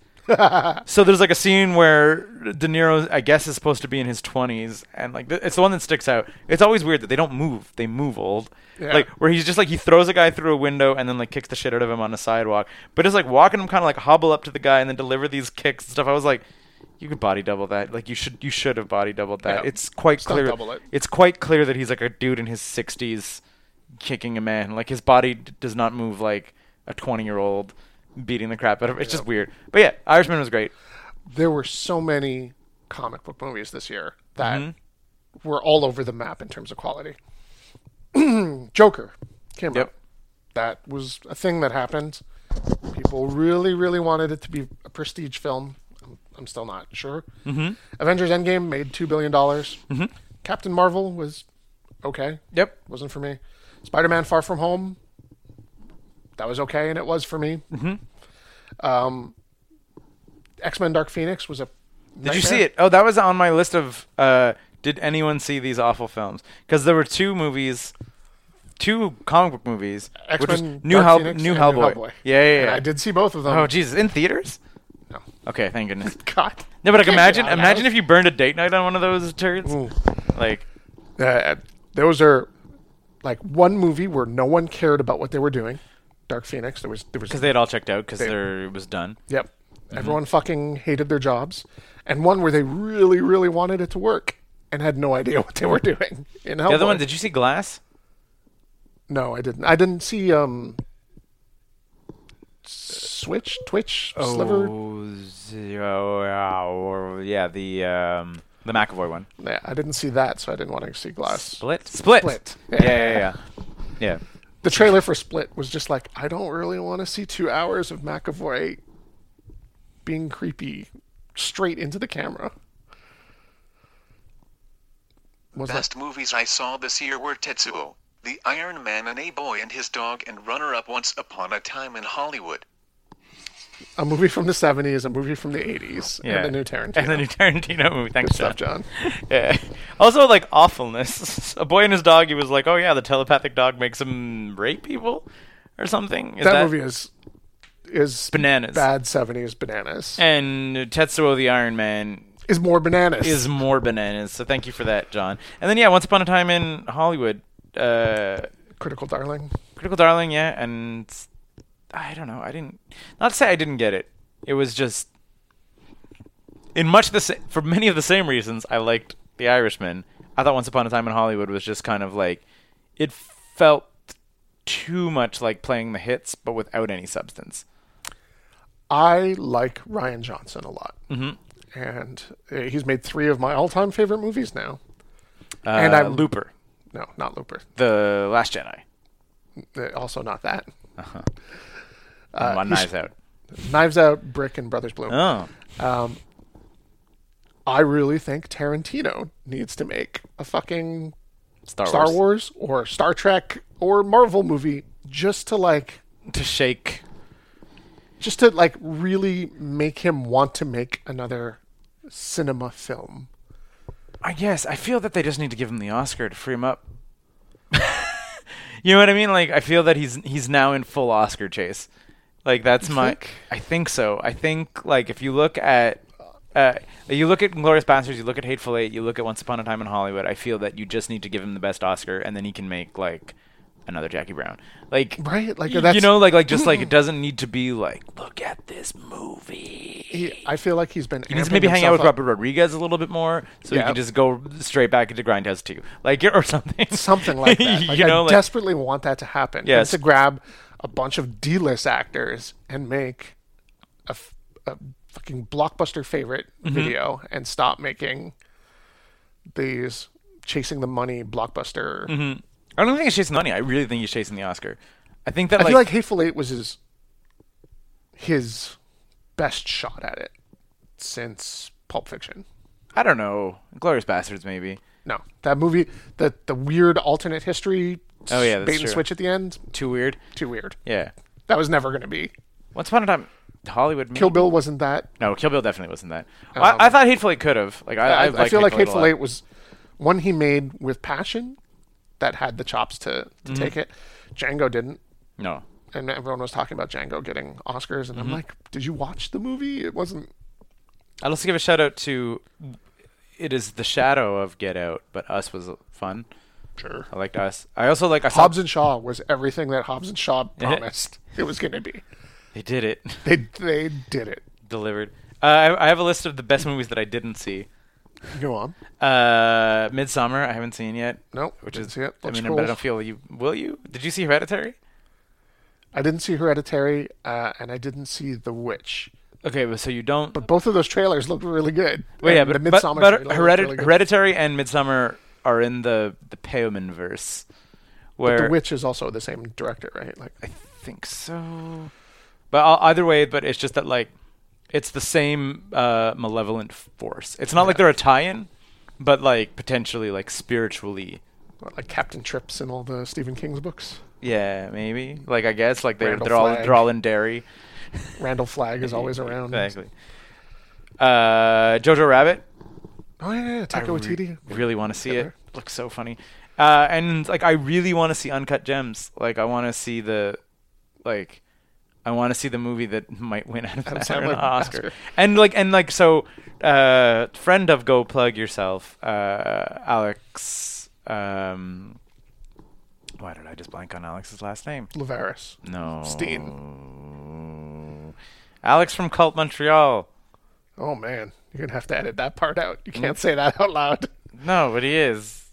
Speaker 2: So there's like a scene where De Niro, I guess, is supposed to be in his 20s, and like th- it's the one that sticks out. It's always weird that they don't move; they move old.
Speaker 3: Yeah.
Speaker 2: Like where he's just like he throws a guy through a window and then like kicks the shit out of him on a sidewalk, but just like walking him kind of like hobble up to the guy and then deliver these kicks and stuff. I was like, you could body double that. Like you should you should have body doubled that.
Speaker 3: Yeah.
Speaker 2: It's quite
Speaker 3: not
Speaker 2: clear.
Speaker 3: double it.
Speaker 2: It's quite clear that he's like a dude in his 60s kicking a man. Like his body d- does not move like a 20 year old beating the crap out of. It's just weird. But yeah, Irishman was great.
Speaker 3: there were so many comic book movies this year that were all over the map in terms of quality. (clears throat) Joker came
Speaker 2: Yep.
Speaker 3: out. That was a thing that happened. People really, really wanted it to be a prestige film. I'm, I'm still not sure. Mm-hmm. Avengers Endgame made $2 dollars Captain Marvel was okay.
Speaker 2: Yep.
Speaker 3: Wasn't for me. Spider Man Far From Home, that was okay, and it was for me. Mm-hmm. Um, X Men Dark Phoenix was a.
Speaker 2: Did you see it? Oh, that was on my list of. Uh, did anyone see these awful films? Because there were two movies, two comic book movies, which was
Speaker 3: X-Men
Speaker 2: New,
Speaker 3: Dark
Speaker 2: Hel-
Speaker 3: Phoenix
Speaker 2: New
Speaker 3: and
Speaker 2: Hellboy. Yeah, yeah,
Speaker 3: And
Speaker 2: yeah.
Speaker 3: I did see both of them.
Speaker 2: Oh, Jesus! In theaters?
Speaker 3: No.
Speaker 2: Okay, thank
Speaker 3: (laughs)
Speaker 2: goodness.
Speaker 3: God.
Speaker 2: No, but like
Speaker 3: Can't get
Speaker 2: imagine,
Speaker 3: out of
Speaker 2: imagine
Speaker 3: those.
Speaker 2: if you burned a date night on one of those turds. Like,
Speaker 3: Uh, those are like one movie where no one cared about what they were doing. Dark Phoenix. There was there was
Speaker 2: because they had all checked out because it was done.
Speaker 3: Yep.
Speaker 2: Mm-hmm.
Speaker 3: Everyone fucking hated their jobs. And one where they really, really wanted it to work and had no idea (laughs) what they were doing. In
Speaker 2: The other one, did you see Glass?
Speaker 3: No, I didn't. I didn't see um Switch, Twitch, Sliver.
Speaker 2: Oh, z- oh, yeah, or- yeah, the um, the McAvoy one.
Speaker 3: Yeah, I didn't see that, so I didn't want to see Glass.
Speaker 2: Split. Split.
Speaker 3: Split.
Speaker 2: Yeah, yeah,
Speaker 3: (laughs)
Speaker 2: yeah. yeah.
Speaker 3: The trailer for Split was just like, I don't really want to see two hours of McAvoy being creepy straight into the camera. Was that?
Speaker 4: Best movies I saw this year were Tetsuo, The Iron Man and A Boy and His Dog and Runner Up Once Upon a Time in Hollywood.
Speaker 3: a movie from the 70s, a movie from the 80s,
Speaker 2: yeah.
Speaker 3: and a new Tarantino.
Speaker 2: And the new Tarantino movie. (laughs) Thanks,
Speaker 3: Good stuff, John.
Speaker 2: Yeah. Also, like awfulness. (laughs) A boy and his dog. He was like, "Oh yeah, the telepathic dog makes him rape people, or something." Is
Speaker 3: That, movie is is
Speaker 2: Bananas.
Speaker 3: Bad 70s bananas.
Speaker 2: And Tetsuo the Iron Man
Speaker 3: is more bananas.
Speaker 2: is more bananas. So thank you for that, John. And then yeah, Once Upon a Time in Hollywood, uh,
Speaker 3: Critical Darling.
Speaker 2: Critical Darling, yeah, and I don't know. I didn't not to say I didn't get it. It was just in much the same for many of the same reasons I liked The Irishman. I thought Once Upon a Time in Hollywood was just kind of like it felt too much like playing the hits but without any substance.
Speaker 3: I like Ryan Johnson a lot. Mm-hmm. And uh, he's made three of my all time favorite movies now.
Speaker 2: Uh,
Speaker 3: And I'm-
Speaker 2: Looper,
Speaker 3: No, not Looper.
Speaker 2: The Last Jedi,
Speaker 3: Uh, Also, not that. Uh,
Speaker 2: and One Knives Out.
Speaker 3: Knives Out, Brick, and Brothers Bloom.
Speaker 2: Oh,
Speaker 3: I really think Tarantino needs to make a fucking
Speaker 2: Star,
Speaker 3: Star
Speaker 2: Wars.
Speaker 3: Wars or Star Trek or Marvel movie just to like
Speaker 2: to shake.
Speaker 3: just to like really make him want to make another cinema film.
Speaker 2: I guess I feel that they just need to give him the Oscar to free him up. (laughs) you know what I mean? Like I feel that he's he's now in full Oscar chase. Like that's my
Speaker 3: think?
Speaker 2: I think so. I think like if you look at uh, you look at Glorious Bastards, you look at Hateful Eight, you look at Once Upon a Time in Hollywood. I feel that you just need to give him the best Oscar, and then he can make like another Jackie Brown. Like
Speaker 3: Right? Like,
Speaker 2: y- you
Speaker 3: that's-
Speaker 2: know, like like just
Speaker 3: (laughs)
Speaker 2: like it doesn't need to be like look at this movie.
Speaker 3: He, I feel like he's been
Speaker 2: He needs to maybe hang out with
Speaker 3: up.
Speaker 2: Robert Rodriguez a little bit more, so he
Speaker 3: Yeah.
Speaker 2: can just go straight back into Grindhouse 2. like (laughs) or something,
Speaker 3: something like that.
Speaker 2: (laughs)
Speaker 3: Like,
Speaker 2: you know,
Speaker 3: I
Speaker 2: like,
Speaker 3: desperately want that to happen.
Speaker 2: Yes.
Speaker 3: And to grab a bunch of D-list actors and make a, f- a fucking blockbuster favorite
Speaker 2: Mm-hmm.
Speaker 3: video and stop making these chasing the money blockbuster.
Speaker 2: I don't think he's chasing the money. I really think he's chasing the Oscar. I think that
Speaker 3: I
Speaker 2: like,
Speaker 3: feel like Hateful Eight was his his best shot at it since Pulp Fiction.
Speaker 2: I don't know, Glorious Bastards maybe
Speaker 3: No, that movie, the the weird alternate history.
Speaker 2: Oh, yeah, that's
Speaker 3: bait and
Speaker 2: true.
Speaker 3: switch at the end.
Speaker 2: too weird.
Speaker 3: Too weird.
Speaker 2: Yeah.
Speaker 3: That was never going to be.
Speaker 2: Once upon a time, Hollywood. maybe?
Speaker 3: Kill Bill wasn't that.
Speaker 2: No, Kill Bill definitely wasn't that. Well, I, I thought Hateful Eight could have. Like I, I,
Speaker 3: I, I
Speaker 2: like
Speaker 3: feel like
Speaker 2: Hateful
Speaker 3: Hateful
Speaker 2: a lot.
Speaker 3: Eight was one he made with passion that had the chops to, to
Speaker 2: Mm-hmm.
Speaker 3: take it. Django didn't.
Speaker 2: No,
Speaker 3: And everyone was talking about Django getting Oscars, and I'm
Speaker 2: Mm-hmm.
Speaker 3: like, "Did you watch the movie? It wasn't
Speaker 2: I'll also give a shout out to. It is the shadow of Get Out, but Us was fun.
Speaker 3: sure."
Speaker 2: I liked Us. I also like I saw
Speaker 3: Hobbs and Shaw was everything that Hobbs and Shaw promised (laughs) it was going to be.
Speaker 2: they did it (laughs)
Speaker 3: They they did it.
Speaker 2: delivered. Uh, I, I have a list of the best movies that I didn't see.
Speaker 3: Go on.
Speaker 2: Uh, Midsummer I haven't seen yet.
Speaker 3: Nope,
Speaker 2: which
Speaker 3: didn't
Speaker 2: is
Speaker 3: see it.
Speaker 2: I
Speaker 3: Looks
Speaker 2: mean,
Speaker 3: cool.
Speaker 2: but I don't feel you. Will you? Did you see Hereditary?
Speaker 3: I didn't see Hereditary, uh, and I didn't see The Witch.
Speaker 2: Okay, but so you don't.
Speaker 3: But both of those trailers looked really good.
Speaker 2: Well, yeah,
Speaker 3: And
Speaker 2: but,
Speaker 3: the
Speaker 2: but,
Speaker 3: Midsommar
Speaker 2: but
Speaker 3: trailer looked
Speaker 2: Heredi-
Speaker 3: really good.
Speaker 2: Hereditary and Midsummer are in the the Peoman verse, where
Speaker 3: The Witch is also the same director, right? Like,
Speaker 2: I think so. But I'll, either way, but it's just that like it's the same uh, malevolent force. It's not like they're a tie-in, but like potentially like spiritually.
Speaker 3: like Captain Trips in all the Stephen King's books.
Speaker 2: Yeah, maybe. Like I guess like they're
Speaker 3: Randall
Speaker 2: they're all
Speaker 3: Flagg.
Speaker 2: they're all in Derry.
Speaker 3: Randall Flagg is always around.
Speaker 2: Exactly. Uh, Jojo Rabbit.
Speaker 3: Oh yeah, yeah, yeah, Taika Waititi.
Speaker 2: Really want to see
Speaker 3: Yeah.
Speaker 2: it. Looks so funny. Uh, and like I really want to see Uncut Gems. Like I want to see the like I want to see the movie that might win out of (laughs) that or
Speaker 3: Sandler
Speaker 2: an Oscar.
Speaker 3: Oscar.
Speaker 2: And like and like so uh friend of go plug yourself uh Alex um why did I just blank on Alex's last name?
Speaker 3: Lavaris.
Speaker 2: No.
Speaker 3: Steen.
Speaker 2: Alex from Cult Montreal.
Speaker 3: Oh man, you're gonna have to edit that part out. You can't say that out loud. (laughs)
Speaker 2: No, but he is.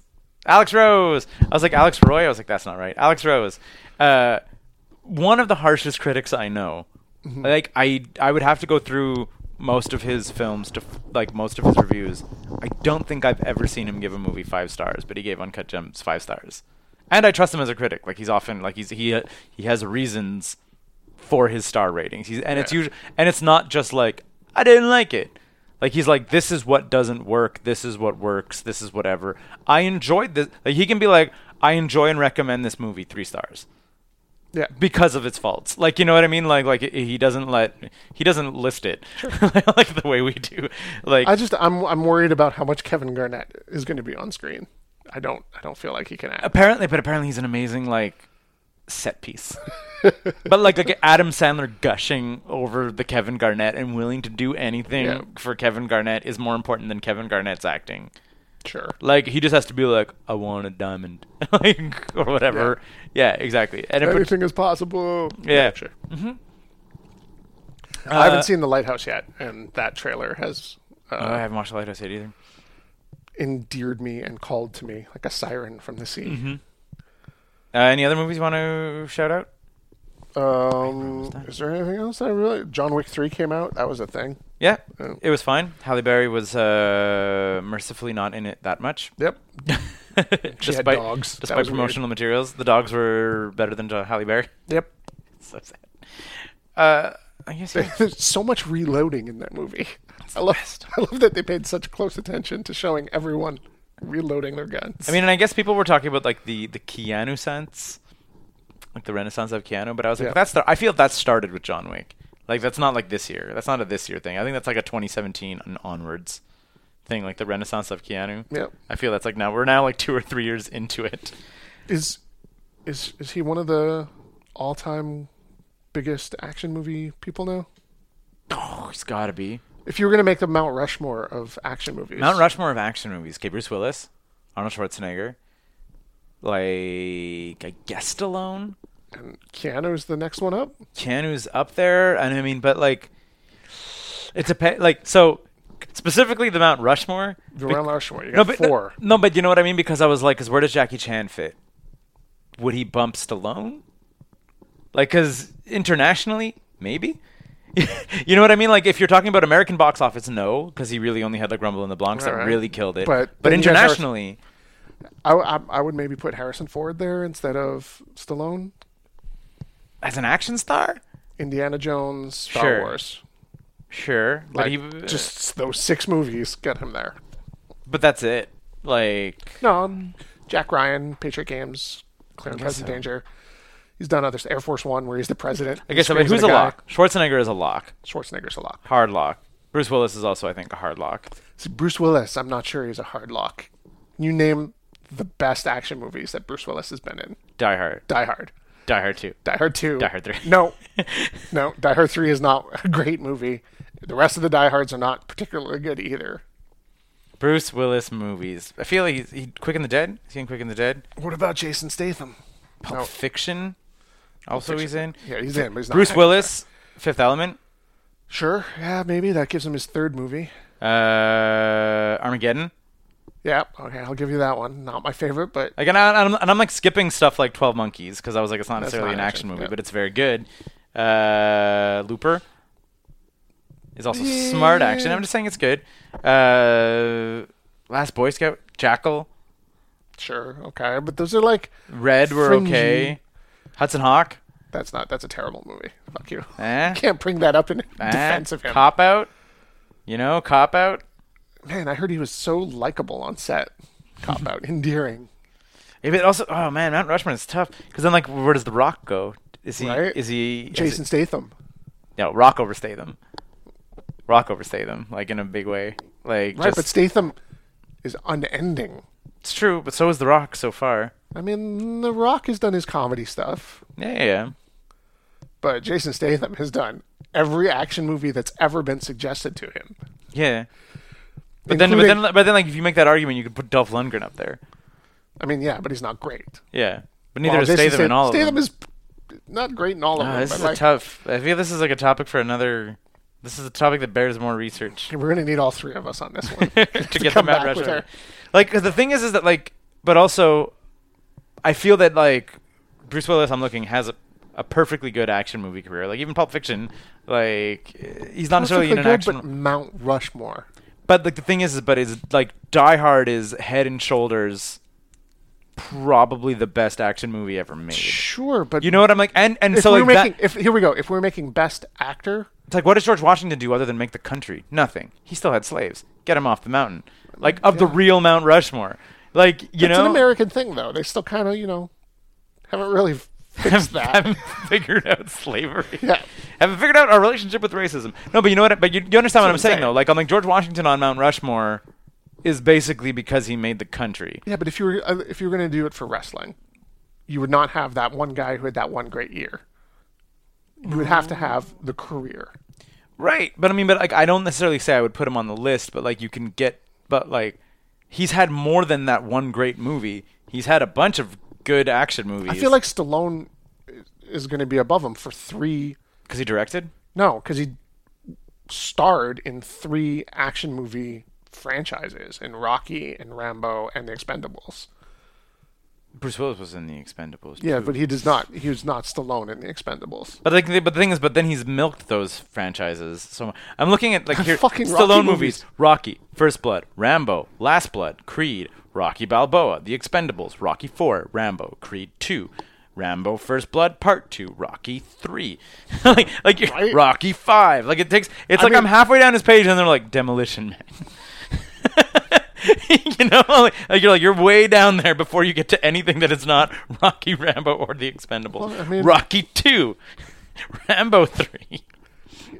Speaker 2: Alex Rose. I was like Alex Roy. I was like, that's not right. Alex Rose. Uh, one of the harshest critics I know. Like I, I would have to go through most of his films to f- like most of his reviews. I don't think I've ever seen him give a movie five stars, but he gave Uncut Gems five stars. And I trust him as a critic. Like he's often like he's he he has reasons for his star ratings. He's and it's
Speaker 3: Yeah.
Speaker 2: usually and it's not just like I didn't like it. Like he's like this is what doesn't work. This is what works. This is whatever. I enjoyed this. Like he can be like I enjoy and recommend this movie three stars
Speaker 3: Yeah,
Speaker 2: because of its faults. Like you know what I mean? Like like he doesn't let he doesn't list it (laughs) like the way we do. Like
Speaker 3: I just I'm I'm worried about how much Kevin Garnett is going to be on screen. I don't I don't feel like he can act.
Speaker 2: apparently, but apparently he's an amazing like set piece. (laughs) but like like Adam Sandler gushing over the Kevin Garnett and willing to do anything
Speaker 3: Yeah.
Speaker 2: for Kevin Garnett is more important than Kevin Garnett's acting.
Speaker 3: Sure.
Speaker 2: Like he just has to be like, I want a diamond, (laughs) like or whatever. Yeah, exactly. And if
Speaker 3: Anything is possible.
Speaker 2: Yeah. Mm-hmm. Uh,
Speaker 3: sure. I haven't seen The Lighthouse yet, and that trailer has uh,
Speaker 2: oh, I haven't watched The Lighthouse yet either.
Speaker 3: endeared me and called to me like a siren from the
Speaker 2: Mm-hmm.
Speaker 3: sea.
Speaker 2: Uh, any other movies you want to shout out?
Speaker 3: Um, is there anything else I really? John Wick Three came out. That was a thing.
Speaker 2: Yeah,
Speaker 3: Oh.
Speaker 2: it was fine. Halle Berry was uh, mercifully not in it that much.
Speaker 3: Yep.
Speaker 2: (laughs) despite
Speaker 3: dogs. That
Speaker 2: despite
Speaker 3: was weird.
Speaker 2: promotional materials, the dogs were better than Jo- Halle Berry. (laughs)
Speaker 3: Yep. (laughs)
Speaker 2: so sad. Uh, I guess
Speaker 3: (laughs)
Speaker 2: yeah.
Speaker 3: There's so much reloading in that movie. I love, I love that they paid such close attention to showing everyone reloading their guns.
Speaker 2: I mean, and I guess people were talking about like the the Keanu sense, like the Renaissance of Keanu. But I was like,
Speaker 3: Yeah.
Speaker 2: that's the. I feel that started with John Wick. Like that's not like this year. That's not a this year thing. I think that's like a 2017 and onwards thing, like the Renaissance of Keanu.
Speaker 3: Yep.
Speaker 2: I feel that's like now we're now like two or three years into it. (sighs)
Speaker 3: is is is he one of the all-time biggest action movie people now?
Speaker 2: Oh, it's got to be.
Speaker 3: If you were going to make the Mount Rushmore of action movies,
Speaker 2: Mount Rushmore of action movies. Okay, Bruce Willis, Arnold Schwarzenegger, like I guess Stallone.
Speaker 3: and Keanu's the next one up.
Speaker 2: Keanu's up there, and I mean, but like, it's a pe- like so specifically the Mount Rushmore.
Speaker 3: The
Speaker 2: be-
Speaker 3: Mount Rushmore, you
Speaker 2: no,
Speaker 3: got
Speaker 2: but
Speaker 3: four.
Speaker 2: No, but you know what I mean because I was like, 'Cause where does Jackie Chan fit? Would he bump Stallone? Like, because internationally, maybe. (laughs) you know what I mean? Like, if you're talking about American box office, no, because he really only had like Rumble in the Bronx that
Speaker 3: Right, right.
Speaker 2: really killed it.
Speaker 3: But
Speaker 2: but
Speaker 3: then he has Harris-
Speaker 2: internationally,
Speaker 3: I, I, I would maybe put Harrison Ford there instead of Stallone.
Speaker 2: as an action star,
Speaker 3: Indiana Jones, Star
Speaker 2: Sure.
Speaker 3: Wars.
Speaker 2: sure. but
Speaker 3: Like,
Speaker 2: he
Speaker 3: just those six movies get him there.
Speaker 2: but that's it. Like,
Speaker 3: No, Jack Ryan, Patriot Games, Clear and
Speaker 2: guess
Speaker 3: Present
Speaker 2: so.
Speaker 3: Danger. He's done others. Air Force One, where he's the president.
Speaker 2: I guess I
Speaker 3: He
Speaker 2: mean,
Speaker 3: screams
Speaker 2: who's a
Speaker 3: at guy.
Speaker 2: lock? Schwarzenegger is a lock,
Speaker 3: Schwarzenegger's a lock.
Speaker 2: hard lock. Bruce Willis is also, I think, a hard lock.
Speaker 3: See, Bruce Willis, I'm not sure he's a hard lock. You name the best action movies that Bruce Willis has been in.
Speaker 2: Die Hard,
Speaker 3: Die Hard,
Speaker 2: Die Hard Two.
Speaker 3: Die Hard Two,
Speaker 2: Die Hard 3. (laughs)
Speaker 3: No, no, Die Hard Three is not a great movie. The rest of the Die Hards are not particularly good either.
Speaker 2: Bruce Willis movies. I feel like he's he, Quick and the Dead. Is he in Quick and the Dead?
Speaker 3: What about Jason Statham?
Speaker 2: Pulp
Speaker 3: No.
Speaker 2: Fiction. Also, he's in.
Speaker 3: Yeah, he's in. But he's not
Speaker 2: Bruce
Speaker 3: an
Speaker 2: Willis, Fifth Element,
Speaker 3: actor. Sure. Yeah, maybe that gives him his third movie.
Speaker 2: uh, Armageddon.
Speaker 3: Yeah. Okay, I'll give you that one. Not my favorite, but
Speaker 2: Like, and, I, I'm, and I'm like skipping stuff like Twelve Monkeys because I was like, it's not
Speaker 3: That's
Speaker 2: necessarily
Speaker 3: not
Speaker 2: an
Speaker 3: action,
Speaker 2: action movie,
Speaker 3: yeah.
Speaker 2: but it's very good. Uh, Looper is also smart action. I'm just saying it's good. Uh, Last Boy Scout, Jackal,
Speaker 3: sure. Okay, but those are like
Speaker 2: Red were
Speaker 3: Fringy.
Speaker 2: okay. Hudson Hawk,
Speaker 3: that's not that's a terrible movie. Fuck you.
Speaker 2: eh?
Speaker 3: Can't bring that up in
Speaker 2: eh?
Speaker 3: defense of him.
Speaker 2: Cop Out, you know, Cop Out.
Speaker 3: Man, I heard he was so likable on set. Cop
Speaker 2: (laughs)
Speaker 3: out, endearing.
Speaker 2: Yeah, but also, oh man, Mount Rushmore is tough because then like, where does the Rock go? Is he?
Speaker 3: Right?
Speaker 2: Is he? is
Speaker 3: Jason Statham.
Speaker 2: no, rock overstay them. Rock overstay them, like in a big way. Like
Speaker 3: Right,
Speaker 2: just,
Speaker 3: but Statham is unending.
Speaker 2: it's true, but so is the Rock so far.
Speaker 3: I mean, The Rock has done his comedy stuff,
Speaker 2: Yeah, yeah, yeah.
Speaker 3: but Jason Statham has done every action movie that's ever been suggested to him.
Speaker 2: yeah. But then, but
Speaker 3: Including-
Speaker 2: then, but then, like if you make that argument, you could put Dolph Lundgren up there.
Speaker 3: I mean, yeah, but he's not great.
Speaker 2: Yeah, but neither
Speaker 3: Well,
Speaker 2: is
Speaker 3: Jason
Speaker 2: Statham in all
Speaker 3: Statham
Speaker 2: of them.
Speaker 3: is p- not great in all of
Speaker 2: Ah,
Speaker 3: them.
Speaker 2: this
Speaker 3: but
Speaker 2: is a
Speaker 3: like,
Speaker 2: tough. I feel this is like a topic for another. This is a topic that bears more research.
Speaker 3: we're going to need all three of us on this
Speaker 2: (laughs)
Speaker 3: one. (laughs)
Speaker 2: to get
Speaker 3: come
Speaker 2: them at
Speaker 3: back with
Speaker 2: Russia.
Speaker 3: her.
Speaker 2: Like 'cause the thing is, is that like, but also, I feel that like Bruce Willis, I'm looking has a, a perfectly good action movie career. Like even Pulp Fiction, like eh, he's not necessarily in an action.
Speaker 3: Perfectly good, but Mount Rushmore.
Speaker 2: But like the thing is, is but is like Die Hard is head and shoulders, probably the best action movie ever made.
Speaker 3: Sure, but
Speaker 2: You know what I'm like, and and
Speaker 3: if
Speaker 2: so
Speaker 3: we
Speaker 2: like
Speaker 3: were making,
Speaker 2: that,
Speaker 3: if here we go, if we we're making best actor,
Speaker 2: it's like what does George Washington do other than make the country? Nothing. He still had slaves. Get him off the mountain, like of the
Speaker 3: Yeah.
Speaker 2: real Mount Rushmore. Like you
Speaker 3: it's
Speaker 2: know,
Speaker 3: an American thing though. They still kind of you know haven't really fixed
Speaker 2: (laughs)
Speaker 3: that.
Speaker 2: haven't figured out slavery.
Speaker 3: Yeah.
Speaker 2: Haven't figured out our relationship with racism. No, but you know what? But you, you understand what I'm
Speaker 3: I'm
Speaker 2: saying,
Speaker 3: saying.
Speaker 2: though. Like, I'm like George Washington on Mount Rushmore is basically because he made the country.
Speaker 3: yeah, but if you were uh, if you were going to do it for wrestling, you would not have that one guy who had that one great year. You would have to have the career.
Speaker 2: Right. But I mean, but like, I don't necessarily say I would put him on the list, but like, you can get, but like, he's had more than that one great movie. He's had a bunch of good action movies.
Speaker 3: I feel like Stallone is going to be above him for three.
Speaker 2: because he directed.
Speaker 3: No, because he starred in three action movie franchises in Rocky and Rambo and The Expendables.
Speaker 2: Bruce Willis was in The Expendables.
Speaker 3: Yeah,
Speaker 2: too.
Speaker 3: but he does not. He was not Stallone in The Expendables.
Speaker 2: But like, the- but the thing is, but then he's milked those franchises. So mu- I'm looking at like here,
Speaker 3: Fucking
Speaker 2: Stallone
Speaker 3: Rocky
Speaker 2: movies:
Speaker 3: movies.
Speaker 2: Rocky, First Blood, Rambo, Last Blood, Creed, Rocky Balboa, The Expendables, Rocky Four, Rambo, Creed Two, Rambo: First Blood Part Two, Rocky Three, (laughs) like like you're-
Speaker 3: Right.
Speaker 2: Rocky Five. Like it takes. It's
Speaker 3: I
Speaker 2: like
Speaker 3: mean-
Speaker 2: I'm halfway down his page and they're like Demolition (laughs) Man. (laughs) you know, like, like you're like you're way down there before you get to anything that is not Rocky, Rambo, or The Expendables.
Speaker 3: Well, I mean-
Speaker 2: Rocky two, Rambo three,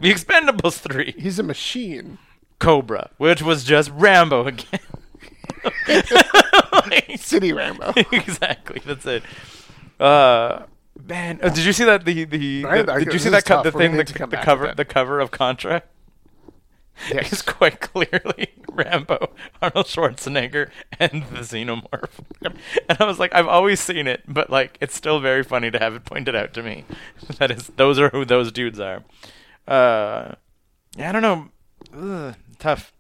Speaker 2: The Expendables three,
Speaker 3: He's a machine.
Speaker 2: Cobra, which was just Rambo again. (laughs) Like, (laughs)
Speaker 3: City Rambo.
Speaker 2: exactly, that's it. Uh, man, oh, did you see that the the,
Speaker 3: Right,
Speaker 2: the-
Speaker 3: I-
Speaker 2: did you
Speaker 3: this
Speaker 2: see
Speaker 3: is
Speaker 2: that co-
Speaker 3: tough.
Speaker 2: the
Speaker 3: We're gonna
Speaker 2: thing
Speaker 3: need
Speaker 2: the,
Speaker 3: to come
Speaker 2: the
Speaker 3: back to
Speaker 2: cover
Speaker 3: that.
Speaker 2: the cover of Contra? It's
Speaker 3: Yes.
Speaker 2: quite clearly (laughs) Rambo, Arnold Schwarzenegger, and the Xenomorph. And I was like, I've always seen it, but like, it's still very funny to have it pointed out to me. (laughs) That is, those are who those dudes are. Uh, yeah, I don't know. Ugh, tough,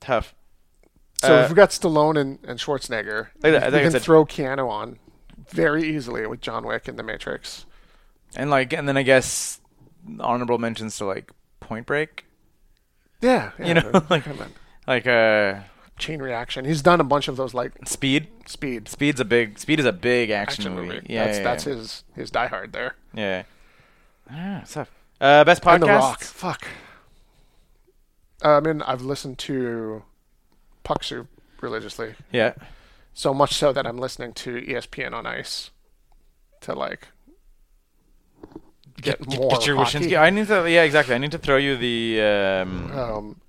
Speaker 2: tough.
Speaker 3: So
Speaker 2: Uh,
Speaker 3: if we got Stallone and, and Schwarzenegger,
Speaker 2: Like that, I
Speaker 3: you
Speaker 2: think I
Speaker 3: can
Speaker 2: said-
Speaker 3: throw Keanu on very easily with John Wick and The Matrix.
Speaker 2: And like, and then I guess honorable mentions to like Point
Speaker 3: (laughs)
Speaker 2: Break,
Speaker 3: Yeah, yeah,
Speaker 2: you know, (laughs)
Speaker 3: the-
Speaker 2: like
Speaker 3: kind of
Speaker 2: like uh,
Speaker 3: chain reaction. He's done a bunch of those like
Speaker 2: Speed.
Speaker 3: speed
Speaker 2: Speed's a big Speed is a big action,
Speaker 3: action
Speaker 2: movie.
Speaker 3: movie.
Speaker 2: Yeah,
Speaker 3: that's
Speaker 2: yeah,
Speaker 3: that's
Speaker 2: yeah.
Speaker 3: his his Die Hard there.
Speaker 2: Yeah. Ah, what's up? Uh, best podcast.
Speaker 3: And The Rock. Fuck. Uh, I mean, I've listened to Puck Soup religiously,
Speaker 2: Yeah.
Speaker 3: so much so that I'm listening to E ESPN on Ice to like get, more
Speaker 2: Get your
Speaker 3: hockey.
Speaker 2: wishes. Yeah, I need to. Yeah, exactly. I need to throw you the um,
Speaker 3: um,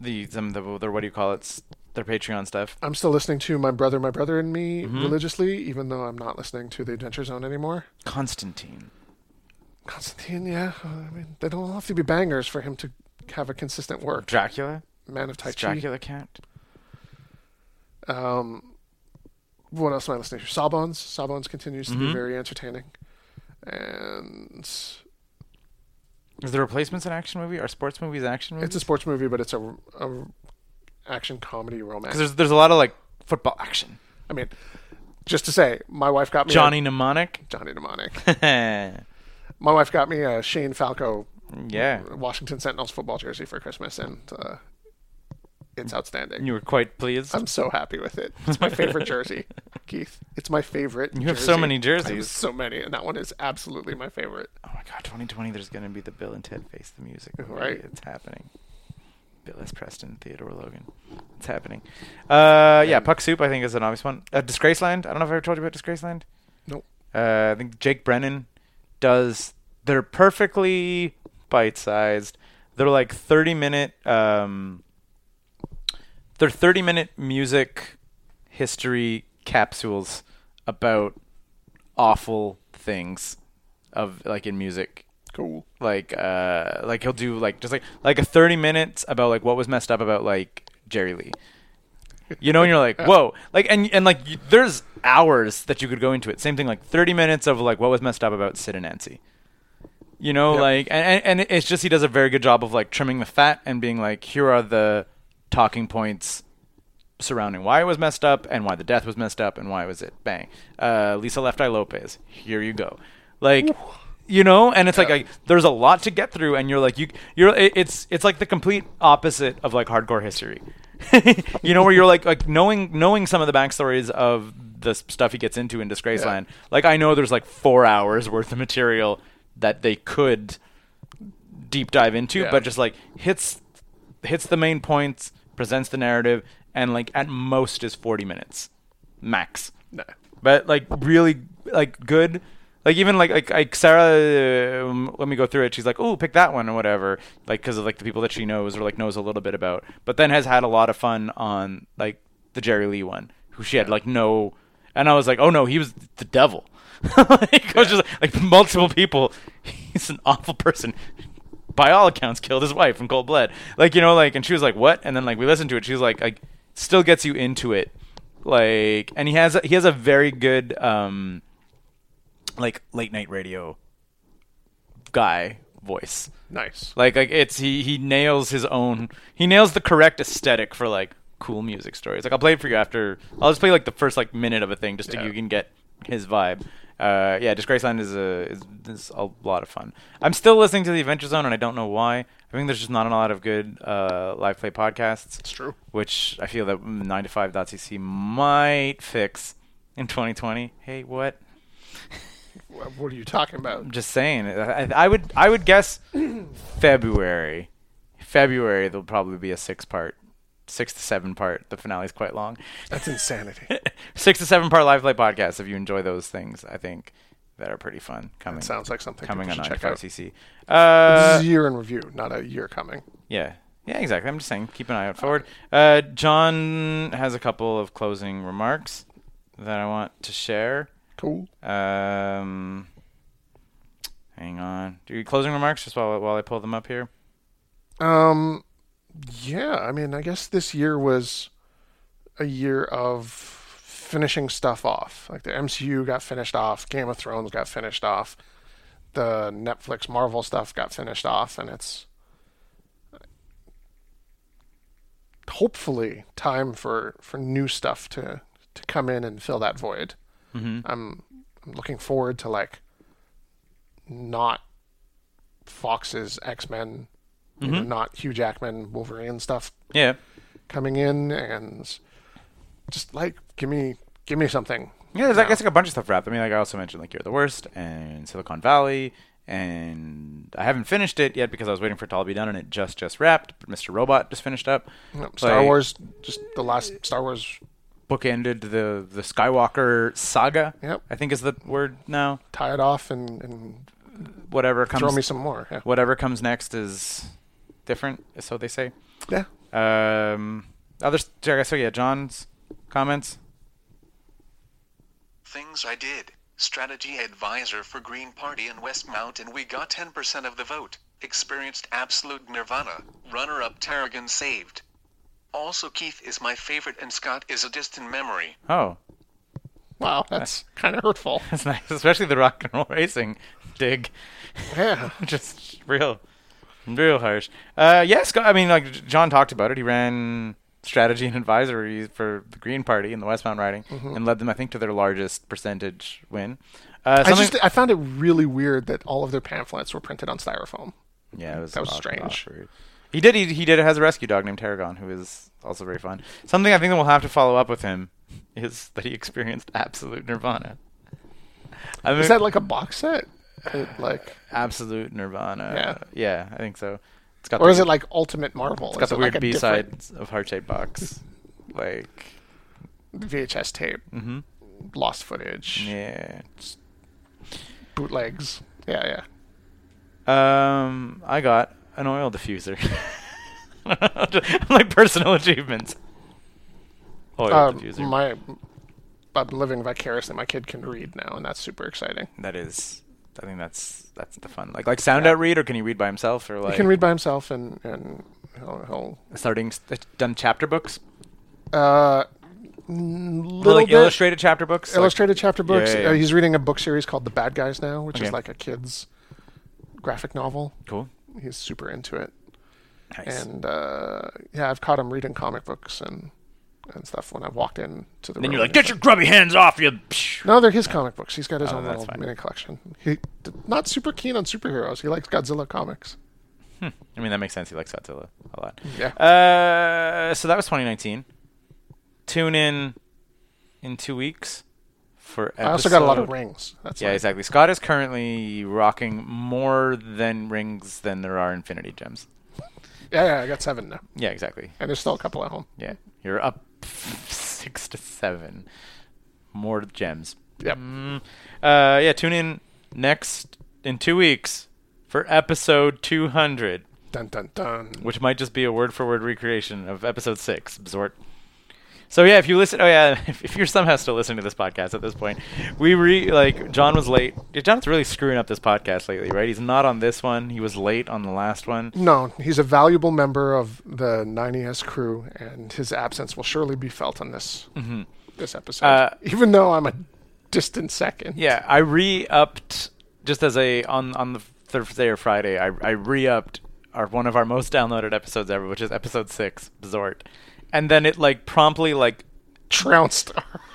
Speaker 2: the some the, their what do you call it? S- Their Patreon stuff.
Speaker 3: I'm still listening to My Brother, My Brother and Me
Speaker 2: Mm-hmm.
Speaker 3: religiously, even though I'm not listening to The Adventure Zone anymore.
Speaker 2: Constantine.
Speaker 3: Constantine, yeah, I mean, they don't have to be bangers for him to have a consistent work.
Speaker 2: Dracula.
Speaker 3: Man of Tai
Speaker 2: Does
Speaker 3: Chi.
Speaker 2: Dracula count?
Speaker 3: Um, what else am I listening to? Sawbones. Sawbones continues
Speaker 2: Mm-hmm.
Speaker 3: to be very entertaining. And
Speaker 2: Is the replacements an action movie? Are sports movies action movies?
Speaker 3: it's a sports movie, but it's a, a action comedy romance.
Speaker 2: Because there's there's a lot of like football action.
Speaker 3: I mean, just to say, my wife got me a-
Speaker 2: Johnny Mnemonic.
Speaker 3: Johnny Mnemonic.
Speaker 2: (laughs) yeah.
Speaker 3: my wife got me a Shane Falco
Speaker 2: You
Speaker 3: Washington Sentinels football jersey for Christmas, and uh, it's outstanding.
Speaker 2: were quite pleased.
Speaker 3: I'm so happy with it. It's my favorite jersey,
Speaker 2: (laughs)
Speaker 3: Keith. It's my favorite.
Speaker 2: You have so
Speaker 3: jersey.
Speaker 2: many
Speaker 3: I have
Speaker 2: jerseys.
Speaker 3: so many, and that one is absolutely my favorite.
Speaker 2: oh my god, 2020. There's gonna be the Bill and Ted Face the Music. movie.
Speaker 3: Right.
Speaker 2: It's happening. Bill S. Preston, Theodore Logan. It's happening. Uh, yeah, Puck Soup I think is an obvious one. Uh, Disgraceland. I don't know if I ever told you about Disgraceland.
Speaker 3: Nope.
Speaker 2: Uh, I think Jake Brennan does. They're perfectly bite-sized. They're like 30 minute. Um, they're 30 minute music history capsules about awful things of like in music
Speaker 3: Cool.
Speaker 2: like uh like he'll do like just like like a 30 minutes about like what was messed up about like Jerry Lee. You know, and you're like, whoa, like, and and like, you, there's hours that you could go into it. Same thing, like 30 minutes of like what was messed up about Sid and Nancy. You know,
Speaker 3: Yep.
Speaker 2: like, and and and it's just he does a very good job of like trimming the fat and being like, here are the talking points surrounding why it was messed up and why the death was messed up and why was it bang uh, lisa left eye lopez here you go like you know and it's like, like there's a lot to get through and you're like you you're it- it's it's like the complete opposite of like hardcore history (laughs) you know where you're like like knowing knowing some of the backstories of the s- stuff he gets into in disgraceland like i know there's like four hours worth of material that they could deep dive into,
Speaker 3: Yeah.
Speaker 2: but just like hits hits the main points, presents the narrative, and like at most is forty minutes, max.
Speaker 3: No.
Speaker 2: But like really like good, like even like like, like Sarah, uh, um, let me go through it. She's like, oh, pick that one or whatever, like because of like the people that she knows or like knows a little bit about. But then has had a lot of fun on like the Jerry Lee one, who she had like no, and I was like, oh no, he was the devil. (laughs) like, I was just like, like multiple people. He's an awful person by all accounts killed his wife in cold blood like you know like and she was like what and then like we listened to it she was like like still gets you into it like and he has a, he has a very good um like late night radio guy voice
Speaker 3: Nice.
Speaker 2: like like it's he he nails his own he nails the correct aesthetic for like cool music stories. Like I'll play it for you after I'll just play like the first like minute of a thing just so
Speaker 3: Yeah.
Speaker 2: you can get his vibe. Uh, yeah, Disgraceland is a is, is a lot of fun. I'm still listening to the Adventure Zone and I don't know why. I think there's just not a lot of good uh, live play podcasts. It's
Speaker 3: true.
Speaker 2: Which I feel that 9to5.cc might fix in 2020. Hey, what?
Speaker 3: Wh- What are you talking about?
Speaker 2: I'm (laughs) just saying. I, I- I would I would guess February. February there'll probably be a six part, six to seven part. The finale's quite long.
Speaker 3: That's insanity.
Speaker 2: six to seven part live play podcast. If you enjoy those things, I think that are pretty fun. Coming
Speaker 3: sounds like something
Speaker 2: coming on
Speaker 3: people should check out.
Speaker 2: 95cc. Uh,
Speaker 3: (laughs) this is a year in review, not a year coming.
Speaker 2: yeah. Yeah, exactly. I'm just saying, keep an eye out forward. Uh, John has a couple of closing remarks that I want to share.
Speaker 3: Cool.
Speaker 2: Um, hang on. Do you closing remarks just while while I pull them up here?
Speaker 3: Um, yeah. I mean, I guess this year was a year of finishing stuff off. Like the MCU got finished off, Game of Thrones got finished off, the Netflix Marvel stuff got finished off, and it's hopefully time for for new stuff to to come in and fill that void. I'm I'm looking forward to like not Fox's X Men,
Speaker 2: Mm-hmm.
Speaker 3: not Hugh Jackman Wolverine stuff
Speaker 2: Yeah.
Speaker 3: coming in, and just like give me give me something.
Speaker 2: Yeah, there's, I guess, like a bunch of stuff wrapped. I mean, like I also mentioned, like You're the Worst and Silicon Valley, and I haven't finished it yet because I was waiting for it to all be done, and it just just wrapped. But Mr. Robot just finished up.
Speaker 3: Star
Speaker 2: Like,
Speaker 3: Wars, just the last Star Wars
Speaker 2: bookended the the Skywalker saga.
Speaker 3: Yep.
Speaker 2: I think is the word now.
Speaker 3: tie it off and, and
Speaker 2: Whatever comes,
Speaker 3: throw me some more. Yeah.
Speaker 2: whatever comes next is different, so they say.
Speaker 3: yeah.
Speaker 2: Um, other so yeah, John's comments.
Speaker 4: Things I did. Strategy advisor for Green Party in Westmount, and we got 10% of the vote. Experienced absolute nirvana. Runner up Tarragon saved. Also, Keith is my favorite, and Scott is a distant memory.
Speaker 2: Oh,
Speaker 3: Wow, that's kind of
Speaker 2: (laughs)
Speaker 3: hurtful.
Speaker 2: that's nice, especially the rock and roll racing dig. (laughs)
Speaker 3: Yeah.
Speaker 2: just real, real harsh. Uh, yes, I mean, like J- John talked about it. He ran strategy and advisory for the Green Party in the Westmount riding
Speaker 3: Mm-hmm.
Speaker 2: and led them, I think, to their largest percentage win. Uh,
Speaker 3: I
Speaker 2: something-
Speaker 3: just I found it really weird that all of their pamphlets were printed on styrofoam.
Speaker 2: yeah, it was
Speaker 3: that was
Speaker 2: aw-
Speaker 3: strange.
Speaker 2: awkward. He did. He, he did. Has a rescue dog named Tarragon, who is also very fun. Something I think that we'll have to follow up with him (laughs) is that he experienced absolute nirvana. I mean,
Speaker 3: Is that like a box set? It, like,
Speaker 2: absolute nirvana? Yeah, I think so. It's got
Speaker 3: or
Speaker 2: the-
Speaker 3: is it like Ultimate Marvel?
Speaker 2: It's got the weird
Speaker 3: like a
Speaker 2: B
Speaker 3: different
Speaker 2: sides of heart shaped box. like,
Speaker 3: VHS tape, mm-hmm. lost footage,
Speaker 2: yeah.
Speaker 3: bootlegs. Yeah, yeah.
Speaker 2: Um, I got an oil diffuser. (laughs) like personal achievements. Oil
Speaker 3: Um,
Speaker 2: diffuser.
Speaker 3: my, I'm living vicariously. My kid can read now, and that's super exciting.
Speaker 2: that is, I think that's that's the fun. Like like sound out read, or can he read by himself, or like
Speaker 3: He can read by himself, and and he'll,
Speaker 2: starting s- done chapter books,
Speaker 3: he'll uh,
Speaker 2: Or,
Speaker 3: little
Speaker 2: like
Speaker 3: bit
Speaker 2: illustrated chapter books. like-
Speaker 3: illustrated chapter books.
Speaker 2: yeah, yeah.
Speaker 3: Uh, he's reading a book series called The Bad Guys now, which
Speaker 2: Okay.
Speaker 3: is like a kid's graphic novel.
Speaker 2: cool.
Speaker 3: He's super into it.
Speaker 2: Nice.
Speaker 3: and uh, yeah, I've caught him reading comic books and and stuff when I've walked in to the.
Speaker 2: then
Speaker 3: room
Speaker 2: you're like,
Speaker 3: and
Speaker 2: get
Speaker 3: stuff.
Speaker 2: your grubby hands off you.
Speaker 3: No, they're his comic books. He's got his
Speaker 2: Oh,
Speaker 3: own
Speaker 2: that's
Speaker 3: little
Speaker 2: fine.
Speaker 3: mini collection. He d- not super keen on superheroes. He likes Godzilla comics.
Speaker 2: I mean, that makes sense. He likes Godzilla a lot.
Speaker 3: Yeah.
Speaker 2: Uh, so that was 2019. Tune in in two weeks for. Episode.
Speaker 3: I also got a lot of rings. That's
Speaker 2: Yeah,
Speaker 3: like-
Speaker 2: exactly. Scott is currently rocking more than rings than there are Infinity Gems.
Speaker 3: yeah, yeah. I got seven now,
Speaker 2: Yeah, exactly.
Speaker 3: and there's still a couple at home.
Speaker 2: Yeah, you're up six to seven. More gems.
Speaker 3: Yep.
Speaker 2: Mm, uh, yeah, tune in next in two weeks for episode 200,
Speaker 3: Dun dun dun.
Speaker 2: which might just be a word for word recreation of episode six, Bzort. So yeah, if you listen, oh yeah, (laughs) if, if you're somehow still listening to this podcast at this point, we re like John was late. Yeah, John's really screwing up this podcast lately, right? He's not on this one. He was late on the last one.
Speaker 3: No, he's a valuable member of the 9ES crew, and his absence will surely be felt on this this episode.
Speaker 2: Mm-hmm. Uh,
Speaker 3: Even though I'm a distant second.
Speaker 2: Yeah, I re upped just as a on on the Thursday or Friday. I I re upped our one of our most downloaded episodes ever, which is episode six, Bizort, and then it like promptly like
Speaker 3: trounced.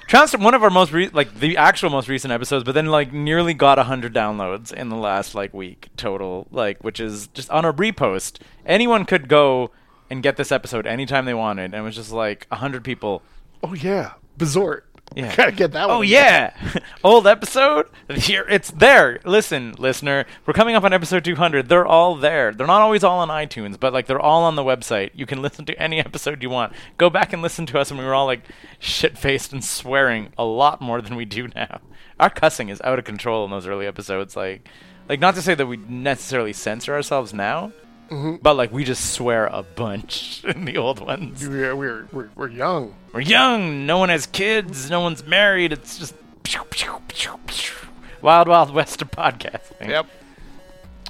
Speaker 2: trounced one of our most re- like the actual most recent episodes, but then like nearly got hundred downloads in the last like week total, like which is just on a repost. Anyone could go and get this episode anytime they wanted, and it was just like hundred people
Speaker 3: (laughs) Oh yeah, Bazort.
Speaker 2: Yeah.
Speaker 3: (laughs) gotta get that one.
Speaker 2: Oh yeah, (laughs) old episode. Here it's there. Listen, listener, we're coming up on episode 200. They're all there. They're not always all on iTunes, but like they're all on the website. You can (laughs) listen to any episode you want. Go back and listen to us, and we were all like shit faced and swearing a lot more than we do now. Our cussing is out of control in those early episodes. Like, like not to say that we necessarily censor ourselves now,
Speaker 3: Mm-hmm.
Speaker 2: but like we just swear a bunch (laughs) in the old ones.
Speaker 3: We're, we're, we're, we're young.
Speaker 2: We're young. No one has kids. No one's married. It's just pew, pew, pew, pew. wild, wild west of podcasting.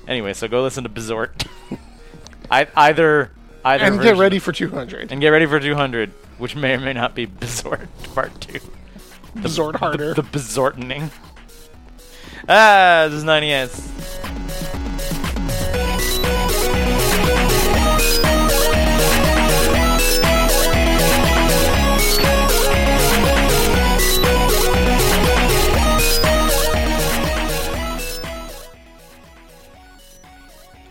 Speaker 2: Anyway, so go listen to Bizort. (laughs) I, either, either,
Speaker 3: And get
Speaker 2: version.
Speaker 3: ready for 200.
Speaker 2: and get ready for 200, which may or may not be Bizort (laughs) Part Two.
Speaker 3: Bazort harder.
Speaker 2: The Bizortening. Ah, this is 90s.